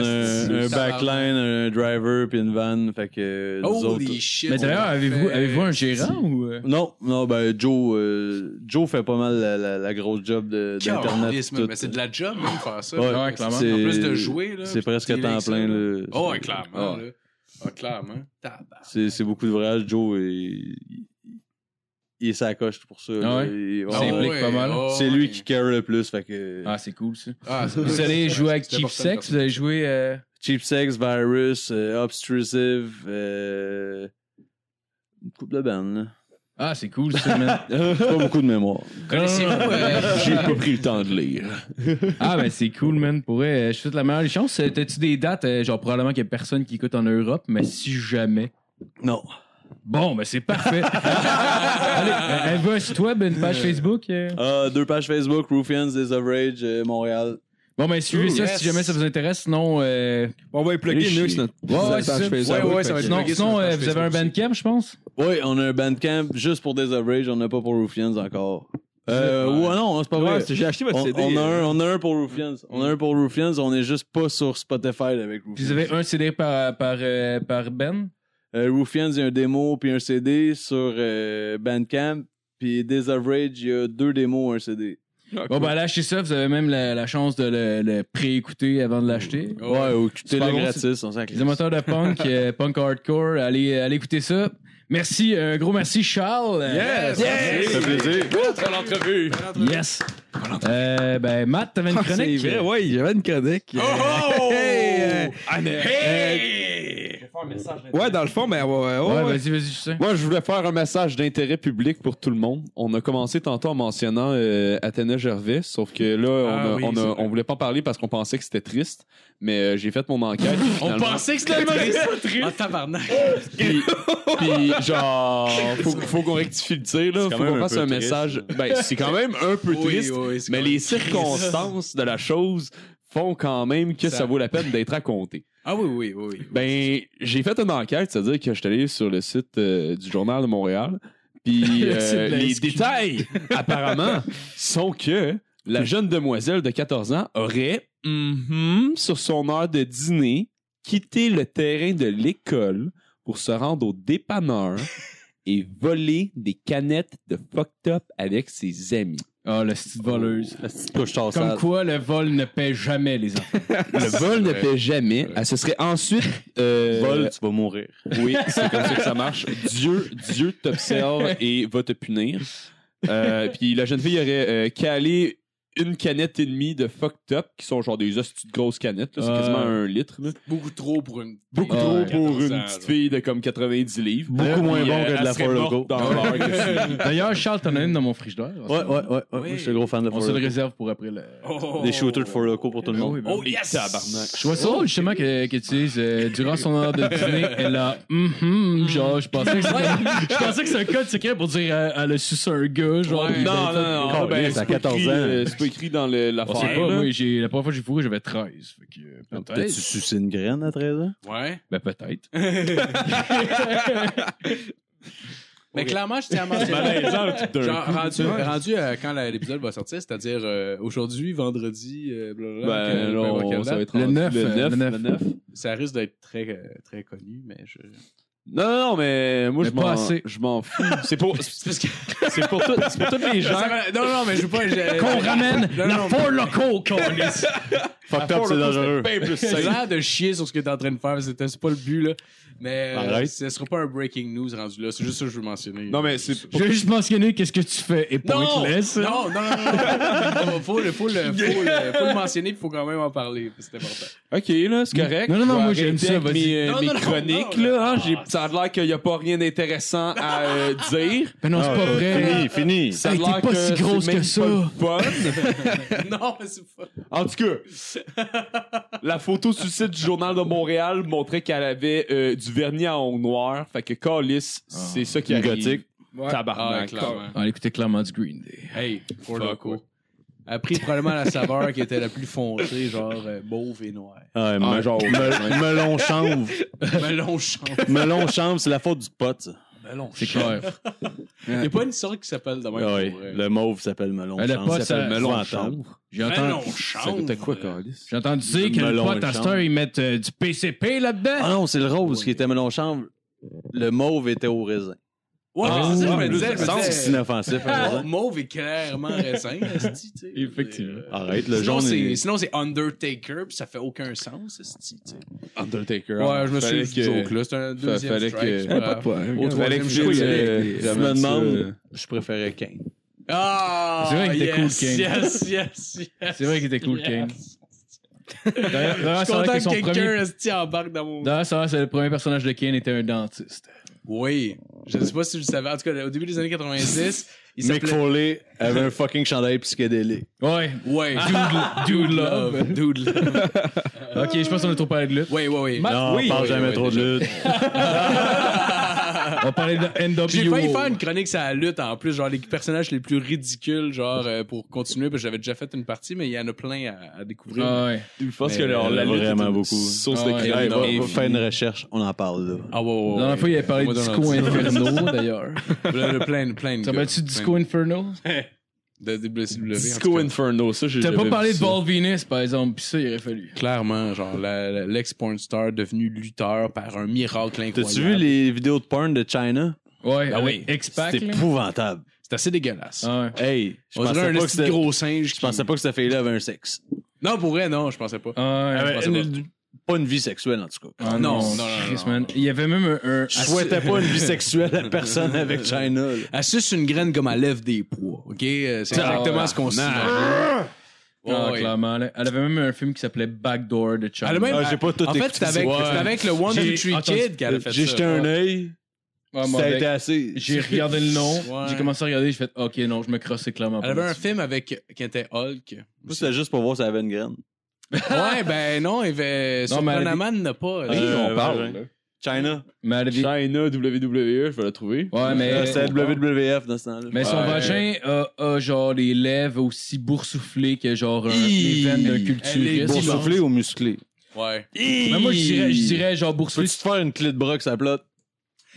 Speaker 7: un
Speaker 5: Esti,
Speaker 7: backline, un driver, puis une van. Fait que. euh, nous autres-
Speaker 5: Holy shit.
Speaker 3: Mais d'ailleurs,
Speaker 5: on a
Speaker 3: avez-vous,
Speaker 5: fait-
Speaker 3: avez-vous un gérant ou. euh?
Speaker 7: Non, non, ben Joe, euh, Joe fait pas mal la, la- la grosse job de- d'internet.
Speaker 5: Calisse,
Speaker 7: tout. euh.
Speaker 5: man, Mais c'est de la job, même, faire ça.
Speaker 7: Ouais,
Speaker 5: là.
Speaker 3: clairement.
Speaker 7: c'est-
Speaker 5: En plus de jouer, là.
Speaker 7: C'est
Speaker 5: puis
Speaker 7: presque
Speaker 5: de
Speaker 7: temps
Speaker 5: dealer avec ça,
Speaker 7: plein.
Speaker 5: là.
Speaker 7: Là.
Speaker 5: Oh, ouais,
Speaker 7: C'est-
Speaker 5: clairement,
Speaker 7: ah,
Speaker 5: là. Ah, clairement. Tabarnak.
Speaker 7: c'est c'est beaucoup de voyages. Joe, il, il- il s'acoche pour ça. là.
Speaker 3: ouais?
Speaker 7: Il-
Speaker 5: Ah,
Speaker 3: C'est
Speaker 7: ouais.
Speaker 3: implique pas mal.
Speaker 5: ouais.
Speaker 7: C'est lui qui carry le plus. Fait que
Speaker 3: Ah, c'est cool
Speaker 7: *laughs*
Speaker 3: ça.
Speaker 5: Ah, c'est-
Speaker 3: Vous allez jouer avec
Speaker 5: C'est
Speaker 3: Chief
Speaker 5: important,
Speaker 3: Sex, vous allez jouer. euh,
Speaker 7: Cheap Sex, Virus, euh, Obtrusive, euh, une couple de bandes. là.
Speaker 3: Ah, c'est cool ça,
Speaker 7: *laughs*
Speaker 3: man.
Speaker 7: Pas beaucoup de mémoire.
Speaker 5: Connaissez-vous, euh,
Speaker 6: J'ai pas pris le temps de lire.
Speaker 3: Ah, ben c'est cool, man. Pour vrai, euh, je souhaite la meilleure des chances. Euh, T'as-tu des dates? euh, genre, probablement qu'il y a personne qui écoute en Europe, mais si jamais.
Speaker 7: Non.
Speaker 3: Bon, ben c'est parfait. Allez, euh, avez-vous un site web, une page Facebook? euh?
Speaker 7: Ah, deux pages Facebook, Ruffians, Days of Rage, euh, Montréal.
Speaker 3: Bon, ben suivez
Speaker 5: Ooh,
Speaker 3: ça
Speaker 5: yes.
Speaker 3: si jamais ça vous intéresse. Sinon, euh,
Speaker 4: On va y plugger
Speaker 6: Riche.
Speaker 4: nous sur notre
Speaker 3: Ouais, ouais,
Speaker 4: page
Speaker 3: c'est ça.
Speaker 4: Facebook.
Speaker 5: Ouais, ouais, ça
Speaker 4: Fait
Speaker 5: va être
Speaker 4: que-
Speaker 3: sinon,
Speaker 5: blogué sur
Speaker 3: sinon,
Speaker 5: notre
Speaker 3: euh,
Speaker 5: page
Speaker 3: vous avez un
Speaker 5: Facebook aussi.
Speaker 3: Bandcamp, je pense?
Speaker 7: Oui, on a un Bandcamp juste pour Days of Rage, on n'a pas pour Ruffians encore. Euh, ouais, non, c'est pas vrai.
Speaker 4: Ouais, c'est- j'ai acheté votre
Speaker 7: on,
Speaker 4: CD.
Speaker 7: on a
Speaker 4: euh,
Speaker 7: un, on a un pour Ruffians. On a un pour Ruffians, on est juste pas sur Spotify avec
Speaker 3: Puis vous
Speaker 7: Ruffians.
Speaker 3: avez un CD par, par, euh, par Ben?
Speaker 7: Euh, Ruffians, il y a un démo puis un CD sur euh, Bandcamp. Puis Days of Rage, il y a deux démos, un CD.
Speaker 3: Bon, ben, là, achetez ça. Vous avez même la, la chance de le, le pré-écouter avant de l'acheter.
Speaker 7: Ouais, ou écoutez-le
Speaker 3: pas gros,
Speaker 7: gratis, on s'en
Speaker 3: Les amateurs de punk, euh, punk hardcore, allez, euh, allez écouter ça. Merci, un gros merci, Charles.
Speaker 5: Yes!
Speaker 7: Ça fait plaisir.
Speaker 5: Très l'entrevue.
Speaker 3: Yes. Euh, ben, Matt, t'avais une
Speaker 4: Ah, C'est
Speaker 3: chronique?
Speaker 4: vrai, ouais, j'avais une chronique.
Speaker 5: Oh, oh!
Speaker 4: Hey,
Speaker 5: Hey!
Speaker 4: Ouais, dans le fond, ben, ouais,
Speaker 3: Ouais,
Speaker 4: ouais, ouais, ouais.
Speaker 3: vas-y, vas-y, je sais.
Speaker 6: Moi, je voulais faire un message d'intérêt public pour tout le monde. On a commencé tantôt en mentionnant euh, Athéna Gervais, sauf que là, on,
Speaker 5: Ah
Speaker 6: a-
Speaker 5: oui,
Speaker 6: on, a-
Speaker 5: c'est vrai.
Speaker 6: on voulait pas en parler parce qu'on pensait que c'était triste, mais euh, j'ai fait mon enquête.
Speaker 5: On
Speaker 6: finalement.
Speaker 5: pensait que c'était triste. En tabarnak. *laughs*
Speaker 6: Puis, puis genre, faut, faut qu'on rectifie le tir, là.
Speaker 7: quand
Speaker 6: Faut
Speaker 7: même
Speaker 6: qu'on
Speaker 7: un
Speaker 6: fasse
Speaker 7: peu
Speaker 6: un
Speaker 7: triste.
Speaker 6: message. Ben, c'est quand même un peu
Speaker 5: Oui,
Speaker 6: triste,
Speaker 5: oui, c'est
Speaker 6: mais
Speaker 5: quand
Speaker 6: les
Speaker 5: même
Speaker 6: circonstances de la chose font quand même que ça,
Speaker 5: Ça-
Speaker 6: vaut la peine d'être raconté.
Speaker 5: Ah oui, oui, oui. oui.
Speaker 6: Ben, j'ai fait une enquête, c'est-à-dire que je suis allé sur le site euh, du Journal de Montréal,
Speaker 5: *laughs*
Speaker 6: puis
Speaker 3: Le
Speaker 6: euh,
Speaker 3: site de la
Speaker 6: les
Speaker 3: SQ.
Speaker 6: détails, apparemment, sont que la jeune demoiselle de 14 ans aurait, mhm, sur son heure de dîner, quitté le terrain de l'école pour se rendre au *laughs* dépanneur et voler des canettes de fucked up avec ses amis.
Speaker 3: Ah, la petite voleuse.
Speaker 7: La petite couche
Speaker 3: Comme
Speaker 7: tassade.
Speaker 3: quoi, le vol ne paie jamais, les enfants.
Speaker 6: Le vol ne paie jamais. Euh, Elle se serait ensuite... euh,
Speaker 7: Vol, tu vas mourir.
Speaker 6: Oui, c'est comme ça que ça marche. Dieu, Dieu *laughs* t'observe et va te punir. Euh, puis la jeune fille aurait euh, calé une canette et demie de fucked up, qui sont genre des hosties de grosses canettes, là, c'est
Speaker 3: Ouais.
Speaker 6: quasiment un litre. là.
Speaker 5: Beaucoup trop pour une.
Speaker 6: Beaucoup
Speaker 3: Ouais.
Speaker 6: trop
Speaker 3: Ouais.
Speaker 6: pour une petite fille de comme 90 livres.
Speaker 7: Beaucoup
Speaker 6: Puis,
Speaker 7: moins bon
Speaker 6: euh,
Speaker 7: que de
Speaker 6: elle
Speaker 7: la
Speaker 6: serait
Speaker 7: Four
Speaker 6: morte
Speaker 7: Loko.
Speaker 6: dans l'heure que tu-
Speaker 3: D'ailleurs, Charles, t'en as une dans mon frigidaire.
Speaker 7: Ouais, ouais, ouais. ouais. Moi, je suis un gros fan de
Speaker 3: On
Speaker 7: Four
Speaker 3: se le
Speaker 7: Loko.
Speaker 3: réserve pour après le.
Speaker 5: Oh.
Speaker 7: Des shooters de Four Loko pour tout le
Speaker 3: Ah
Speaker 7: monde.
Speaker 3: oui, ben
Speaker 5: Oh
Speaker 3: oui.
Speaker 5: yes!
Speaker 6: Tabarnak.
Speaker 3: Je vois ça, justement, que, que tu dises, euh, durant son heure de dîner, *laughs* elle a hum hum, genre, je pensais que c'était, je pensais que c'est un code secret pour dire euh, elle a sucé un gars, genre.
Speaker 5: Ouais.
Speaker 3: puis ben,
Speaker 6: Non, non, non, non.
Speaker 7: Oh,
Speaker 6: ben,
Speaker 7: yes,
Speaker 6: c'est
Speaker 7: à
Speaker 6: pas
Speaker 7: 14
Speaker 6: écrit,
Speaker 7: ans.
Speaker 6: euh, C'est pas écrit dans le-
Speaker 3: On sait
Speaker 6: l'affaire.
Speaker 3: pas,
Speaker 6: là.
Speaker 3: moi, j'ai, la première fois que j'ai fourré, j'avais 13. Fait que, euh,
Speaker 7: Peut-être tu
Speaker 3: peut-être.
Speaker 7: suces une graine à 13 ans?
Speaker 5: Ouais.
Speaker 3: Ben, peut-être.
Speaker 5: Mais clairement, *laughs* je tiens à mentionner. Genre, rendu, rendu à quand la- l'épisode va sortir, c'est-à-dire euh, aujourd'hui, vendredi, euh, blablabla,
Speaker 6: Ben,
Speaker 5: quelle-
Speaker 6: là,
Speaker 5: peu importe
Speaker 6: on-
Speaker 5: quelle
Speaker 6: ça va
Speaker 5: date,
Speaker 6: être
Speaker 3: Le
Speaker 6: rendu
Speaker 3: 9, euh, le 9.
Speaker 5: ça risque d'être très, euh, très connu, mais je.
Speaker 6: Non, non, non, mais moi,
Speaker 3: Mais
Speaker 6: je
Speaker 3: pas
Speaker 6: m'en,
Speaker 3: assez.
Speaker 6: je m'en fous. C'est pour,
Speaker 5: C'est parce que-
Speaker 6: *laughs* c'est pour, tout- c'est pour toutes les gens.
Speaker 5: *laughs* Ça va- non, non, mais je veux pas. je-
Speaker 3: Qu'on ramène
Speaker 6: *laughs*
Speaker 5: Non,
Speaker 3: la
Speaker 5: non,
Speaker 3: Four Loco, qu'on
Speaker 9: Fucked up, c'est dangereux.
Speaker 5: C'est l'air de chier sur ce que t'es en train de faire, c'était c'est pas le but là. Mais euh,
Speaker 9: Arrête.
Speaker 5: ce sera pas un breaking news rendu là, c'est juste ça que je veux mentionner.
Speaker 9: Non, mais c'est.
Speaker 3: Je vais juste mentionner qu'est-ce que tu fais et
Speaker 5: non, non,
Speaker 3: pointless.
Speaker 5: non, non, non, non, faut le, faut le, faut
Speaker 6: euh,
Speaker 5: le, faut le mentionner, puis faut quand même en parler, c'est important.
Speaker 6: Ok, là, c'est correct.
Speaker 3: Non, non, non,
Speaker 6: Je vais
Speaker 3: moi, j'aime
Speaker 6: arrêter
Speaker 3: ça,
Speaker 6: avec
Speaker 3: vas-y.
Speaker 6: Mes, euh,
Speaker 5: Non, non,
Speaker 6: mes
Speaker 5: non, non,
Speaker 6: chroniques,
Speaker 5: non,
Speaker 6: là, hein, j'ai- ça a l'air qu'il n'y a pas rien d'intéressant à euh,
Speaker 3: Mais
Speaker 6: dire.
Speaker 3: Ben non, c'est pas vrai.
Speaker 9: Fini, fini.
Speaker 6: Ça a
Speaker 3: Hey, t'es
Speaker 6: l'air
Speaker 3: pas
Speaker 6: que
Speaker 3: si grosse
Speaker 6: c'est même
Speaker 3: que
Speaker 6: pas le fun.
Speaker 5: *laughs* non, mais c'est pas.
Speaker 6: En tout cas, la photo sur le site du Journal de Montréal montrait qu'elle avait euh, du vernis à ongles noirs. Fait que Calis, c'est ça qui
Speaker 9: Du
Speaker 6: arrive.
Speaker 9: gothique.
Speaker 4: Ouais.
Speaker 5: Ah,
Speaker 6: Tabarnak.
Speaker 5: clairement.
Speaker 3: On écoutait clairement du Green Day.
Speaker 5: Hey, pour le
Speaker 6: Fuck, ouais.
Speaker 5: coup. A pris probablement la saveur qui était la plus foncée, genre euh, mauve et noire.
Speaker 9: Ouais, me-
Speaker 6: genre,
Speaker 9: me- Melon
Speaker 6: *laughs*
Speaker 9: chanvre.
Speaker 5: Melon champ.
Speaker 9: Melon chanvre, c'est la faute du pot, ça.
Speaker 5: Melon
Speaker 3: C'est
Speaker 5: champ.
Speaker 3: clair.
Speaker 5: Il y a pas une sorte qui s'appelle de même.
Speaker 9: Ouais,
Speaker 5: pour euh, vrai.
Speaker 9: le mauve s'appelle melon
Speaker 3: Euh, le
Speaker 9: chanvre.
Speaker 3: pot,
Speaker 9: Il s'appelle
Speaker 3: ça-
Speaker 9: melon
Speaker 3: melon
Speaker 9: chanvre.
Speaker 3: J'ai
Speaker 5: Melon
Speaker 3: entendu,
Speaker 5: champ.
Speaker 6: Calis?
Speaker 3: j'ai entendu dire que le
Speaker 9: Melon
Speaker 3: pot à
Speaker 9: et
Speaker 3: cette
Speaker 9: chambre.
Speaker 3: heure, ils mettent euh, du PCP
Speaker 9: Ah
Speaker 3: là-dedans.
Speaker 9: non, c'est le rose
Speaker 5: Ouais.
Speaker 9: qui était melon chanvre.
Speaker 7: Le mauve était au raisin.
Speaker 5: Ouais,
Speaker 6: Ah,
Speaker 5: c'est ça,
Speaker 6: ah,
Speaker 5: que je me disais. je me
Speaker 9: C'est
Speaker 5: disais,
Speaker 9: c'est inoffensif. le
Speaker 5: euh,
Speaker 9: raisin.
Speaker 5: Mauve est clairement raisin, esti, tu sais.
Speaker 3: Effectivement.
Speaker 5: Euh,
Speaker 9: Arrête, le
Speaker 5: sinon,
Speaker 9: jaune
Speaker 5: c'est-
Speaker 9: est-
Speaker 5: Sinon, c'est Undertaker, puis ça fait aucun sens, esti, tu sais.
Speaker 6: Undertaker.
Speaker 5: Ouais, je me
Speaker 6: Fallait
Speaker 5: suis dit
Speaker 6: que-
Speaker 5: joke, là. C'est un deuxième
Speaker 6: fallait
Speaker 5: strike.
Speaker 6: que-
Speaker 5: c'est
Speaker 4: Eh,
Speaker 5: pas
Speaker 4: pas de
Speaker 5: grave.
Speaker 4: problème.
Speaker 5: Au
Speaker 6: Fallait
Speaker 5: troisième,
Speaker 6: que
Speaker 5: je
Speaker 6: j'aille,
Speaker 5: dis-
Speaker 6: euh,
Speaker 9: Tu
Speaker 6: j'amène
Speaker 9: me
Speaker 6: ça,
Speaker 9: demandes-
Speaker 6: euh,
Speaker 7: Je préférais Kane.
Speaker 5: Ah!
Speaker 3: C'est vrai qu'il était
Speaker 5: yes,
Speaker 3: cool, Kane.
Speaker 5: Yes, yes, yes.
Speaker 3: C'est vrai qu'il était cool,
Speaker 5: yes. *laughs*
Speaker 3: Kane. D'ailleurs,
Speaker 5: Je
Speaker 3: d'ailleurs,
Speaker 5: suis
Speaker 3: c'est
Speaker 5: content
Speaker 3: vrai que
Speaker 5: que
Speaker 3: son
Speaker 5: quelqu'un
Speaker 3: premier...
Speaker 5: esti embarque dans mon.
Speaker 3: D'ailleurs, c'est vrai, c'est le premier personnage de Kane était un dentiste.
Speaker 5: Oui. Je sais pas si je le savais. En tout cas, au début des années 90, il
Speaker 9: Mick
Speaker 5: s'appelait.
Speaker 9: Foley avait un fucking chandail psychédélique.
Speaker 3: Ouais.
Speaker 5: Ouais.
Speaker 3: *laughs*
Speaker 5: *laughs*
Speaker 3: Dude, dude love.
Speaker 5: Dude Love.
Speaker 3: Ok, je pense qu'on est trop parlé de lutte.
Speaker 5: Ouais, ouais, ouais.
Speaker 9: Non, on parle jamais trop de lutte.
Speaker 3: On parlait de NWO.
Speaker 5: J'ai failli faire une chronique sur la lutte en plus, genre les personnages les plus ridicules, genre euh, pour continuer, parce que j'avais déjà fait une partie, mais il y en a plein à, à découvrir.
Speaker 3: Ah ouais.
Speaker 6: Je pense
Speaker 5: Mais
Speaker 6: que leur-
Speaker 9: elle
Speaker 6: la
Speaker 9: a
Speaker 6: lutte est
Speaker 9: vraiment
Speaker 6: une
Speaker 9: beaucoup.
Speaker 6: Source
Speaker 3: Ah
Speaker 6: de
Speaker 3: ouais.
Speaker 6: crime.
Speaker 9: Hey, va,
Speaker 6: infinie.
Speaker 9: va faire une recherche, on en parle là.
Speaker 5: Ah ouais, ouais,
Speaker 3: La dernière
Speaker 5: ouais.
Speaker 3: fois, il avait parlé de
Speaker 5: Moi, dans
Speaker 3: Disco
Speaker 5: l'anti-
Speaker 3: Inferno,
Speaker 5: *laughs*
Speaker 3: d'ailleurs.
Speaker 5: Le- le plein, plein de
Speaker 3: Ça
Speaker 5: gars.
Speaker 3: m'as-tu
Speaker 5: Plein
Speaker 3: Disco Inferno?
Speaker 5: de WCW, en tout
Speaker 6: Disco
Speaker 5: cas.
Speaker 6: Inferno, ça, j'ai
Speaker 3: T'as
Speaker 6: jamais
Speaker 3: pas
Speaker 6: vu
Speaker 3: parlé de
Speaker 6: ça.
Speaker 3: Ball Venus, par exemple, pis ça, il aurait fallu.
Speaker 5: Clairement, genre la- la- l'ex-porn star devenu lutteur par un miracle incroyable.
Speaker 9: T'as-tu vu les vidéos de porn de China?
Speaker 3: Ouais,
Speaker 5: Ah oui.
Speaker 3: avec X-Pac.
Speaker 9: C'est
Speaker 3: là.
Speaker 9: épouvantable.
Speaker 5: C'est assez dégueulasse.
Speaker 3: Ah ouais.
Speaker 9: Hey, je
Speaker 5: On dirait
Speaker 9: pensais
Speaker 5: un
Speaker 9: pas que
Speaker 5: petit
Speaker 9: c'était-
Speaker 5: gros singe.
Speaker 9: je pensais pas que cette fille-là avait un sexe.
Speaker 5: Non, pour vrai, non, je pensais pas.
Speaker 3: Ah ouais.
Speaker 9: Avait
Speaker 5: pensais
Speaker 9: une- Pas une vie sexuelle, en tout cas.
Speaker 3: Ah
Speaker 5: non, non, non,
Speaker 3: Chris,
Speaker 5: non.
Speaker 3: man. Il y avait même un. un-
Speaker 9: Je souhaitais pas une vie sexuelle à personne
Speaker 3: *laughs*
Speaker 9: avec China. là.
Speaker 5: Elle suce une graine comme elle lève des poids, OK? Euh, C'est
Speaker 3: Ah,
Speaker 5: exactement
Speaker 3: ouais.
Speaker 5: ce qu'on s'imagine.
Speaker 3: *laughs* Ah,
Speaker 5: Ouais, ouais.
Speaker 3: clairement. là. Elle avait même un film qui s'appelait Backdoor de China.
Speaker 5: Elle a même-
Speaker 9: Ah, j'ai pas tout
Speaker 5: En fait,
Speaker 9: écouté.
Speaker 5: c'était avec,
Speaker 9: Ouais.
Speaker 5: c'était avec le One
Speaker 3: J'ai
Speaker 5: Two Three
Speaker 3: entendu-
Speaker 5: Kid qu'elle a fait ça.
Speaker 9: J'ai jeté un œil,
Speaker 3: Ouais, Ah, moi,
Speaker 9: ça a
Speaker 3: avec-
Speaker 9: été assez.
Speaker 3: J'ai regardé le nom,
Speaker 5: Ouais.
Speaker 3: j'ai commencé à regarder, j'ai fait OK, non, je me crossais clairement.
Speaker 5: Elle
Speaker 3: pas
Speaker 5: avait un
Speaker 3: là-dessus.
Speaker 5: film avec qui était Hulk.
Speaker 7: Moi, c'était juste pour voir si ça avait une graine.
Speaker 5: ouais, ben non, il avait
Speaker 3: Non, mais elle a
Speaker 5: Superman n'a pas.
Speaker 9: Euh,
Speaker 5: là.
Speaker 9: on parle. China.
Speaker 3: Mais elle avait-
Speaker 6: China WWE, je vais la trouver.
Speaker 3: Ouais, mais.
Speaker 9: Ah,
Speaker 7: Euh, C'était WWF dans ce temps-là.
Speaker 3: Mais son
Speaker 6: Ouais.
Speaker 3: vagin a, a genre les lèvres aussi boursouflées que genre un, les veines d'un
Speaker 5: Elle est
Speaker 3: culturiste.
Speaker 9: Boursouflé ou musclé?
Speaker 5: Ouais.
Speaker 3: Mais moi, je dirais, je dirais genre
Speaker 9: Peux-tu
Speaker 3: boursouflé,
Speaker 9: te faire une clé de bras que ça plotte?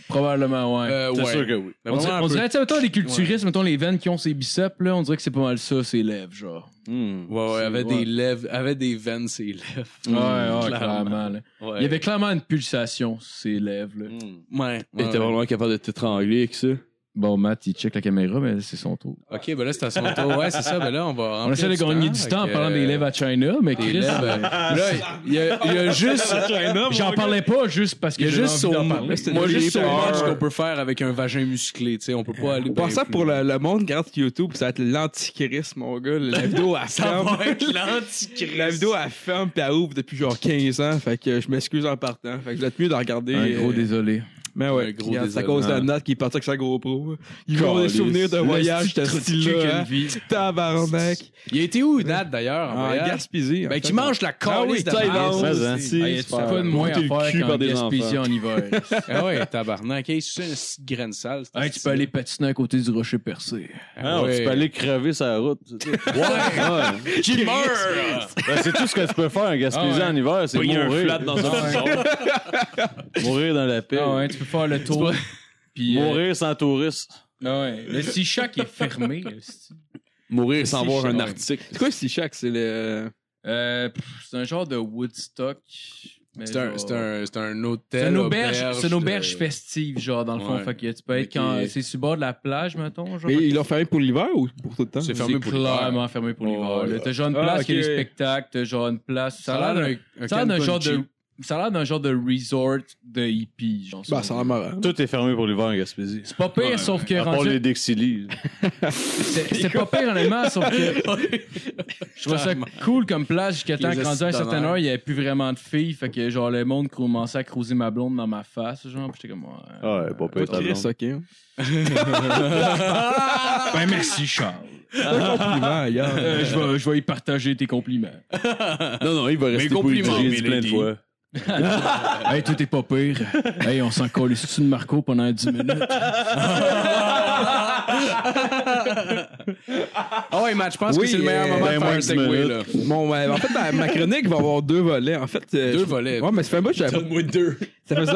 Speaker 3: probablement, ouais.
Speaker 5: Euh,
Speaker 9: C'est
Speaker 5: ouais.
Speaker 9: sûr que oui.
Speaker 5: Mais
Speaker 3: on
Speaker 5: vraiment
Speaker 3: dirait,
Speaker 5: un
Speaker 3: on
Speaker 5: peu-
Speaker 3: dirait, tu sais, mettons les culturistes, mettons les veines qui ont ces biceps, là, on dirait que c'est pas mal ça, ces lèvres, genre.
Speaker 5: Ouais, ouais,
Speaker 3: C'est-
Speaker 5: avait
Speaker 3: ouais.
Speaker 5: des lèvres, avait des veines ses lèvres.
Speaker 3: ouais, ouais,
Speaker 5: Mm, clairement.
Speaker 3: clairement. là.
Speaker 5: Ouais. Mm.
Speaker 3: Il y avait clairement une pulsation sur ses lèvres, là.
Speaker 5: Ouais.
Speaker 6: Mais
Speaker 5: ouais.
Speaker 6: t'es vraiment capable de t'étrangler avec ça.
Speaker 3: Bon, Matt, il check la caméra, mais c'est son tour.
Speaker 5: Ok, ben là, c'est à son tour. Ouais, c'est ça. Ben là, on va.
Speaker 3: On
Speaker 5: remplir
Speaker 3: essaie de gagner du
Speaker 5: fait
Speaker 3: temps en
Speaker 5: que, euh,
Speaker 3: parlant des lèvres à China, mais
Speaker 5: des
Speaker 3: Chris,
Speaker 5: lèvres, euh, Là, il y, a- il y *laughs* a juste.
Speaker 3: j'en parlais pas juste parce
Speaker 5: Il y
Speaker 3: que
Speaker 5: a
Speaker 3: j'ai
Speaker 5: juste
Speaker 3: envie
Speaker 5: so,
Speaker 3: d'en parler.
Speaker 5: moi, juste so
Speaker 4: peur.
Speaker 5: much qu'on peut faire avec un vagin musclé, tu sais, on peut pas aller.
Speaker 4: Pour
Speaker 5: bien
Speaker 4: ça,
Speaker 5: plus
Speaker 4: pour
Speaker 5: loin.
Speaker 4: le, le monde qui regarde YouTube, ça va être l'antichrist, mon gars. La vidéo, elle
Speaker 5: *laughs* Ça
Speaker 4: ferme.
Speaker 5: va être l'antichrist.
Speaker 4: La vidéo, elle ferme puis elle ouvre depuis genre 15 ans. Fait que je m'excuse en partant. Fait que vous êtes mieux de regarder.
Speaker 3: Un gros
Speaker 4: euh,
Speaker 3: désolé.
Speaker 4: Mais
Speaker 5: Un
Speaker 4: ouais,
Speaker 5: gros
Speaker 4: regarde, c'est à
Speaker 5: désolant.
Speaker 4: cause de Nat qui est parti avec sa GoPro. Ils ont des souvenirs d'un voyage de
Speaker 3: Le
Speaker 4: ce
Speaker 3: petit trou de cul qu'il y a
Speaker 4: style-là.
Speaker 3: une
Speaker 4: hein.
Speaker 3: vie.
Speaker 4: Tabarnak.
Speaker 5: Il a été où, Nat, d'ailleurs, en
Speaker 4: Ah,
Speaker 5: voyage?
Speaker 4: gaspillé. en
Speaker 5: Ben,
Speaker 4: fait.
Speaker 5: qui mange la
Speaker 4: Ah
Speaker 5: calice
Speaker 4: oui,
Speaker 5: de
Speaker 4: ça, il
Speaker 5: base.
Speaker 4: mange.
Speaker 9: Mais, hein,
Speaker 4: C'est-
Speaker 3: Ah, y a-tu
Speaker 6: faire
Speaker 3: pas de moins à
Speaker 6: monter le
Speaker 3: faire
Speaker 6: cul
Speaker 3: qu'en
Speaker 6: par des
Speaker 3: Gaspésie en
Speaker 5: *laughs*
Speaker 3: hiver?
Speaker 5: Ah ouais, tabarnak. Hey, c'est une petite graine sale. cette
Speaker 3: Hey, Ah, tu peux aller patiner à côté du rocher percé.
Speaker 5: Ah
Speaker 9: Ah,
Speaker 5: ouais.
Speaker 9: Tu peux aller crever sur la route. c'est tout. Ouais.
Speaker 5: Qui meurt!
Speaker 9: Ben, c'est tout ce que tu peux faire en Gaspésie
Speaker 3: Ah ouais.
Speaker 9: en hiver, c'est
Speaker 6: Pogner un flat
Speaker 9: mourir.
Speaker 6: dans un bouchon.
Speaker 9: Mourir dans la paix.
Speaker 3: Ah ouais, tu peux faire le tour. Puis, euh,
Speaker 9: Mourir sans touriste.
Speaker 3: ah ouais. Le sea shack est
Speaker 5: *laughs*
Speaker 3: fermé. esti.
Speaker 6: Mourir sans
Speaker 4: Si,
Speaker 6: voir un
Speaker 4: ouais.
Speaker 6: article.
Speaker 4: C'est quoi si chaque C'est le.
Speaker 3: Euh, pff, c'est un genre de Woodstock. Mais
Speaker 5: C'est un,
Speaker 3: genre-
Speaker 5: c'est un, c'est un
Speaker 3: C'est
Speaker 5: hôtel.
Speaker 3: une auberge, c'est une
Speaker 5: de-
Speaker 3: auberge festive, genre, dans le fond.
Speaker 5: Ouais.
Speaker 3: Fait que tu peux
Speaker 5: Mais
Speaker 3: être quand
Speaker 5: qui-
Speaker 3: c'est sur le bord de la plage, mettons. Genre,
Speaker 4: Mais ils l'ont fermé pour l'hiver ou pour tout le temps?
Speaker 5: C'est
Speaker 3: fermé
Speaker 5: fermé pour l'hiver.
Speaker 3: clairement fermé pour l'hiver.
Speaker 5: Oh,
Speaker 3: là. T'as genre une
Speaker 4: Ah,
Speaker 3: place qui a
Speaker 4: ok.
Speaker 3: des spectacles, t'as genre une place. Ça a l'air
Speaker 5: d'un-
Speaker 3: d'un- ça a l'air d'un
Speaker 5: camp
Speaker 3: genre
Speaker 5: crunchy.
Speaker 3: de. Ça a l'air d'un genre de resort de hippie, genre.
Speaker 4: Bah, ça a l'air marrant.
Speaker 7: Tout est fermé pour l'hiver en Gaspésie.
Speaker 3: C'est pas pire, sauf que
Speaker 7: À part
Speaker 3: rendu-
Speaker 7: les Dixili.
Speaker 3: C'est c'est pas pire, honnêtement, sauf
Speaker 4: *laughs*
Speaker 3: que je trouvais ça cool comme place jusqu'à temps
Speaker 5: Les
Speaker 3: que rendu à un
Speaker 5: assises
Speaker 3: certain
Speaker 5: d'honneur.
Speaker 3: heure, il n'y avait plus vraiment de filles. Fait que, genre, le monde commençait à croiser ma blonde dans ma face, genre. Puis j'étais comme, ouais.
Speaker 7: Ah ouais,
Speaker 4: Pas
Speaker 7: pas pire.
Speaker 4: de
Speaker 7: ta blonde.
Speaker 4: Chris, ok.
Speaker 5: hein.
Speaker 4: *laughs*
Speaker 3: Ben, merci, Charles.
Speaker 4: Un compliment, gars.
Speaker 3: Euh, je vais- je vais y partager tes compliments.
Speaker 7: Non, non, il va rester
Speaker 5: compliments,
Speaker 7: politique, j'ai dit plein de
Speaker 5: Mélodie.
Speaker 7: fois.
Speaker 3: Hey, tout est pas pire. Hey, on s'en colle ici de Marco pendant 10 minutes.
Speaker 5: Ah ouais, Matt, je pense
Speaker 4: Oui,
Speaker 5: que c'est le meilleur
Speaker 4: euh,
Speaker 5: moment
Speaker 7: ben,
Speaker 5: de
Speaker 7: moins
Speaker 5: faire un
Speaker 7: dix
Speaker 5: segway,
Speaker 7: minutes.
Speaker 5: là.
Speaker 4: Bon, ben, en fait, ma, ma chronique va avoir deux volets. En fait, euh,
Speaker 5: Deux
Speaker 4: je-
Speaker 5: volets.
Speaker 4: Ouais, mais ça fait un bout que j'avais pas-
Speaker 5: Donne-moi deux.
Speaker 4: ça *laughs*
Speaker 5: *laughs*
Speaker 4: faisait,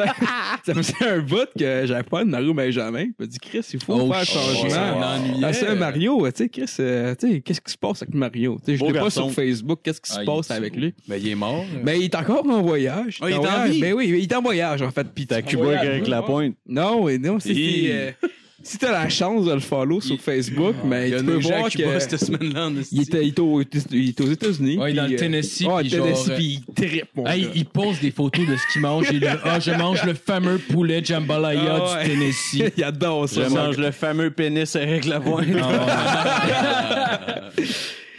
Speaker 4: ça faisait un bout que j'avais pas de Mario Benjamin. Je me dis, Chris, il faut
Speaker 5: Oh,
Speaker 3: Oh,
Speaker 4: faire un changement. Ah, c'est un Mario, tu sais, Chris, euh, tu sais, qu'est-ce qui se passe avec Mario? Tu sais, je
Speaker 7: Beau
Speaker 4: l'ai pas
Speaker 7: garçon.
Speaker 4: sur Facebook, qu'est-ce qui se
Speaker 3: Ah, il
Speaker 4: passe
Speaker 3: est
Speaker 4: avec
Speaker 3: sous.
Speaker 4: lui?
Speaker 5: Mais il est mort. là.
Speaker 4: Mais Ben, il est encore en voyage.
Speaker 5: Ah, il est en
Speaker 4: voyage.
Speaker 5: vie.
Speaker 4: Ben oui, il est en voyage, en fait. Puis
Speaker 7: T'as
Speaker 4: tu-
Speaker 7: Cuba avec la pointe.
Speaker 4: Non, oui, non, si
Speaker 5: Hi.
Speaker 4: t'es, euh, si t'as la chance de le follow sur Facebook, mais
Speaker 5: il a
Speaker 4: tu peux
Speaker 5: neigé à
Speaker 4: voir
Speaker 5: Cuba
Speaker 4: que...
Speaker 5: cette semaine-là. en
Speaker 4: Il
Speaker 5: esti.
Speaker 4: était, il était au- il était aux États-Unis.
Speaker 3: Ouais,
Speaker 4: puis,
Speaker 3: dans le
Speaker 4: euh,
Speaker 3: Tennessee,
Speaker 4: Ah,
Speaker 3: puis
Speaker 4: Tennessee,
Speaker 3: genre, euh,
Speaker 4: puis il trippe, mon
Speaker 3: Hey,
Speaker 4: gars.
Speaker 3: il pose des photos de ce qu'il mange. Il est là, ah, je mange le fameux poulet jambalaya
Speaker 4: Ah ouais.
Speaker 3: du Tennessee.
Speaker 4: *laughs* Il adore
Speaker 7: Je
Speaker 4: ça. mon
Speaker 7: mange le fameux pénis avec la pointe.
Speaker 4: gars.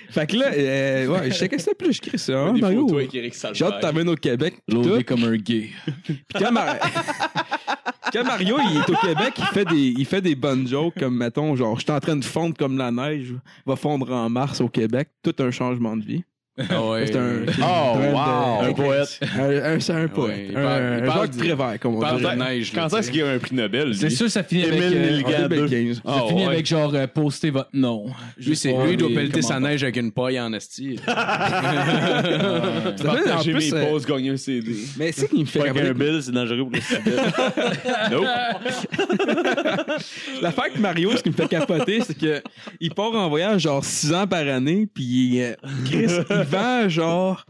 Speaker 4: Fait que là, euh, ouais, je sais que c'était plus, je crie ça. hein,
Speaker 5: Des
Speaker 4: Mario.
Speaker 5: photos avec Eric
Speaker 4: J'ai hâte de
Speaker 5: Salvaire.
Speaker 4: t'amener au Québec. pis tout.
Speaker 3: Loadé comme un gay.
Speaker 4: Puis quand, Mar- *laughs* quand Mario il est au Québec, il fait des, il fait des bonnes jokes comme mettons genre je suis en train de fondre comme la neige, va fondre en mars au Québec, tout un changement de vie.
Speaker 5: Ah ouais.
Speaker 4: C'est un c'est
Speaker 7: Oh,
Speaker 4: une
Speaker 7: wow!
Speaker 4: trend
Speaker 7: Un poète.
Speaker 4: de- un, un- c'est un
Speaker 5: Ouais,
Speaker 4: poète,
Speaker 5: il
Speaker 4: un,
Speaker 5: parle- il
Speaker 4: un
Speaker 5: parle
Speaker 4: Jacques
Speaker 5: du-
Speaker 4: Prévert comme on
Speaker 5: Parle
Speaker 4: dit.
Speaker 5: de neige. là,
Speaker 6: Quand est-ce
Speaker 5: tu
Speaker 6: qu'il y a un prix Nobel?
Speaker 4: *laughs*
Speaker 3: C'est
Speaker 6: lui?
Speaker 3: sûr, ça finit avec.
Speaker 7: Émile
Speaker 3: euh,
Speaker 7: Nelligan.
Speaker 4: En 2015.
Speaker 3: ça
Speaker 6: Ah,
Speaker 3: finit
Speaker 6: ouais.
Speaker 3: avec genre euh, poster votre nom.
Speaker 5: sais. Lui, c'est-
Speaker 3: Juste
Speaker 5: lui, il doit
Speaker 3: pour
Speaker 5: pelleter
Speaker 3: les
Speaker 5: sa
Speaker 3: commentaires.
Speaker 5: neige avec une paille en esti.
Speaker 4: Ça fait, en
Speaker 6: Partager
Speaker 4: plus,
Speaker 6: mes
Speaker 4: euh,
Speaker 6: pauses, gagner un CD.
Speaker 4: mais c'est qu'il me fait
Speaker 7: Pas qu'un
Speaker 4: rappeler
Speaker 7: bill, c'est dangereux pour le sida.
Speaker 6: *laughs* Nope.
Speaker 4: L'affaire avec Mario, ce qui me fait capoter, c'est que il part en voyage genre 6 ans par année, puis euh, Chris, il vend genre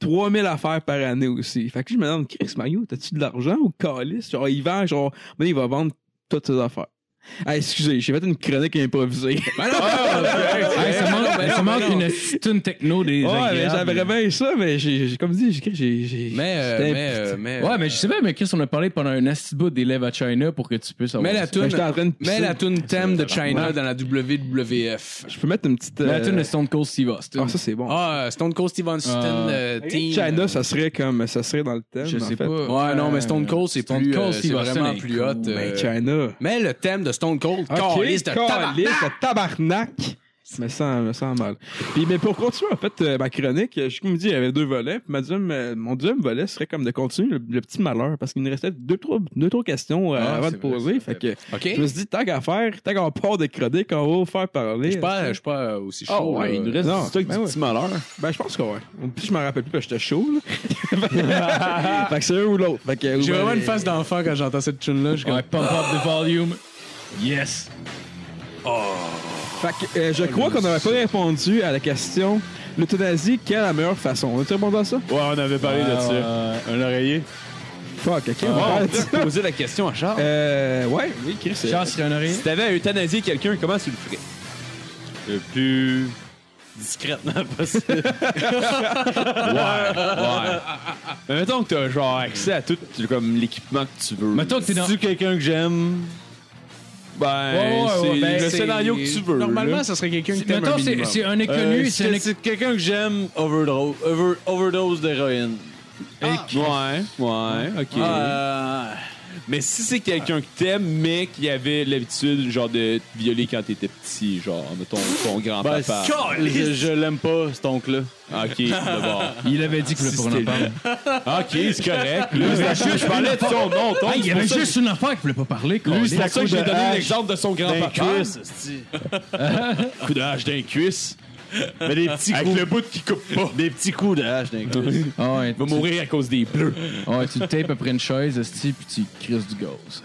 Speaker 4: 3000 affaires par année aussi. Fait que je me demande, Chris, Mario, t'as-tu de l'argent ou calice? Genre, il vend genre, mais il va vendre toutes ses affaires. Ah, excusez, j'ai fait une chronique *laughs* improvisée.
Speaker 3: Hey, ça manque,
Speaker 4: Ben Ah, non,
Speaker 3: ça
Speaker 4: ben
Speaker 3: manque
Speaker 4: non.
Speaker 3: une stune techno des.
Speaker 4: ouais, mais
Speaker 3: agréables.
Speaker 4: j'avais vraiment eu ça, mais j'ai, j'ai- comme dit, j'ai, j'ai, j'ai-
Speaker 5: Mais, euh,
Speaker 4: C'était-
Speaker 5: mais, euh, mais.
Speaker 3: Ouais, mais je sais pas, mais Chris, on a parlé pendant un asti bout des lèvres à China pour que tu puisses avoir.
Speaker 5: Mais la
Speaker 4: Ben,
Speaker 5: toune,
Speaker 4: j'étais en train de
Speaker 5: mais
Speaker 4: pisser.
Speaker 5: la toune thème de China dans la WWF.
Speaker 4: Je peux mettre une petite.
Speaker 3: La
Speaker 4: euh,
Speaker 3: tune de Stone Cold Steve Austin.
Speaker 4: Ah, ça c'est bon.
Speaker 5: Ah, Stone Cold Steve Austin,
Speaker 3: Ah.
Speaker 5: euh, Team.
Speaker 4: China, ça serait comme, ça serait dans le thème.
Speaker 3: je
Speaker 4: en
Speaker 3: sais
Speaker 4: fait.
Speaker 3: pas.
Speaker 5: Ouais, non, mais Stone Cold, c'est
Speaker 3: Stone
Speaker 5: plus,
Speaker 3: Cold
Speaker 5: euh, c'est
Speaker 3: Steve Austin
Speaker 5: vraiment
Speaker 3: est
Speaker 5: plus
Speaker 3: cool.
Speaker 5: hot. euh,
Speaker 4: Mais Ben, China.
Speaker 5: Mais le thème de Stone Cold,
Speaker 4: Ok,
Speaker 5: calice de tabac.
Speaker 4: calice de tabarnak. Je me sens, je me sens mal. Puis, mais pour continuer, en fait, euh, ma chronique, euh, je me dis, il y avait deux volets. Puis ma deuxième, euh, mon deuxième volet serait comme de continuer le, le petit malheur, parce qu'il nous restait deux, trois, deux, trois questions euh,
Speaker 3: Ah,
Speaker 4: avant
Speaker 3: c'est
Speaker 4: de
Speaker 3: vrai,
Speaker 4: poser.
Speaker 3: ça
Speaker 4: fait que,
Speaker 5: Ok?
Speaker 4: je me suis dit, tant qu'à faire, tant qu'on part des chroniques, on va faire parler.
Speaker 5: Je suis pas, je suis pas euh, aussi chaud.
Speaker 6: Oh, ouais,
Speaker 5: là.
Speaker 6: il nous reste
Speaker 4: Non,
Speaker 6: du stock
Speaker 4: ben
Speaker 6: du
Speaker 4: ouais.
Speaker 6: petit malheur.
Speaker 4: Ben, je pense que ouais. Puis, je m'en rappelle plus parce que j'étais chaud, là. fait que c'est un ou l'autre. Fait que, euh,
Speaker 5: J'ai
Speaker 4: ouais,
Speaker 5: vraiment une face d'enfant quand j'entends cette tune là. Je suis comme,
Speaker 3: Ouais, pump up the volume. Yes.
Speaker 4: Fait que, euh, je crois qu'on n'avait pas répondu à la question, l'euthanasie, quelle est la meilleure façon? On a-tu répondu à ça?
Speaker 7: Ouais, on avait parlé de ça.
Speaker 3: Euh,
Speaker 7: Un oreiller.
Speaker 4: Fuck, ok. on va
Speaker 6: On
Speaker 4: faire-
Speaker 6: peut poser la question à Charles.
Speaker 4: Euh, ouais, oui, Chris. euh,
Speaker 3: Charles serait honoré.
Speaker 6: Si t'avais à euthanasier quelqu'un, comment tu le ferais?
Speaker 7: Le plus discrètement possible.
Speaker 6: *laughs* Mais mettons que t'as genre accès à tout comme l'équipement que tu veux.
Speaker 3: Mettons que t'es dans.
Speaker 7: Tu quelqu'un que j'aime.
Speaker 6: Ben,
Speaker 3: Ouais, ouais,
Speaker 6: c'est
Speaker 3: ouais, ben,
Speaker 6: le
Speaker 3: c'est-
Speaker 6: scénario que tu veux.
Speaker 5: Normalement,
Speaker 6: là.
Speaker 5: ça serait quelqu'un qui t'aime un
Speaker 3: Mettons, c'est
Speaker 5: minimum.
Speaker 3: c'est un
Speaker 7: Euh,
Speaker 3: inconnu.
Speaker 7: si
Speaker 3: C'est un
Speaker 7: c'est c'est quelqu'un que j'aime, overdose, over- overdose d'héroïne.
Speaker 6: Ouais, ouais, ok.
Speaker 7: Ah,
Speaker 6: Mais si c'est quelqu'un que t'aimes, mais qui avait l'habitude, genre, de te violer quand t'étais petit, genre, mettons, ton
Speaker 7: ben,
Speaker 6: grand-papa. Ah,
Speaker 7: je, je l'aime pas, cet oncle-là.
Speaker 6: ok, d'abord.
Speaker 3: inc- Il avait dit que le
Speaker 6: Si
Speaker 3: pour en
Speaker 6: c'était
Speaker 3: parler.
Speaker 6: Ah, Ok, c'est correct. Là, je parlais de son nom, ton.
Speaker 3: Ah, il y
Speaker 6: c'est
Speaker 3: avait
Speaker 6: pour ça
Speaker 3: juste une affaire qu'il voulait pas parler.
Speaker 6: que-
Speaker 3: câlisse.
Speaker 6: c'est pour ça que j'ai donné
Speaker 7: hache
Speaker 6: l'exemple de son
Speaker 7: D'un
Speaker 6: grand-papa.
Speaker 7: cuisse, esti.
Speaker 6: *laughs* Coup de hache d'un cuisse.
Speaker 7: Mais des petits
Speaker 6: Avec
Speaker 7: coups.
Speaker 6: le bout qui coupe pas.
Speaker 7: Des petits coups de hache d'un cuisse.
Speaker 3: Ah ouais,
Speaker 6: Va
Speaker 3: tu-
Speaker 6: mourir à cause des bleus.
Speaker 3: ah ouais, tu le tapes après une chaise, esti, puis tu crisses du gaz.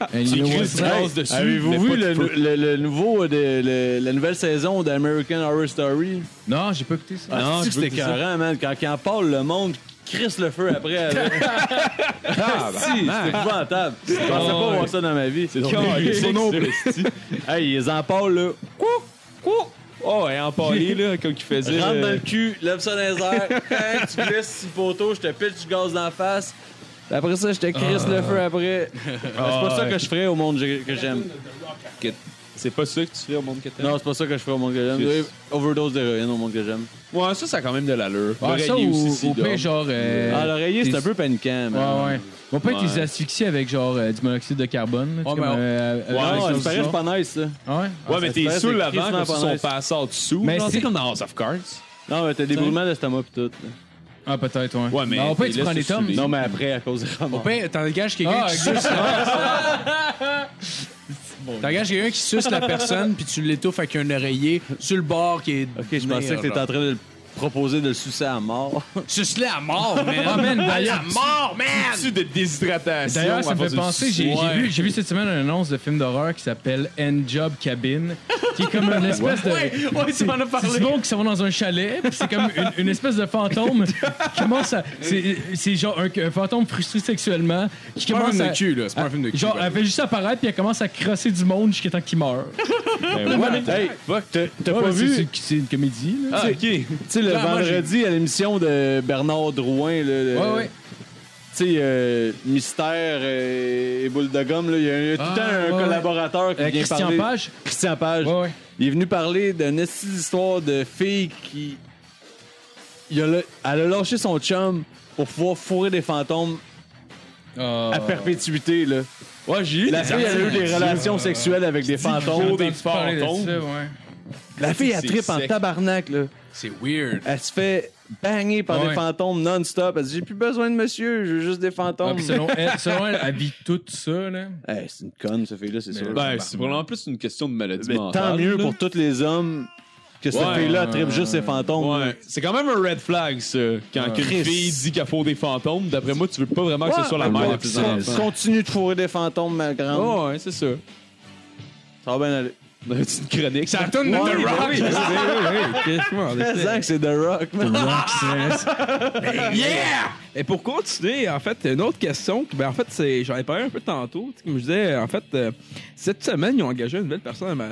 Speaker 3: Ah ouais. And you
Speaker 6: Tu
Speaker 3: know
Speaker 6: crisses
Speaker 3: what's
Speaker 6: du
Speaker 3: up?
Speaker 6: gaz dessus.
Speaker 7: Avez-vous
Speaker 6: mais pas
Speaker 7: vu
Speaker 6: de
Speaker 7: le,
Speaker 6: feu.
Speaker 7: le- le nouveau, euh, de, le- la nouvelle saison d'American Horror Story?
Speaker 3: Non, j'ai pas écouté ça.
Speaker 7: Ah, non, c'était carrément, man. Quand, quand parle le monde crisse le feu après. *laughs* avec.
Speaker 6: Ah,
Speaker 7: Si, c'est épouvantable. Je pensais pas voir ça dans ma vie. ben. Ah, C'est *laughs*
Speaker 9: Hey, ils en parlent, là.
Speaker 6: Oh, et empaillé, là, comme qu'il faisait.
Speaker 7: *laughs* Rentre dans
Speaker 6: euh,
Speaker 7: le cul, lève ça dans les airs, *laughs* hein, tu glisses sur le poteau, je te pitch du gaz dans la face. Après ça, je te crisse le feu après. Ah. c'est pas ça que je ferais au monde que j'aime.
Speaker 6: C'est pas ça que tu fais au monde que t'aimes.
Speaker 7: Non, c'est pas ça que je ferais au monde que j'aime. Overdose d'héroïne au monde que j'aime.
Speaker 6: Ouais, ça, ça a quand même de l'allure.
Speaker 3: Ah, ça,
Speaker 6: L'oreiller
Speaker 3: ou,
Speaker 6: aussi,
Speaker 3: ou
Speaker 6: s'il
Speaker 3: pire,
Speaker 6: dort.
Speaker 3: genre. euh,
Speaker 7: ah, l'oreiller, c'est
Speaker 3: t'es-
Speaker 7: un peu paniquant, mais.
Speaker 3: Ouais, ouais. On peut être les asphyxier avec genre euh, du monoxyde de carbone. là, tu sais,
Speaker 5: Ouais,
Speaker 3: comme,
Speaker 5: mais on-
Speaker 3: euh, avec
Speaker 7: non,
Speaker 3: l'oxyde
Speaker 7: ça paraît, c'est
Speaker 3: d'ozone.
Speaker 7: pas nice, ça.
Speaker 3: Ah ouais?
Speaker 6: Ouais, mais t'es
Speaker 7: espèce
Speaker 6: sous
Speaker 7: de
Speaker 6: l'avant,
Speaker 7: crissement
Speaker 6: comme si
Speaker 7: pendant-
Speaker 6: son passé en dessous.
Speaker 3: Mais
Speaker 6: genre,
Speaker 3: c'est-
Speaker 6: c'est comme dans House of Cards.
Speaker 7: Non, mais t'as des brûlements d'estomac pis tout. là.
Speaker 3: Ah, peut-être, ouais.
Speaker 6: Ouais, mais
Speaker 3: Ah, on peut
Speaker 6: il
Speaker 3: être tu
Speaker 6: laisse
Speaker 3: prends
Speaker 6: le
Speaker 3: des tomes.
Speaker 6: souder.
Speaker 7: Non, mais après, à cause des
Speaker 5: Au
Speaker 7: rameaux.
Speaker 5: pire, t'en dégages Ben, quelqu'un
Speaker 3: Ah,
Speaker 5: qui suce la personne. T'engages quelqu'un qui suce la personne, puis tu l'étouffes avec un oreiller sur le bord qui est.
Speaker 7: Ok, je pensais
Speaker 3: euh,
Speaker 7: que t'étais en train de le proposer de le sucer à *laughs* mort.
Speaker 5: Suce-le à *laughs* mort, man!
Speaker 3: Ah, man,
Speaker 5: Allez, à
Speaker 3: d'ailleurs-
Speaker 5: mort, man!
Speaker 6: Dessus de déshydratation.
Speaker 3: D'ailleurs, ça
Speaker 6: à
Speaker 3: me
Speaker 6: force
Speaker 3: fait
Speaker 6: de
Speaker 3: penser,
Speaker 6: du
Speaker 3: j'ai
Speaker 6: soin.
Speaker 3: j'ai vu, j'ai vu cette semaine une annonce de film d'horreur qui s'appelle End Job Cabin, qui est comme une espèce de.
Speaker 5: Ouais, ouais, tu m'en as
Speaker 3: C'est
Speaker 5: parlé.
Speaker 3: du monde qui s'en va dans un chalet, puis c'est comme une, une espèce de fantôme qui commence à. C'est c'est genre un, un fantôme frustré sexuellement qui
Speaker 5: C'est pas un
Speaker 3: commence
Speaker 5: film
Speaker 3: à.
Speaker 5: de cul, là. C'est pas un film de cul.
Speaker 3: Genre, euh, elle fait juste apparaître, puis elle commence à crosser du monde jusqu'à temps qu'il meurt.
Speaker 9: Hey, fuck, t'as t'as
Speaker 3: Ouais,
Speaker 9: pas
Speaker 3: mais c'est-
Speaker 9: vu,
Speaker 3: c'est- C'est une comédie, là.
Speaker 6: Ah, ok.
Speaker 9: tu sais, le
Speaker 5: Là, moi, j'ai-
Speaker 9: vendredi à l'émission de Bernard Drouin, là, le-
Speaker 3: Ouais, ouais.
Speaker 9: tu sais, euh, Mystère euh, et Boule de Gomme, là, il y a, il y a tout le
Speaker 3: Ah,
Speaker 9: temps un
Speaker 3: ouais, ouais.
Speaker 9: collaborateur qui
Speaker 3: Euh,
Speaker 9: vient
Speaker 3: Christian
Speaker 9: parler.
Speaker 3: Page.
Speaker 9: Christian Page.
Speaker 3: Ouais, ouais.
Speaker 9: Il est venu parler d'une esti d'histoire de fille qui. il a le- Elle a lâché son chum pour pouvoir fourrer des fantômes
Speaker 3: Ah.
Speaker 9: à perpétuité, là.
Speaker 6: Ouais, j'ai eu
Speaker 9: La
Speaker 6: des
Speaker 9: fille, elle a eu
Speaker 6: articles.
Speaker 9: des relations sexuelles avec des fantômes.
Speaker 6: des
Speaker 3: Entendu parler de
Speaker 6: fantômes.
Speaker 3: ça, ouais.
Speaker 9: La fille, elle
Speaker 6: C'est
Speaker 9: tripe en
Speaker 6: sec.
Speaker 9: tabarnak, là.
Speaker 5: C'est weird.
Speaker 9: Elle se fait banger par
Speaker 3: Ouais.
Speaker 9: des fantômes non-stop. Elle dit J'ai plus besoin de monsieur, je veux juste des
Speaker 3: Ah,
Speaker 9: fantômes.
Speaker 3: puis selon, elle, selon elle, elle vit tout ça, là.
Speaker 9: Hey, c'est une conne, ce fille-là, c'est sûr.
Speaker 6: Ben, c'est probablement plus une question de maladie
Speaker 9: Mais
Speaker 6: mentale.
Speaker 9: Ben, tant mieux
Speaker 6: là.
Speaker 9: pour tous les hommes que cette
Speaker 6: Ouais.
Speaker 9: fille-là tripe juste ses fantômes. Ah.
Speaker 6: Ouais, c'est quand même un red flag, ça. Quand une
Speaker 9: Chris.
Speaker 6: fille dit qu'elle faut des fantômes, d'après moi, tu veux pas vraiment que
Speaker 9: Ouais,
Speaker 6: ce soit la
Speaker 9: mais
Speaker 6: mère
Speaker 9: bon,
Speaker 6: de tes
Speaker 9: con-
Speaker 6: enfants.
Speaker 9: Continue de fourrer des fantômes, ma grande.
Speaker 6: Oh, ouais, c'est ça.
Speaker 9: Ça va bien aller.
Speaker 6: On avait une chronique.
Speaker 5: Ça tourne de The Rock.
Speaker 9: Présent
Speaker 7: *laughs*
Speaker 9: que c'est The Rock, man.
Speaker 4: Et pour continuer, en fait, une autre question, que, ben, en fait, c'est, j'en ai parlé un peu tantôt, tu sais, comme je disais, en fait, euh, cette semaine, ils ont engagé une nouvelle personne à ma,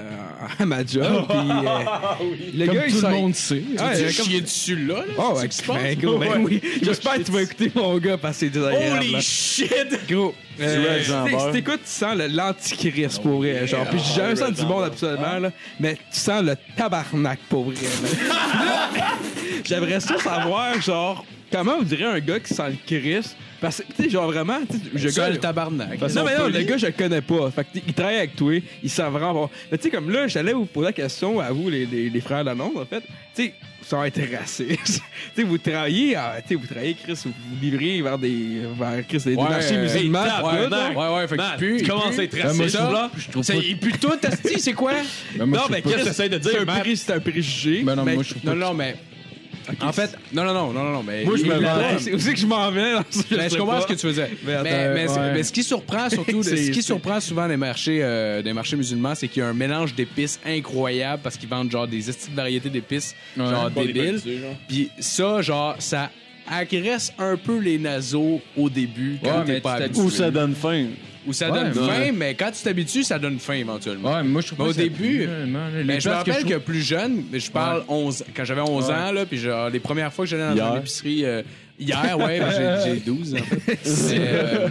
Speaker 4: à ma
Speaker 5: *laughs*
Speaker 4: job, puis euh, le
Speaker 3: Comme
Speaker 4: gars, il
Speaker 3: tout
Speaker 4: s'en-
Speaker 3: le monde sait.
Speaker 4: Ouais,
Speaker 5: Ah Tu
Speaker 4: euh, comme-
Speaker 5: chier dessus là, là?
Speaker 4: Oh,
Speaker 5: C'est
Speaker 4: ouais,
Speaker 5: ce qui se passe?
Speaker 4: ben, gros, ben oui. J'espère que tu vas écouter mon gars parce que c'est désagréable.
Speaker 5: Holy
Speaker 4: là.
Speaker 5: shit!
Speaker 4: Gros, euh,
Speaker 9: Red
Speaker 4: si
Speaker 9: Jambeur.
Speaker 4: t'é- si t'écoutes, tu sens le- l'antichrist pour vrai. Genre, puis j'ai jamais sens du monde absolument, là, mais tu sens le tabarnak pour vrai. là. *laughs* Là, J'aimerais ça savoir, genre, comment on dirait un gars qui sent le Christ? Parce que, tu sais, genre vraiment, tu sais, je
Speaker 5: Seul
Speaker 4: gars-
Speaker 5: tabarnak.
Speaker 4: non, mais non, le gars, je le connais pas. Fait que, t'sais, il travaille avec toi, il s'en vraiment bon. Mais tu sais, comme là, j'allais vous poser la question à vous, les, les, les frères Lalonde, en fait. Tu sais, ça va être raciste. *laughs* tu sais, vous travaillez, à- tu sais, vous travaillez, Chris, vous vous livrez vers des, vers, Chris, des marchés
Speaker 6: Euh,
Speaker 4: musulmans.
Speaker 5: hey,
Speaker 4: tout
Speaker 5: ouais,
Speaker 4: là.
Speaker 6: Ah
Speaker 5: ouais, ouais, fait que tu pues, il
Speaker 6: commences
Speaker 5: pue.
Speaker 6: à être
Speaker 5: Ben, moi,
Speaker 6: raciste,
Speaker 5: ça,
Speaker 6: là.
Speaker 3: Je trouve
Speaker 5: C'est-
Speaker 3: pas-
Speaker 5: Il pue tout, Asti, c'est quoi?
Speaker 3: Ben, moi,
Speaker 4: non,
Speaker 3: je
Speaker 4: mais
Speaker 3: trouve
Speaker 4: Chris,
Speaker 3: pas-
Speaker 4: t'essayes de dire, c'est un, pré- c'est un préjugé.
Speaker 3: Ben non,
Speaker 4: mais-
Speaker 3: moi, je trouve pas
Speaker 5: Non, non, mais. En fait, non, non, non, non, non, non, mais.
Speaker 4: moi, je me
Speaker 5: Il-
Speaker 4: vends. C'est aussi que je m'en vais. dans ce-
Speaker 5: Mais je
Speaker 4: sais
Speaker 5: comprends
Speaker 4: pas.
Speaker 5: ce que tu veux dire.
Speaker 4: Mais attends,
Speaker 5: Mais, mais c'est-
Speaker 3: ouais.
Speaker 5: mais ce qui surprend surtout,
Speaker 4: C'est-
Speaker 5: ce
Speaker 4: c'est-
Speaker 5: qui surprend souvent les marchés, euh, des marchés musulmans, c'est qu'il y a un mélange d'épices incroyable parce qu'ils vendent genre des estiles de variétés d'épices,
Speaker 3: Ouais.
Speaker 5: genre
Speaker 6: Pas des
Speaker 5: débiles.
Speaker 6: petits, genre.
Speaker 5: Puis ça, genre, ça agresse un peu les naseaux au début quand
Speaker 3: Ouais, mais
Speaker 5: t'es pas
Speaker 3: tu
Speaker 5: habitué.
Speaker 9: Ou ça donne faim.
Speaker 5: Ou ça
Speaker 3: Ouais,
Speaker 5: donne
Speaker 3: mais-
Speaker 5: faim, mais quand tu t'habitues, ça donne faim éventuellement.
Speaker 3: Ouais, mais moi, je trouve
Speaker 5: Mais
Speaker 3: pas
Speaker 5: au
Speaker 3: que ça-
Speaker 5: début,
Speaker 3: Vraiment, là, les
Speaker 5: Mais je me
Speaker 3: places
Speaker 5: rappelle que,
Speaker 3: je
Speaker 5: plus jeune, mais je parle 11, quand j'avais 11
Speaker 3: Ouais.
Speaker 5: ans, là, puis genre, les premières fois que j'allais dans
Speaker 9: Hier.
Speaker 5: une épicerie, euh, hier, ouais, parce que j'ai j'ai 12 en fait. Mais, euh,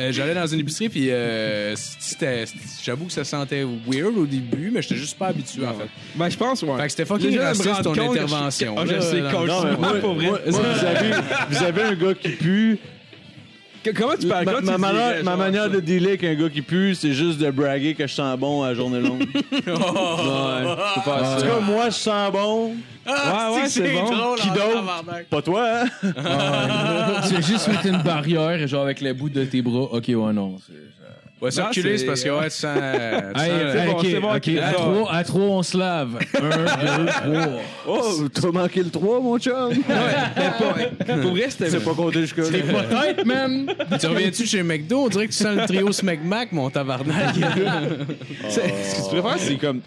Speaker 5: euh, j'allais dans une épicerie, puis euh, c'était- c'était- j'avoue que ça sentait weird au début, mais j'étais juste pas habitué en fait.
Speaker 4: Ben, je pense, ouais.
Speaker 5: Fait que c'était fucking
Speaker 4: Déjà, me
Speaker 5: raciste
Speaker 4: rendre
Speaker 5: ton
Speaker 4: compte que je-
Speaker 5: intervention.
Speaker 4: Ah, je
Speaker 5: là,
Speaker 4: sais,
Speaker 5: là,
Speaker 4: coach.
Speaker 5: dans-
Speaker 9: Non, mais moi,
Speaker 4: pour vrai.
Speaker 9: moi, moi, vous, avez, vous avez un gars qui pue.
Speaker 4: Que- Comment tu
Speaker 9: Ma,
Speaker 4: parles? Comment tu
Speaker 9: ma
Speaker 4: dirais,
Speaker 9: manière,
Speaker 4: genre,
Speaker 9: ma manière
Speaker 4: ça?
Speaker 9: de dealer avec un gars qui pue, c'est juste de braguer que je sens bon à la journée longue. ouais,
Speaker 6: *laughs*
Speaker 9: je peux faire ça. En tout cas, moi, je sens bon.
Speaker 5: Ah,
Speaker 4: Ouais, ouais,
Speaker 5: c'est
Speaker 4: c'est bon.
Speaker 5: drôle,
Speaker 9: Qui
Speaker 5: en
Speaker 9: d'autre?
Speaker 5: tabarnak.
Speaker 9: Pas toi, hein?
Speaker 3: Ah, Tu veux juste mettre une barrière, genre avec le bout de tes bras. Ok, ouais, non. c'est-
Speaker 5: Ouais, ça
Speaker 4: Non,
Speaker 5: reculer, c'est
Speaker 4: c'est-
Speaker 5: parce que, ouais, tu sens. tu
Speaker 3: euh, *laughs* Hey,
Speaker 5: sens-
Speaker 4: c'est
Speaker 3: hey,
Speaker 4: bon,
Speaker 3: ok,
Speaker 4: c'est bon,
Speaker 3: ok,
Speaker 4: ok,
Speaker 3: À
Speaker 4: alors.
Speaker 3: trois, à trois, on se lave. Un, deux, trois.
Speaker 9: Oh, t'as manqué le 3, mon chum.
Speaker 4: Ouais, mais pas- Pour vrai, c'était.
Speaker 9: C'est pas compté jusque-là.
Speaker 3: Et peut-être même.
Speaker 5: Tu reviens-tu chez McDo? On dirait que tu sens le trio Smack Mac, mon tabarnak.
Speaker 4: c'est- Ce que tu préfères,
Speaker 6: C'est comme.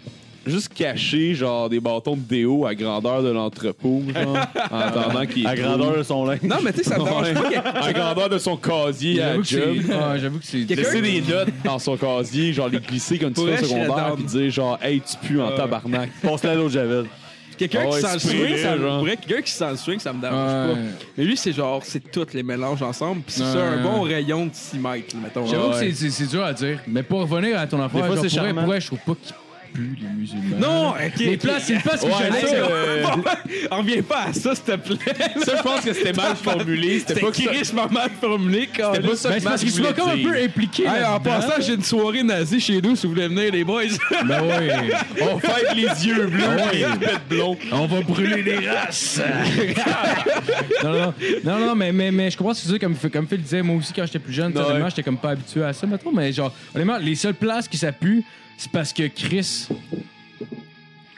Speaker 6: juste cacher genre des bâtons de déo à grandeur de l'entrepôt, genre, en attendant qu'il
Speaker 9: À grandeur de son linge.
Speaker 4: Non, mais tu sais, ça me dérange pas. qu'il-
Speaker 6: à grandeur de son casier à
Speaker 3: J'avoue que
Speaker 6: job. *laughs*
Speaker 3: c'est- ah, j'avoue que c'est.
Speaker 4: Quelqu'un-
Speaker 6: Laisser des notes dans son casier, genre les glisser comme tu
Speaker 4: Pour
Speaker 6: fais au
Speaker 4: vrai, je serais
Speaker 6: secondaire,
Speaker 4: down.
Speaker 6: puis dire genre, hey, tu pues en tabarnak.
Speaker 9: Passe-la à l'autre Javel.
Speaker 4: Quelqu'un
Speaker 6: Ah ouais,
Speaker 4: qui sent le
Speaker 6: spray,
Speaker 4: swing, ça me-
Speaker 6: genre.
Speaker 4: pour vrai, quelqu'un qui sent le swing, ça me dérange
Speaker 3: Ouais.
Speaker 4: pas. Mais lui, c'est genre, c'est tous les mélanges ensemble, puis c'est
Speaker 3: Ouais.
Speaker 4: ça, un bon rayon de 6 mètres, mettons. hein.
Speaker 3: J'avoue que c'est- c'est- c'est dur à dire. Mais pour revenir à ton affaire,
Speaker 9: fois,
Speaker 3: genre,
Speaker 9: c'est
Speaker 3: pour vrai,
Speaker 9: charmant.
Speaker 3: pour vrai, je trouve pas qu'ils puent les musulmans.
Speaker 4: Non, ok.
Speaker 3: Les places, les places que j'allais.
Speaker 4: ça, euh, *laughs* On revient pas à ça, s'il te plaît.
Speaker 6: Ça, je pense que c'était mal formulé. C'était pas que ça-
Speaker 4: Chris, ma mère formulée, quand
Speaker 6: c'était pas ça
Speaker 3: Ben,
Speaker 6: que
Speaker 3: c'est parce
Speaker 6: Max
Speaker 3: qu'ils sont
Speaker 6: voulait
Speaker 3: comme un
Speaker 6: dire.
Speaker 3: peu impliqués.
Speaker 4: Hey, en
Speaker 3: là-dedans.
Speaker 4: passant, j'ai une soirée nazie chez nous si vous voulez venir, les boys.
Speaker 3: Ben
Speaker 5: *laughs*
Speaker 3: oui. Ben
Speaker 6: On fête les yeux bleus, les yeux blonds.
Speaker 3: On va brûler les
Speaker 5: *laughs*
Speaker 3: races! non, non, non, non, mais, mais, mais je comprends ce que tu dis. Comme, comme Phil disait, moi aussi, quand j'étais plus jeune,
Speaker 6: Ouais.
Speaker 3: honnêtement, j'étais comme pas habitué à ça, mettons. Mais genre, honnêtement, les seules places qui ça pue, c'est parce que Chris.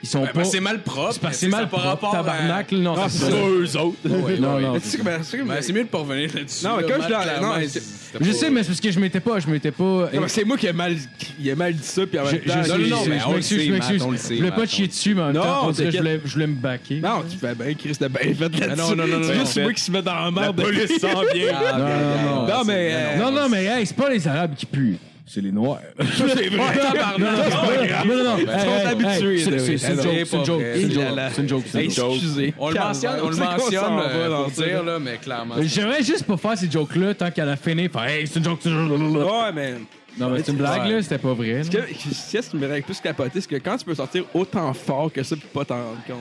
Speaker 3: Ils sont
Speaker 5: Ben,
Speaker 3: pas.
Speaker 5: ben, c'est mal propre.
Speaker 3: c'est parce que c'est
Speaker 5: mais ça
Speaker 3: mal
Speaker 5: a pas
Speaker 3: propre,
Speaker 5: rapport à- Ah,
Speaker 3: tabarnak, là, non, c'est ça.
Speaker 6: eux autres.
Speaker 3: Non, non.
Speaker 4: Mais *laughs* tu sais comment- tu sais comment-
Speaker 5: Ben, c'est mieux de pas revenir là-dessus.
Speaker 4: Non, mais
Speaker 5: là,
Speaker 4: comme
Speaker 5: Matt,
Speaker 4: je l'ai-
Speaker 5: clairement,
Speaker 4: non,
Speaker 5: c'est-
Speaker 3: Je sais, mais c'est parce que je m'étais pas. Je m'étais pas.
Speaker 4: Non, mais c'est moi qui ai mal, qui ai mal dit ça, puis en
Speaker 3: Je-
Speaker 4: même
Speaker 3: je-
Speaker 4: temps.
Speaker 3: je-
Speaker 5: Non, non, non,
Speaker 3: je-
Speaker 5: mais
Speaker 3: je
Speaker 5: on le
Speaker 3: m'excuse,
Speaker 5: sait,
Speaker 3: je
Speaker 5: Matt,
Speaker 3: m'excuse.
Speaker 5: on le sait,
Speaker 3: Je voulais
Speaker 5: Matt,
Speaker 3: pas
Speaker 5: on
Speaker 3: te chier
Speaker 5: le
Speaker 3: dessus, mais en même
Speaker 4: Non,
Speaker 3: temps, on dirait que je
Speaker 4: t'inquiète.
Speaker 3: voulais- je voulais me baquer.
Speaker 4: Non, tu fais bien, Chris, t'as bien fait là-dessus.
Speaker 5: non, non, non,
Speaker 4: C'est
Speaker 5: non,
Speaker 4: juste
Speaker 6: non.
Speaker 4: moi qui se met dans la merde.
Speaker 6: Police s'en vient.
Speaker 5: Ah,
Speaker 3: Non, non,
Speaker 5: ben, ben,
Speaker 3: non.
Speaker 5: ben,
Speaker 4: *laughs* Non, mais,
Speaker 5: c'est-
Speaker 4: euh,
Speaker 3: Non, non, mais hey, c'est pas les Arabes qui puent. C'est les Noirs. Non, non, non. Hey,
Speaker 4: sont
Speaker 3: hey,
Speaker 4: habitués,
Speaker 3: hey,
Speaker 4: là,
Speaker 3: c'est-
Speaker 4: oui.
Speaker 3: C'est une
Speaker 5: C'est
Speaker 3: joke, c'est
Speaker 5: pas
Speaker 3: une joke,
Speaker 5: vrai.
Speaker 3: c'est une
Speaker 4: Il a
Speaker 3: joke,
Speaker 4: la-
Speaker 3: c'est une joke, c'est une joke.
Speaker 4: Excusez.
Speaker 5: On le mentionne, on le
Speaker 4: C'est qu'on
Speaker 5: mentionne
Speaker 4: s'en va
Speaker 5: euh,
Speaker 4: dans
Speaker 5: pour
Speaker 4: ça,
Speaker 5: dire,
Speaker 4: là.
Speaker 5: là, mais clairement. c'est-
Speaker 3: J'aimerais juste pas faire ces jokes-là tant qu'à la finir, faire hey, c'est une joke, c'est une joke. blablabla.
Speaker 4: Ouais, mais.
Speaker 3: Non, mais c'est une blague,
Speaker 5: Ouais.
Speaker 3: là, c'était pas vrai.
Speaker 4: Ce
Speaker 3: là.
Speaker 4: que- ce qui me rend plus capoté, c'est que quand tu peux sortir autant fort que ça, puis pas t'en rendre compte.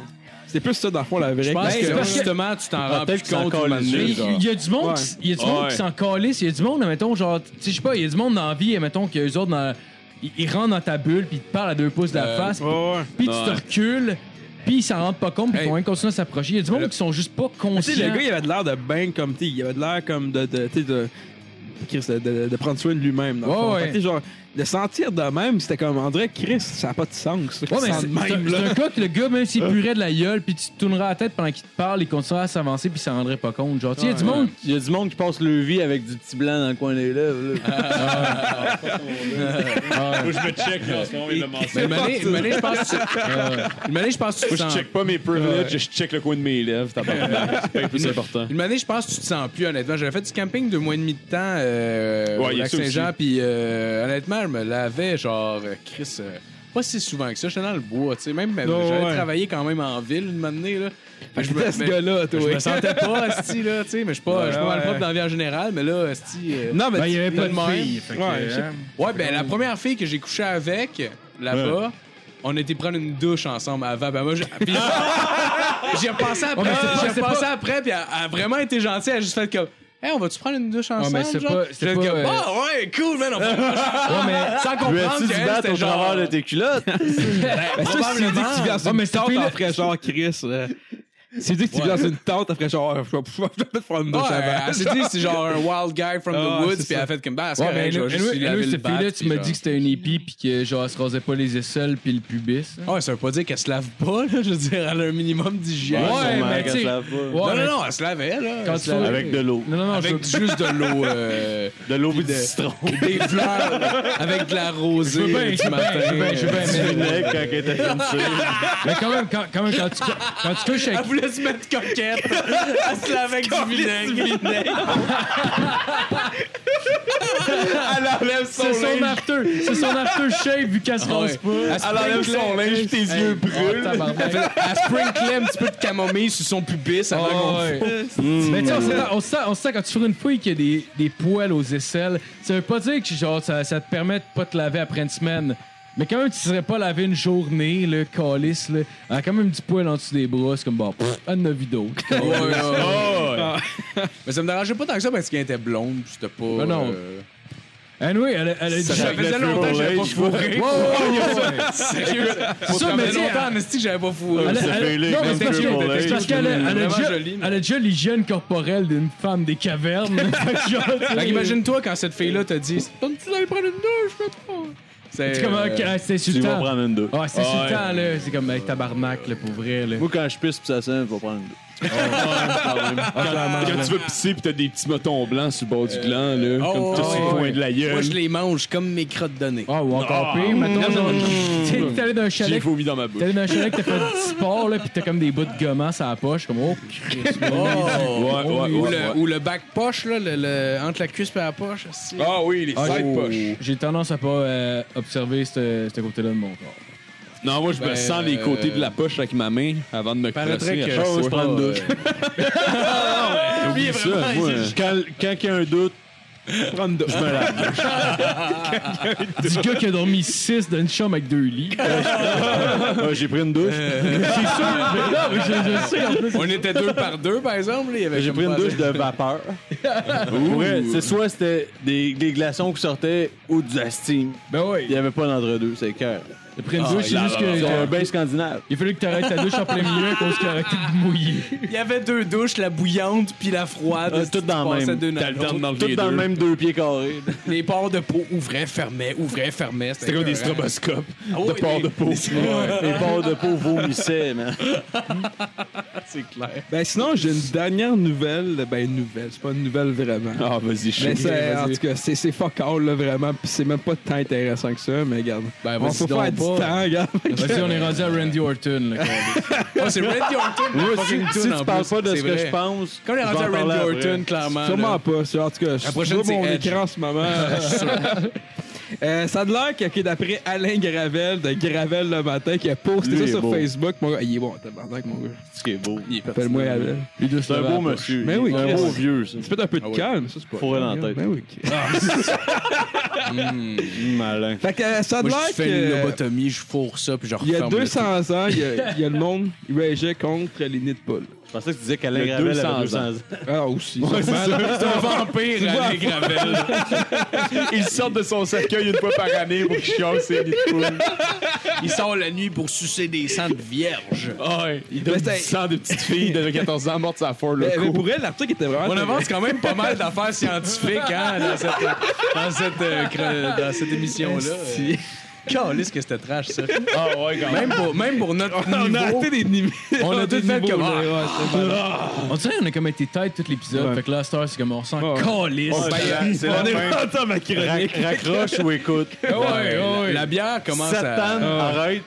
Speaker 4: C'est plus ça, dans le fond, la vraie
Speaker 5: Je pense
Speaker 4: question.
Speaker 5: que
Speaker 3: parce que-
Speaker 5: justement, tu
Speaker 7: Ah,
Speaker 5: t'en
Speaker 9: *laughs*
Speaker 5: rends
Speaker 9: peut-être
Speaker 5: plus
Speaker 9: qu'ils sont
Speaker 5: compte du
Speaker 9: collés
Speaker 5: manuel,
Speaker 3: Il
Speaker 5: genre.
Speaker 3: il y a du monde,
Speaker 4: Ouais.
Speaker 3: qui- il y a du monde
Speaker 6: Ouais.
Speaker 3: qui s'en calisse, il y a du monde, mettons, genre, tu sais, je sais pas, il y a du monde dans la vie, mettons, que eux autres, dans- ils, ils rentrent dans ta bulle, puis ils te parlent à deux pouces de la
Speaker 5: Euh,
Speaker 3: face,
Speaker 4: Ouais, ouais.
Speaker 3: puis
Speaker 6: ouais.
Speaker 3: tu te recules, puis ils s'en rendent pas compte, puis ils
Speaker 5: Hey.
Speaker 3: font rien continuer à s'approcher. Il y a du monde
Speaker 5: Le-
Speaker 3: qui sont juste pas
Speaker 4: Tu sais, le
Speaker 3: conscients.
Speaker 4: gars, il avait de l'air de ben comme, tu sais, il avait de l'air comme de, de, tu sais, de, Chris, de, de- de prendre soin de lui-même. dans le
Speaker 3: Ouais,
Speaker 4: fond.
Speaker 3: ouais.
Speaker 4: Fait que, tu sais, genre, de sentir de même, c'était comme, on dirait, Chris, ça n'a pas de sens.
Speaker 3: Ouais, mais
Speaker 4: ça,
Speaker 3: c'est
Speaker 4: de même,
Speaker 3: c'est
Speaker 4: là.
Speaker 3: un cas que le gars, même s'il purait de la gueule, puis tu te tourneras la tête pendant qu'il te parle, il continuera à s'avancer, puis il s'en rendrait pas compte. Genre, tu sais, il y a du
Speaker 5: Ouais.
Speaker 3: monde.
Speaker 9: Il y a du monde qui passe le vie avec du petit blanc dans le coin des lèvres. là.
Speaker 6: Moi, je me check là, en ce moment, il le mentionne.
Speaker 5: Mais une année, une année, je pense que tu- une année, je pense que tu te
Speaker 6: Moi, je
Speaker 5: sens.
Speaker 6: check pas mes privileges, je check le coin de mes lèvres. tabarnak. *laughs* C'est bien plus important.
Speaker 5: Une année, je pense que tu te sens plus, honnêtement. J'avais fait du camping deux mois et demi de temps euh,
Speaker 6: Ouais,
Speaker 5: au
Speaker 6: il y a
Speaker 5: lac
Speaker 6: ça aussi.
Speaker 5: Saint-Jean, puis euh, honnêtement, je me lavais, genre, euh, Chris, euh, pas si souvent que ça. J'étais dans le bois, tu sais. Même, euh,
Speaker 4: Non,
Speaker 5: j'allais
Speaker 4: ouais.
Speaker 5: travailler quand même en ville une année, là.
Speaker 4: Fait que *laughs*
Speaker 5: Je me-
Speaker 4: t'es ce
Speaker 5: mais-
Speaker 4: gars-là, toi.
Speaker 5: Je me sentais pas, Asti, là, tu sais, mais je suis pas, je suis pas mal propre dans la vie en général, mais là, Asti. euh,
Speaker 4: Non, mais
Speaker 3: Ben, il y
Speaker 4: tu-
Speaker 3: avait pas de
Speaker 5: le même.
Speaker 3: fille. fait que,
Speaker 4: Ouais,
Speaker 3: euh,
Speaker 4: je sais-
Speaker 5: Ouais, ben la première fille que j'ai couché avec là-bas, on était prendre une douche ensemble avant. Ben moi, j'ai
Speaker 3: *laughs*
Speaker 5: puis- j'y ai repensé après.
Speaker 3: Ouais, mais c'est pas-
Speaker 5: J'y ai
Speaker 3: c'est
Speaker 5: repensé après, puis elle elle a vraiment été gentille. Elle a juste fait comme. Hey, on va-tu prendre une douche
Speaker 3: mais
Speaker 5: ensemble?
Speaker 3: c'est
Speaker 5: genre?
Speaker 3: pas- c'est
Speaker 5: J'ai fait
Speaker 3: pas,
Speaker 5: comme,
Speaker 3: euh,
Speaker 5: Ah ouais, cool, man. On va prendre une douche ensemble.
Speaker 3: Ouais, mais-
Speaker 5: Sans
Speaker 9: Tu
Speaker 5: comprendre
Speaker 9: veux-tu du
Speaker 5: qu'elle,
Speaker 9: battre au
Speaker 5: c'était genre...
Speaker 9: travers de tes culottes?
Speaker 5: Ah,
Speaker 4: Ben, ça, si tu dis que tu vis dans
Speaker 3: Ouais, mais
Speaker 4: une
Speaker 3: cette
Speaker 4: tente,
Speaker 3: fille-là-
Speaker 4: elle ferait genre, Chris. euh, Si tu dis que tu vis dans une tente, elle ferait genre, je vais *laughs* je vais peut-être faire une douche
Speaker 5: Ouais,
Speaker 4: avant.
Speaker 5: elle s'est dit, c'est genre un wild guy from
Speaker 4: Ah,
Speaker 5: the woods,
Speaker 4: c'est
Speaker 5: puis
Speaker 4: ça.
Speaker 5: elle a fait comme, bah, c'est
Speaker 3: Ouais, mais
Speaker 5: correct, je vais
Speaker 3: elle,
Speaker 5: juste lui
Speaker 3: elle,
Speaker 5: laver le
Speaker 3: cette
Speaker 5: bat,
Speaker 3: fille-là, tu
Speaker 5: puis
Speaker 3: m'as
Speaker 5: genre-
Speaker 3: dit que c'était une hippie puis que genre elle se rasait pas les aisselles puis le pubis.
Speaker 5: Ouais, ça veut pas dire qu'elle se lave pas, là. Je veux dire, elle a un minimum d'hygiène.
Speaker 3: Ouais,
Speaker 9: Sûrement
Speaker 3: mais
Speaker 9: qu'elle
Speaker 3: tu sais-
Speaker 9: se lave pas.
Speaker 3: Ouais,
Speaker 5: non,
Speaker 3: mais-
Speaker 5: non, non, elle se lavait, là.
Speaker 3: Quand
Speaker 5: Elle se
Speaker 3: tu
Speaker 5: lavait.
Speaker 9: Avec de l'eau.
Speaker 3: Non, non, non, je veux-
Speaker 5: Avec juste de l'eau. euh,
Speaker 9: De l'eau et du
Speaker 5: de-
Speaker 9: citron.
Speaker 5: des fleurs avec de la
Speaker 3: je veux
Speaker 5: rosée
Speaker 3: bien, je
Speaker 5: du
Speaker 3: veux
Speaker 5: matin.
Speaker 3: bien, je veux bien, je veux bien,
Speaker 9: Du
Speaker 3: mais-
Speaker 9: vinaigre quand elle était comme ça.
Speaker 3: Mais quand même, quand, quand même, quand tu, quand tu couches avec.
Speaker 5: Elle voulait se mettre coquette. Elle se lavait avec du vinaigre. Elle enlève son
Speaker 3: C'est son
Speaker 5: linge. Ah
Speaker 3: after, c'est son after shave vu qu'elle se
Speaker 5: Ouais. Ah,
Speaker 3: rase pas. Ah,
Speaker 5: Elle enlève son linge, tes yeux brûlent. Elle, fait- elle sprinklait un petit peu de camomille sur son pubis avant qu'on
Speaker 3: Ah, *laughs* ouais. Mais tu sais, on s'entend- on sent, on sent quand tu fais une fouille qu'il y a des, des poils aux aisselles, ça veut pas dire que genre ça, ça te permet de pas te laver après une semaine. Mais quand même, tu serais pas lavé une journée, le calice, là. Elle a quand même du poil en dessous des bras, c'est comme bon, pff, elle en a vu d'autres.
Speaker 5: Ouais, ouais, ouais. Mais ça me dérangeait pas tant que ça parce qu'elle était blonde, puis c'était pas.
Speaker 3: Ben non.
Speaker 5: euh,
Speaker 3: *laughs* Anyway, elle, a- elle a dit
Speaker 5: Ça faisait longtemps que j'avais pas fourré.
Speaker 3: Ouais, ouais, ouais, ouais.
Speaker 5: Sérieux.
Speaker 3: ça, mais
Speaker 5: Ça faisait
Speaker 3: tu sais,
Speaker 5: longtemps, mais si que j'avais pas fourré.
Speaker 3: Elle a-
Speaker 9: Ça
Speaker 3: elle a-
Speaker 9: fait les
Speaker 3: non, mais
Speaker 9: grandes
Speaker 3: c'est parce
Speaker 9: queues pour
Speaker 3: que-
Speaker 9: l'œil.
Speaker 3: c'est parce qu'elle a- elle a
Speaker 5: Vraiment
Speaker 3: déjà-
Speaker 5: jolie, mais-
Speaker 3: elle a déjà l'hygiène corporelle d'une femme des cavernes. *laughs* Fait que genre, tu sais,
Speaker 5: Fait qu'imagine-toi quand cette fille-là t'a dit « Donne-tu d'aller prendre une douche, papa? »
Speaker 3: C'est comme un- ah, c'est
Speaker 9: Tu vas
Speaker 3: insultant.
Speaker 9: prendre une douche.
Speaker 3: Ah, c'est insultant, là. C'est comme hey, tabarnak, là, pour vrai, là.
Speaker 9: Moi, quand je pisse pis ça sème, je vais prendre une douche.
Speaker 6: Ah, Quand tu veux pisser pis t'as des petits motons blancs sur le bord du gland, là,
Speaker 5: oh,
Speaker 6: comme tout
Speaker 5: ouais,
Speaker 6: sur le
Speaker 5: ouais.
Speaker 6: coin de la gueule.
Speaker 5: Moi, je les mange comme mes crottes de nez.
Speaker 3: Ah, ou encore
Speaker 6: Ah.
Speaker 3: pire, mettons. T'es t'es allé d'un
Speaker 6: J'ai
Speaker 3: chalet.
Speaker 6: vomi dans ma bouche.
Speaker 3: T'es allé d'un chalet que t'as fait du sport, là, pis t'as comme des bouts de gommant sur la poche, comme oh, Christ, mon
Speaker 5: Oh.
Speaker 6: Ouais, ouais, ouais,
Speaker 5: Ou,
Speaker 6: ouais.
Speaker 5: le, ou le back poche, là, le, le- euh, entre la cuisse et la poche. aussi.
Speaker 6: Ah oui, les
Speaker 3: Ah,
Speaker 6: side
Speaker 3: j'ai-
Speaker 6: poches.
Speaker 3: J'ai tendance à pas euh, observer ce ce côté-là de mon corps.
Speaker 6: Non, moi, je me
Speaker 5: Ben,
Speaker 6: sens les côtés de la poche avec ma main avant de me
Speaker 5: paraîtrait
Speaker 6: crosser à
Speaker 5: que-
Speaker 6: chaque fois.
Speaker 5: Oh,
Speaker 6: Ah,
Speaker 5: je prends une
Speaker 6: *laughs*
Speaker 5: douche.
Speaker 6: Oublie ça, moi.
Speaker 9: Quand quand il y a un doute,
Speaker 3: *laughs* Du gars qui a dormi 6 dans une chambre avec deux lits.
Speaker 9: *laughs* ah, j'ai pris une douche.
Speaker 5: On était deux par deux, par exemple. là, il y avait
Speaker 9: J'ai
Speaker 5: comme
Speaker 9: pris une
Speaker 5: pas
Speaker 9: douche
Speaker 5: assez-
Speaker 9: de vapeur. Pour vrai, c'est soit c'était des, des glaçons qui sortaient ou du steam.
Speaker 3: Ben
Speaker 9: Il n'y
Speaker 3: oui.
Speaker 9: avait pas d'entre-deux, c'est cœur.
Speaker 3: T'as pris une douche, c'est juste que. euh,
Speaker 9: C'est un bain scandinave.
Speaker 3: Il a fallu que t'arrêtes ta douche en plein milieu à cause qu'il a arrêté de mouiller.
Speaker 5: Il y avait deux douches, la bouillante puis la froide.
Speaker 9: Ah, tout dans
Speaker 5: la
Speaker 9: le même.
Speaker 5: Deux
Speaker 6: T'as le temps de
Speaker 9: Tout
Speaker 6: m'enlever
Speaker 9: dans le
Speaker 6: deux.
Speaker 9: même deux pieds carrés.
Speaker 5: Les ports de peau ouvraient, fermaient, ouvraient, fermaient. C'était
Speaker 6: C'est comme des
Speaker 5: écœurant.
Speaker 6: stroboscopes
Speaker 5: Ah oui,
Speaker 6: de port
Speaker 5: les-
Speaker 6: de peau.
Speaker 9: *laughs* Les bords de peau vomissaient, man.
Speaker 4: Ben sinon, j'ai une dernière nouvelle. Ben une nouvelle, c'est pas une nouvelle vraiment.
Speaker 6: Ah, vas-y, je
Speaker 9: ben,
Speaker 4: Mais
Speaker 6: suis.
Speaker 4: c'est, en tout cas, c'est, c'est fuck all, là, vraiment. Puis c'est même pas tant intéressant que ça, mais regarde.
Speaker 5: Ben,
Speaker 4: on
Speaker 5: vas-y
Speaker 4: faut
Speaker 5: donc
Speaker 4: faire du
Speaker 5: pas.
Speaker 4: temps, regarde.
Speaker 3: Vas-y, on est rendu à Randy Orton. là, quand
Speaker 5: Ah, c'est Randy Orton.
Speaker 9: Moi,
Speaker 5: la
Speaker 9: si,
Speaker 5: fucking
Speaker 9: si
Speaker 5: toune, en
Speaker 9: tu parles
Speaker 5: plus,
Speaker 9: pas de
Speaker 5: c'est
Speaker 9: ce que
Speaker 5: vrai.
Speaker 9: je pense,
Speaker 5: Comme les
Speaker 9: je
Speaker 5: rendu
Speaker 9: vais
Speaker 5: à
Speaker 9: en parler
Speaker 5: Randy
Speaker 9: après.
Speaker 5: Orton,
Speaker 4: *laughs*
Speaker 5: clairement.
Speaker 4: Sûrement
Speaker 5: là.
Speaker 4: pas. c'est- En tout cas, je
Speaker 5: prochaine,
Speaker 4: vois mon
Speaker 5: c'est Edge.
Speaker 4: écran en ce
Speaker 5: *laughs*
Speaker 4: moment. Euh, ça a de l'air que, que d'après Alain Gravel de Gravel le matin qui a posté
Speaker 9: Lui
Speaker 4: ça
Speaker 9: est
Speaker 4: sur
Speaker 9: beau.
Speaker 4: Facebook, mon gars, il est bon, tabarnak, mon gars.
Speaker 9: Ce qui est beau.
Speaker 4: Appelle-moi Alain.
Speaker 3: même.
Speaker 9: C'est un beau monsieur.
Speaker 4: Mais oui,
Speaker 9: C'est un
Speaker 4: Chris.
Speaker 9: beau vieux, Ah ça.
Speaker 4: Tu peux un peu de calme, ça, c'est pas.
Speaker 9: Fourré dans la tête.
Speaker 4: Ben
Speaker 5: *laughs*
Speaker 4: oui.
Speaker 9: Malin.
Speaker 4: Fait que euh, ça a de
Speaker 5: Moi,
Speaker 4: l'air
Speaker 5: je
Speaker 4: que. euh,
Speaker 5: fais une lobotomie, je fourre ça, puis je
Speaker 4: Il y a
Speaker 5: referme. le
Speaker 4: 200 ans, il y a, il y a le monde qui rageait contre les nids de poule.
Speaker 9: Je pensais que tu disais qu'Alain
Speaker 6: Le
Speaker 9: Gravel
Speaker 6: 200
Speaker 9: avait
Speaker 6: ans.
Speaker 9: 200 ans.
Speaker 4: Ah, aussi.
Speaker 5: C'est un vampire,
Speaker 4: vois,
Speaker 5: Alain Gravel.
Speaker 6: Il sort de son cercueil une fois par année pour qu'il chasse ses nids de poule.
Speaker 5: Il sort la nuit pour sucer des sangs de vierge.
Speaker 6: Il
Speaker 4: Mais
Speaker 6: donne du
Speaker 4: c'est-
Speaker 6: sang de petites filles de 14 ans mortes à Fort
Speaker 4: Mais, mais
Speaker 6: Loco.
Speaker 4: pour elle, l'article était vraiment.
Speaker 5: On avance quand même pas mal d'affaires scientifiques hein, dans cette, dans cette, euh, cre- dans cette émission-là.
Speaker 4: Si.
Speaker 5: Calisse que c'était trash, ça.
Speaker 6: Ah ouais, quand
Speaker 5: Même pour, même pour notre
Speaker 4: On
Speaker 5: niveau,
Speaker 4: a raté des niveaux.
Speaker 5: on
Speaker 4: *laughs*
Speaker 5: a tout fait comme... Ah,
Speaker 3: même. On dirait qu'on a comme été tête tout l'épisode. Fait que là, à cette heure, c'est comme on sent
Speaker 4: Ouais.
Speaker 3: calisse.
Speaker 6: ben,
Speaker 9: C'est
Speaker 5: Ben,
Speaker 9: la- c'est la fin. Rac- Raccroche ou écoute.
Speaker 5: ouais, ouais. La bière commence
Speaker 9: Satan,
Speaker 5: à...
Speaker 6: Ah.
Speaker 9: arrête.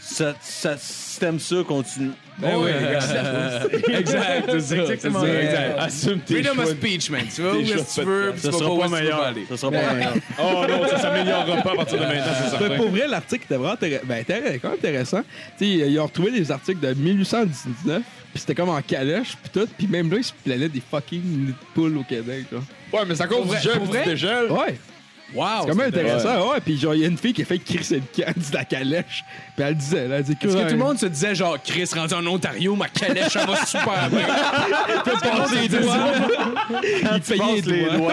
Speaker 9: Ça, ça, si t'aimes ça, continue.
Speaker 4: Ben oui,
Speaker 5: Exact, c'est exactement
Speaker 4: C'est-
Speaker 5: exact.
Speaker 6: Assume tes
Speaker 5: Freedom of
Speaker 6: choix.
Speaker 5: speech, man. *laughs* Tu vas où
Speaker 6: Des choix
Speaker 5: est-ce
Speaker 6: de
Speaker 5: que tu veux, puis tu
Speaker 9: Ça
Speaker 5: vas
Speaker 9: sera
Speaker 5: pas où
Speaker 9: pas
Speaker 5: est-ce que tu veux
Speaker 9: meilleur.
Speaker 5: aller.
Speaker 9: Ça sera pas meilleur.
Speaker 6: Oh non, ça s'améliorera pas à partir de maintenant, c'est certain.
Speaker 4: Mais pour vrai, l'article était vraiment intér- ben, intér- quand même intéressant. Tu sais, ils ont retrouvé des articles de 1819, puis c'était comme en calèche, puis tout. Puis même là, ils se planaient des fucking nids de poules au Québec. Là.
Speaker 6: Ouais, mais ça compte
Speaker 5: Pour
Speaker 6: du
Speaker 5: vrai-
Speaker 6: gel,
Speaker 5: pour
Speaker 6: du
Speaker 5: vrai?
Speaker 6: dégel. Oh,
Speaker 4: Ouais,
Speaker 5: Wow!
Speaker 4: c'est quand même intéressant. Ouais, puis genre, il y a une fille qui a fait crisser le camp de la calèche, puis elle disait, là, elle disait
Speaker 5: Est-ce que tout le monde se disait genre Chris rendu en Ontario, ma calèche elle va super bien.
Speaker 4: Ah,
Speaker 5: *laughs*
Speaker 4: il payait les doigts.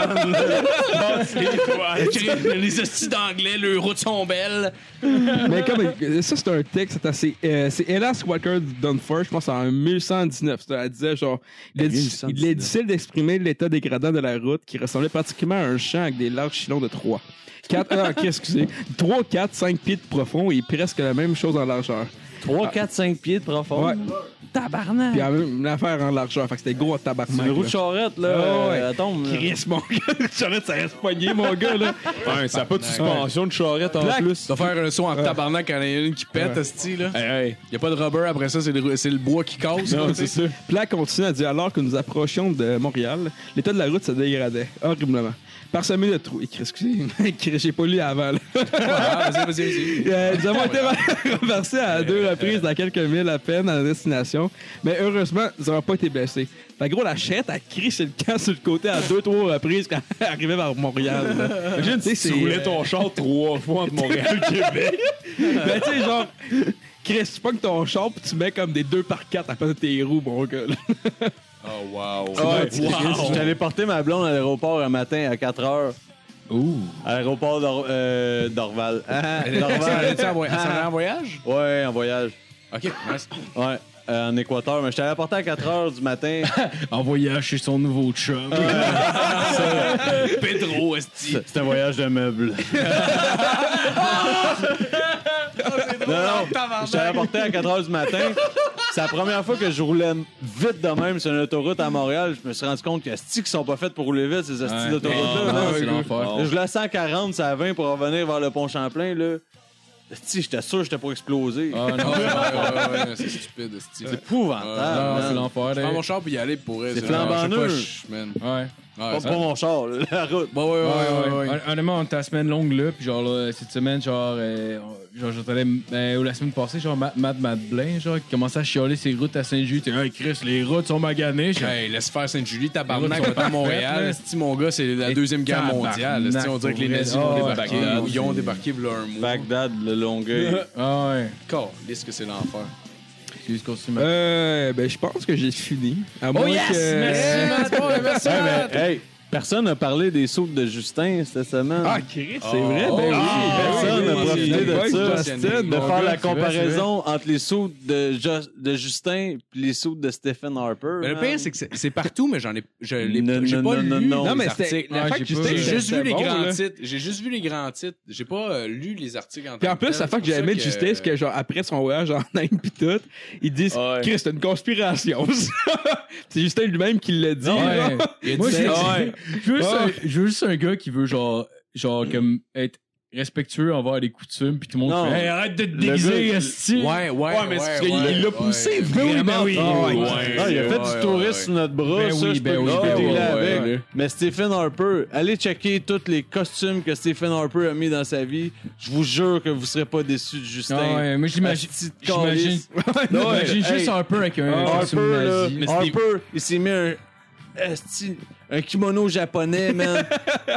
Speaker 5: Chris, les hosties d'anglais, leurs routes sont belles.
Speaker 4: Mais comme euh, ça, c'est un texte, c'est assez. euh, c'est Hélas Walker Dunford, je pense, en 1119. C'est- Elle disait genre. Il est, diffi- il est difficile d'exprimer l'état dégradant de la route qui ressemblait pratiquement à un champ avec des larges chilons de 3. 4, ah, ok, excusez. 3, 4, 5 pieds de profond et presque la même chose en largeur. Ah.
Speaker 9: 3, 4, 5 pieds de profond.
Speaker 4: Ouais. Puis la même affaire en largeur. Fait que c'était gros à tabarnak.
Speaker 9: Une roue de
Speaker 4: là.
Speaker 9: charrette, là.
Speaker 4: Ah ouais.
Speaker 9: euh, elle tombe, là.
Speaker 4: Chris, mon gars. *laughs* Le charrette, ça reste poigné, mon gars, là.
Speaker 6: Ouais, ça a pas de suspension de charrette hein. en
Speaker 4: Plaque.
Speaker 6: plus.
Speaker 5: Tu vas faire un saut en tabarnak quand il y en a une qui pète, hostie, là.
Speaker 6: Hey, hey.
Speaker 5: Y a pas de rubber, après ça, c'est le, c'est le bois qui
Speaker 4: *laughs*
Speaker 5: casse.
Speaker 6: Non, Ah,
Speaker 5: là, Ah,
Speaker 6: c'est
Speaker 5: tu sais.
Speaker 6: ça.
Speaker 4: Puis là, elle continue à dire alors que nous approchions de Montréal, l'état de la route se dégradait horriblement. Parsemé de trous. Écris, excusez, *laughs* écris, j'ai pas lu avant. là.
Speaker 5: Ah, vas-y, vas-y,
Speaker 4: *laughs*
Speaker 5: vas-y.
Speaker 4: Euh, nous avons été
Speaker 6: Ah,
Speaker 4: *laughs* renversés à
Speaker 6: Euh,
Speaker 4: deux reprises dans quelques milles à peine à la destination, mais heureusement, nous n'avons pas été blessés. Fait que gros, la chette a crié sur le camp sur le côté à deux, trois reprises quand elle arrivait vers Montréal. là.
Speaker 6: Imagine si
Speaker 4: c'est-
Speaker 6: tu roulais ton char trois fois entre *laughs* Montréal et Québec.
Speaker 4: *laughs* Ben, tu sais, genre, Chris, tu pognes ton char puis tu mets comme des deux par quatre à de tes roues, mon gars. là.
Speaker 6: Ah,
Speaker 5: Oh, wow.
Speaker 9: Ah Je t'allais porter ma blonde à l'aéroport un matin à 4 h. À l'aéroport d'Or- euh, d'Orval.
Speaker 5: *laughs*
Speaker 9: Ah, Dorval.
Speaker 5: tu en voy- elle s'en allait en voyage?
Speaker 9: Ouais, en voyage.
Speaker 5: Ok, nice.
Speaker 9: Ouais, euh, en Équateur. Mais je t'allais apporter à 4 h du matin.
Speaker 3: En voyage chez son nouveau chum.
Speaker 5: Pedro, hostie.
Speaker 9: C'est un voyage de meubles.
Speaker 7: Non, non, j'étais apporté à 4 h du matin. C'est la première fois que je roulais vite de même sur une autoroute à Montréal. Je me suis rendu compte que sticks sont pas faites pour rouler vite, ces hosties
Speaker 3: Ah,
Speaker 7: d'autoroutes-là. là.
Speaker 3: c'est l'enfer.
Speaker 7: Je voulais à 140, c'est à 20 pour revenir vers le pont Champlain, là. Esti, j'étais sûr que j'étais pour exploser. hein.
Speaker 3: Ah non, ouais, ouais, ouais, ouais,
Speaker 5: c'est stupide,
Speaker 7: C'est
Speaker 5: c'est stupide. Ah,
Speaker 3: non,
Speaker 7: épouvantable.
Speaker 3: c'est
Speaker 7: Ah, man.
Speaker 3: l'enfer.
Speaker 5: Prends
Speaker 3: là.
Speaker 5: mon char puis y aller pour elle.
Speaker 7: C'est
Speaker 5: ça.
Speaker 7: flambant
Speaker 5: Je sais pas,
Speaker 7: neuf.
Speaker 5: je- man.
Speaker 3: Ouais.
Speaker 5: hein. Ouais,
Speaker 7: Pas
Speaker 5: ça-
Speaker 7: pas mon char, là, la route.
Speaker 5: Bon, ouais, ouais, ouais, ouais, ouais.
Speaker 3: Hon- Honnêtement, on était à la semaine longue là, puis genre là, cette semaine, genre, euh, on- genre j'entendais, euh, ou la semaine passée, genre Matt, Matt Madeleine, genre, qui commençait à chialer ses routes à Saint-Jules. T'es hey Chris, les routes sont maganées. J'ai-
Speaker 5: Hey, laisse faire Sainte-Julie,
Speaker 3: Les
Speaker 5: tabarnak,
Speaker 3: routes sont
Speaker 5: t'es à
Speaker 3: faites, là.
Speaker 5: Montréal. Si mon gars, c'est la
Speaker 3: Et
Speaker 5: Deuxième Guerre
Speaker 3: tabarnak,
Speaker 5: mondiale. esti, on dirait que les
Speaker 3: pour
Speaker 5: nazis
Speaker 3: vrai.
Speaker 5: ont
Speaker 3: Ah,
Speaker 5: débarqué.
Speaker 3: ouais,
Speaker 5: Ils ont débarqué v'là un mois.
Speaker 7: Bagdad, le Longueuil.
Speaker 3: Ah ouais.
Speaker 5: Qu'est-ce que c'est l'enfer?
Speaker 3: Excuse continue. Matt.
Speaker 8: Euh, ben, je pense que j'ai fini. À
Speaker 5: Oh,
Speaker 8: moins que-
Speaker 5: Eh,
Speaker 7: Ouais, mais, hey, personne n'a parlé des soupes de Justin cette semaine.
Speaker 8: Ah, Chris, c'est vrai.
Speaker 5: Oh,
Speaker 8: Ben oui.
Speaker 5: ah,
Speaker 7: personne n'a
Speaker 5: oui,
Speaker 7: profité
Speaker 5: oui,
Speaker 7: de
Speaker 5: oui,
Speaker 7: ça.
Speaker 5: oui,
Speaker 8: Justin,
Speaker 5: oui,
Speaker 7: de
Speaker 5: mon
Speaker 7: faire
Speaker 5: gars.
Speaker 7: la comparaison entre les soupes de, Jo- de Justin et les soupes de Stephen Harper.
Speaker 5: Mais le pire, c'est que c'est- c'est partout, mais j'en ai, je
Speaker 7: Non,
Speaker 5: l'ai, j'ai
Speaker 7: non,
Speaker 5: pas
Speaker 7: non,
Speaker 5: lu.
Speaker 7: non, non.
Speaker 5: les
Speaker 8: Non, mais c'était.
Speaker 5: articles.
Speaker 8: La
Speaker 3: Ah,
Speaker 8: fac
Speaker 3: j'ai
Speaker 8: Justin,
Speaker 3: pas-
Speaker 5: J'ai
Speaker 3: c'était-
Speaker 5: juste
Speaker 8: c'était
Speaker 5: vu les
Speaker 8: bon,
Speaker 5: grands
Speaker 8: là.
Speaker 5: titres. J'ai juste vu les grands titres. J'ai pas euh, lu les articles en
Speaker 8: Puis en
Speaker 5: tant
Speaker 8: plus,
Speaker 5: tel.
Speaker 8: la fois que
Speaker 5: C'est pour
Speaker 8: j'ai aimé
Speaker 5: ça
Speaker 8: Justin, c'est que genre après son voyage en *laughs* Inde pis tout, ils disent
Speaker 7: Ouais.
Speaker 8: Chris, c'est une conspiration. ça. *laughs* c'est Justin lui-même qui l'a dit. là. *laughs*
Speaker 3: Ouais. Moi,
Speaker 5: dit-
Speaker 3: j'ai-
Speaker 5: Ah
Speaker 3: je veux juste
Speaker 8: Ah.
Speaker 3: un- je veux juste un gars qui veut genre, genre comme être respectueux envers les coutumes, puis tout le monde
Speaker 7: Non.
Speaker 3: fait hey, arrête de te
Speaker 7: gars,
Speaker 3: déguiser,
Speaker 7: il-
Speaker 3: esti.
Speaker 5: Ouais, ouais, ouais.
Speaker 8: mais c'est
Speaker 5: ouais,
Speaker 8: parce qu'il l'a poussé vraiment.
Speaker 3: Ah, ouais.
Speaker 7: Ah, il a fait du tourisme sur notre bras,
Speaker 3: Ben
Speaker 7: ça,
Speaker 3: oui,
Speaker 7: je
Speaker 3: ben
Speaker 7: peux
Speaker 3: oui,
Speaker 7: te
Speaker 3: ben
Speaker 7: dealer
Speaker 3: oui,
Speaker 7: avec.
Speaker 3: ouais.
Speaker 7: Mais Stephen Harper, allez checker tous les costumes que Stephen Harper a mis dans sa vie. Je vous jure que vous serez pas déçus de Justin.
Speaker 3: Ah ouais, moi j'imagine,
Speaker 7: Asti de
Speaker 3: j'imagine,
Speaker 7: calice.
Speaker 3: *laughs* j'imagine
Speaker 7: Ouais,
Speaker 3: juste
Speaker 7: hey.
Speaker 3: un peu avec un
Speaker 7: Ah, Harper,
Speaker 3: costume
Speaker 7: là,
Speaker 3: nazi.
Speaker 7: Harper, il s'est mis un, esti- un kimono japonais, man.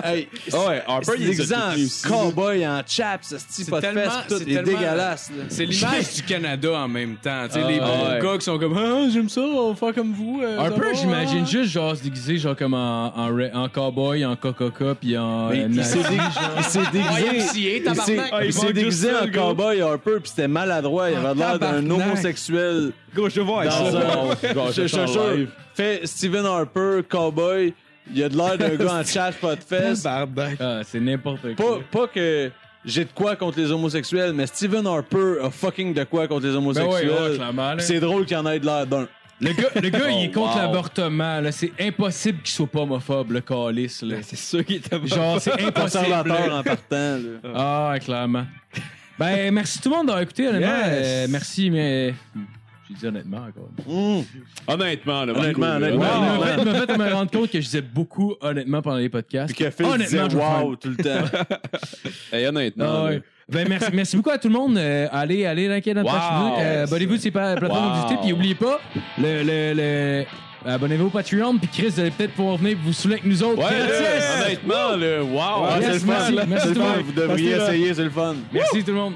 Speaker 7: hey,
Speaker 6: Ouais, Harper,
Speaker 7: c'est
Speaker 6: il les a
Speaker 7: l'exemple.
Speaker 6: tous mis aussi.
Speaker 7: Cowboy en chaps, esti,
Speaker 5: C'est
Speaker 7: pas de
Speaker 5: tellement-
Speaker 7: fesses, tout.
Speaker 5: c'est
Speaker 7: Il est
Speaker 5: tellement-
Speaker 7: dégueulasse. là. *laughs*
Speaker 5: C'est l'image du Canada en même temps. Tu sais,
Speaker 3: Ah,
Speaker 5: les bons
Speaker 3: ouais.
Speaker 5: gars qui sont comme Ah, j'aime ça, on va faire comme vous. euh,
Speaker 3: Un
Speaker 5: ça
Speaker 3: peu,
Speaker 5: va,
Speaker 3: j'imagine
Speaker 5: hein.
Speaker 3: juste genre se déguiser genre comme en, en, ra- en cowboy, en coca puis en
Speaker 7: Mais
Speaker 3: euh,
Speaker 7: il
Speaker 3: nazi.
Speaker 7: s'est dé- il s'est déguisé.
Speaker 5: YMCA,
Speaker 7: Il s'est-
Speaker 5: tabarnak.
Speaker 7: il s'est déguisé en cowboy Harper, puis c'était maladroit. Il avait l'air d'un
Speaker 8: tabarnak.
Speaker 7: homosexuel
Speaker 8: Go, je vois ça.
Speaker 7: dans
Speaker 6: uh,
Speaker 7: un. *laughs* Je je- je-
Speaker 6: en live.
Speaker 7: Fait Steven Harper, cowboy. Il a de l'air d'un gars en chaps, pas de fesses.
Speaker 8: Tabarnak.
Speaker 3: Ah, c'est n'importe
Speaker 7: Pas,
Speaker 3: quoi.
Speaker 7: pas que j'ai de quoi contre les homosexuels, mais Stephen Harper a fucking de quoi contre les
Speaker 3: Ben ouais,
Speaker 7: homosexuels.
Speaker 3: ouais, clairement, là.
Speaker 7: Pis c'est Oh, drôle qu'il y en ait de l'air d'un.
Speaker 3: Le gars, le gars il est contre
Speaker 6: wow.
Speaker 3: l'avortement, là. C'est impossible qu'il soit pas homophobe, le calice,
Speaker 7: Ben,
Speaker 3: là.
Speaker 8: C'est sûr qu'il était bon.
Speaker 3: Genre,
Speaker 7: *laughs*
Speaker 3: c'est impossible.
Speaker 7: Conservateur
Speaker 3: là.
Speaker 7: en partant.
Speaker 3: *laughs*
Speaker 7: là.
Speaker 3: Ah, ouais, clairement. Ben, merci tout le monde d'avoir écouté, honnêtement.
Speaker 8: Yes.
Speaker 3: Euh, merci, mais. J'ai dit honnêtement, encore.
Speaker 7: Mm.
Speaker 6: Honnêtement, là,
Speaker 7: Honnêtement,
Speaker 6: Marco, là.
Speaker 3: Ouais,
Speaker 7: honnêtement.
Speaker 6: Ouais,
Speaker 3: mais en fait, me fait me rendre compte que je disais beaucoup honnêtement pendant les podcasts.
Speaker 7: Puis que Phil disait
Speaker 3: Honnêtement, je vais
Speaker 7: wow tout le temps. *laughs*
Speaker 6: ouais. Hey, honnêtement.
Speaker 3: Ah
Speaker 6: là.
Speaker 3: ouais. Ben, merci, merci beaucoup à tout le monde. Euh, allez, allez, liker notre
Speaker 6: Wow.
Speaker 3: page Facebook. Euh, Abonnez-vous de ces pa- plateformes
Speaker 6: Wow.
Speaker 3: d'activité. Puis n'oubliez pas, le, le, le- abonnez-vous au Patreon. Puis Chris, vous allez peut-être pouvoir venir vous saouler avec nous autres.
Speaker 6: Ouais,
Speaker 3: Yes.
Speaker 6: là, honnêtement, là, wow.
Speaker 3: Yes,
Speaker 7: Ah, c'est le fun,
Speaker 3: merci,
Speaker 7: là.
Speaker 3: merci
Speaker 7: C'est le
Speaker 3: tout le
Speaker 7: fun,
Speaker 3: monde.
Speaker 7: Vous devriez
Speaker 3: Restez là.
Speaker 7: essayer, c'est le fun.
Speaker 3: Merci tout le monde.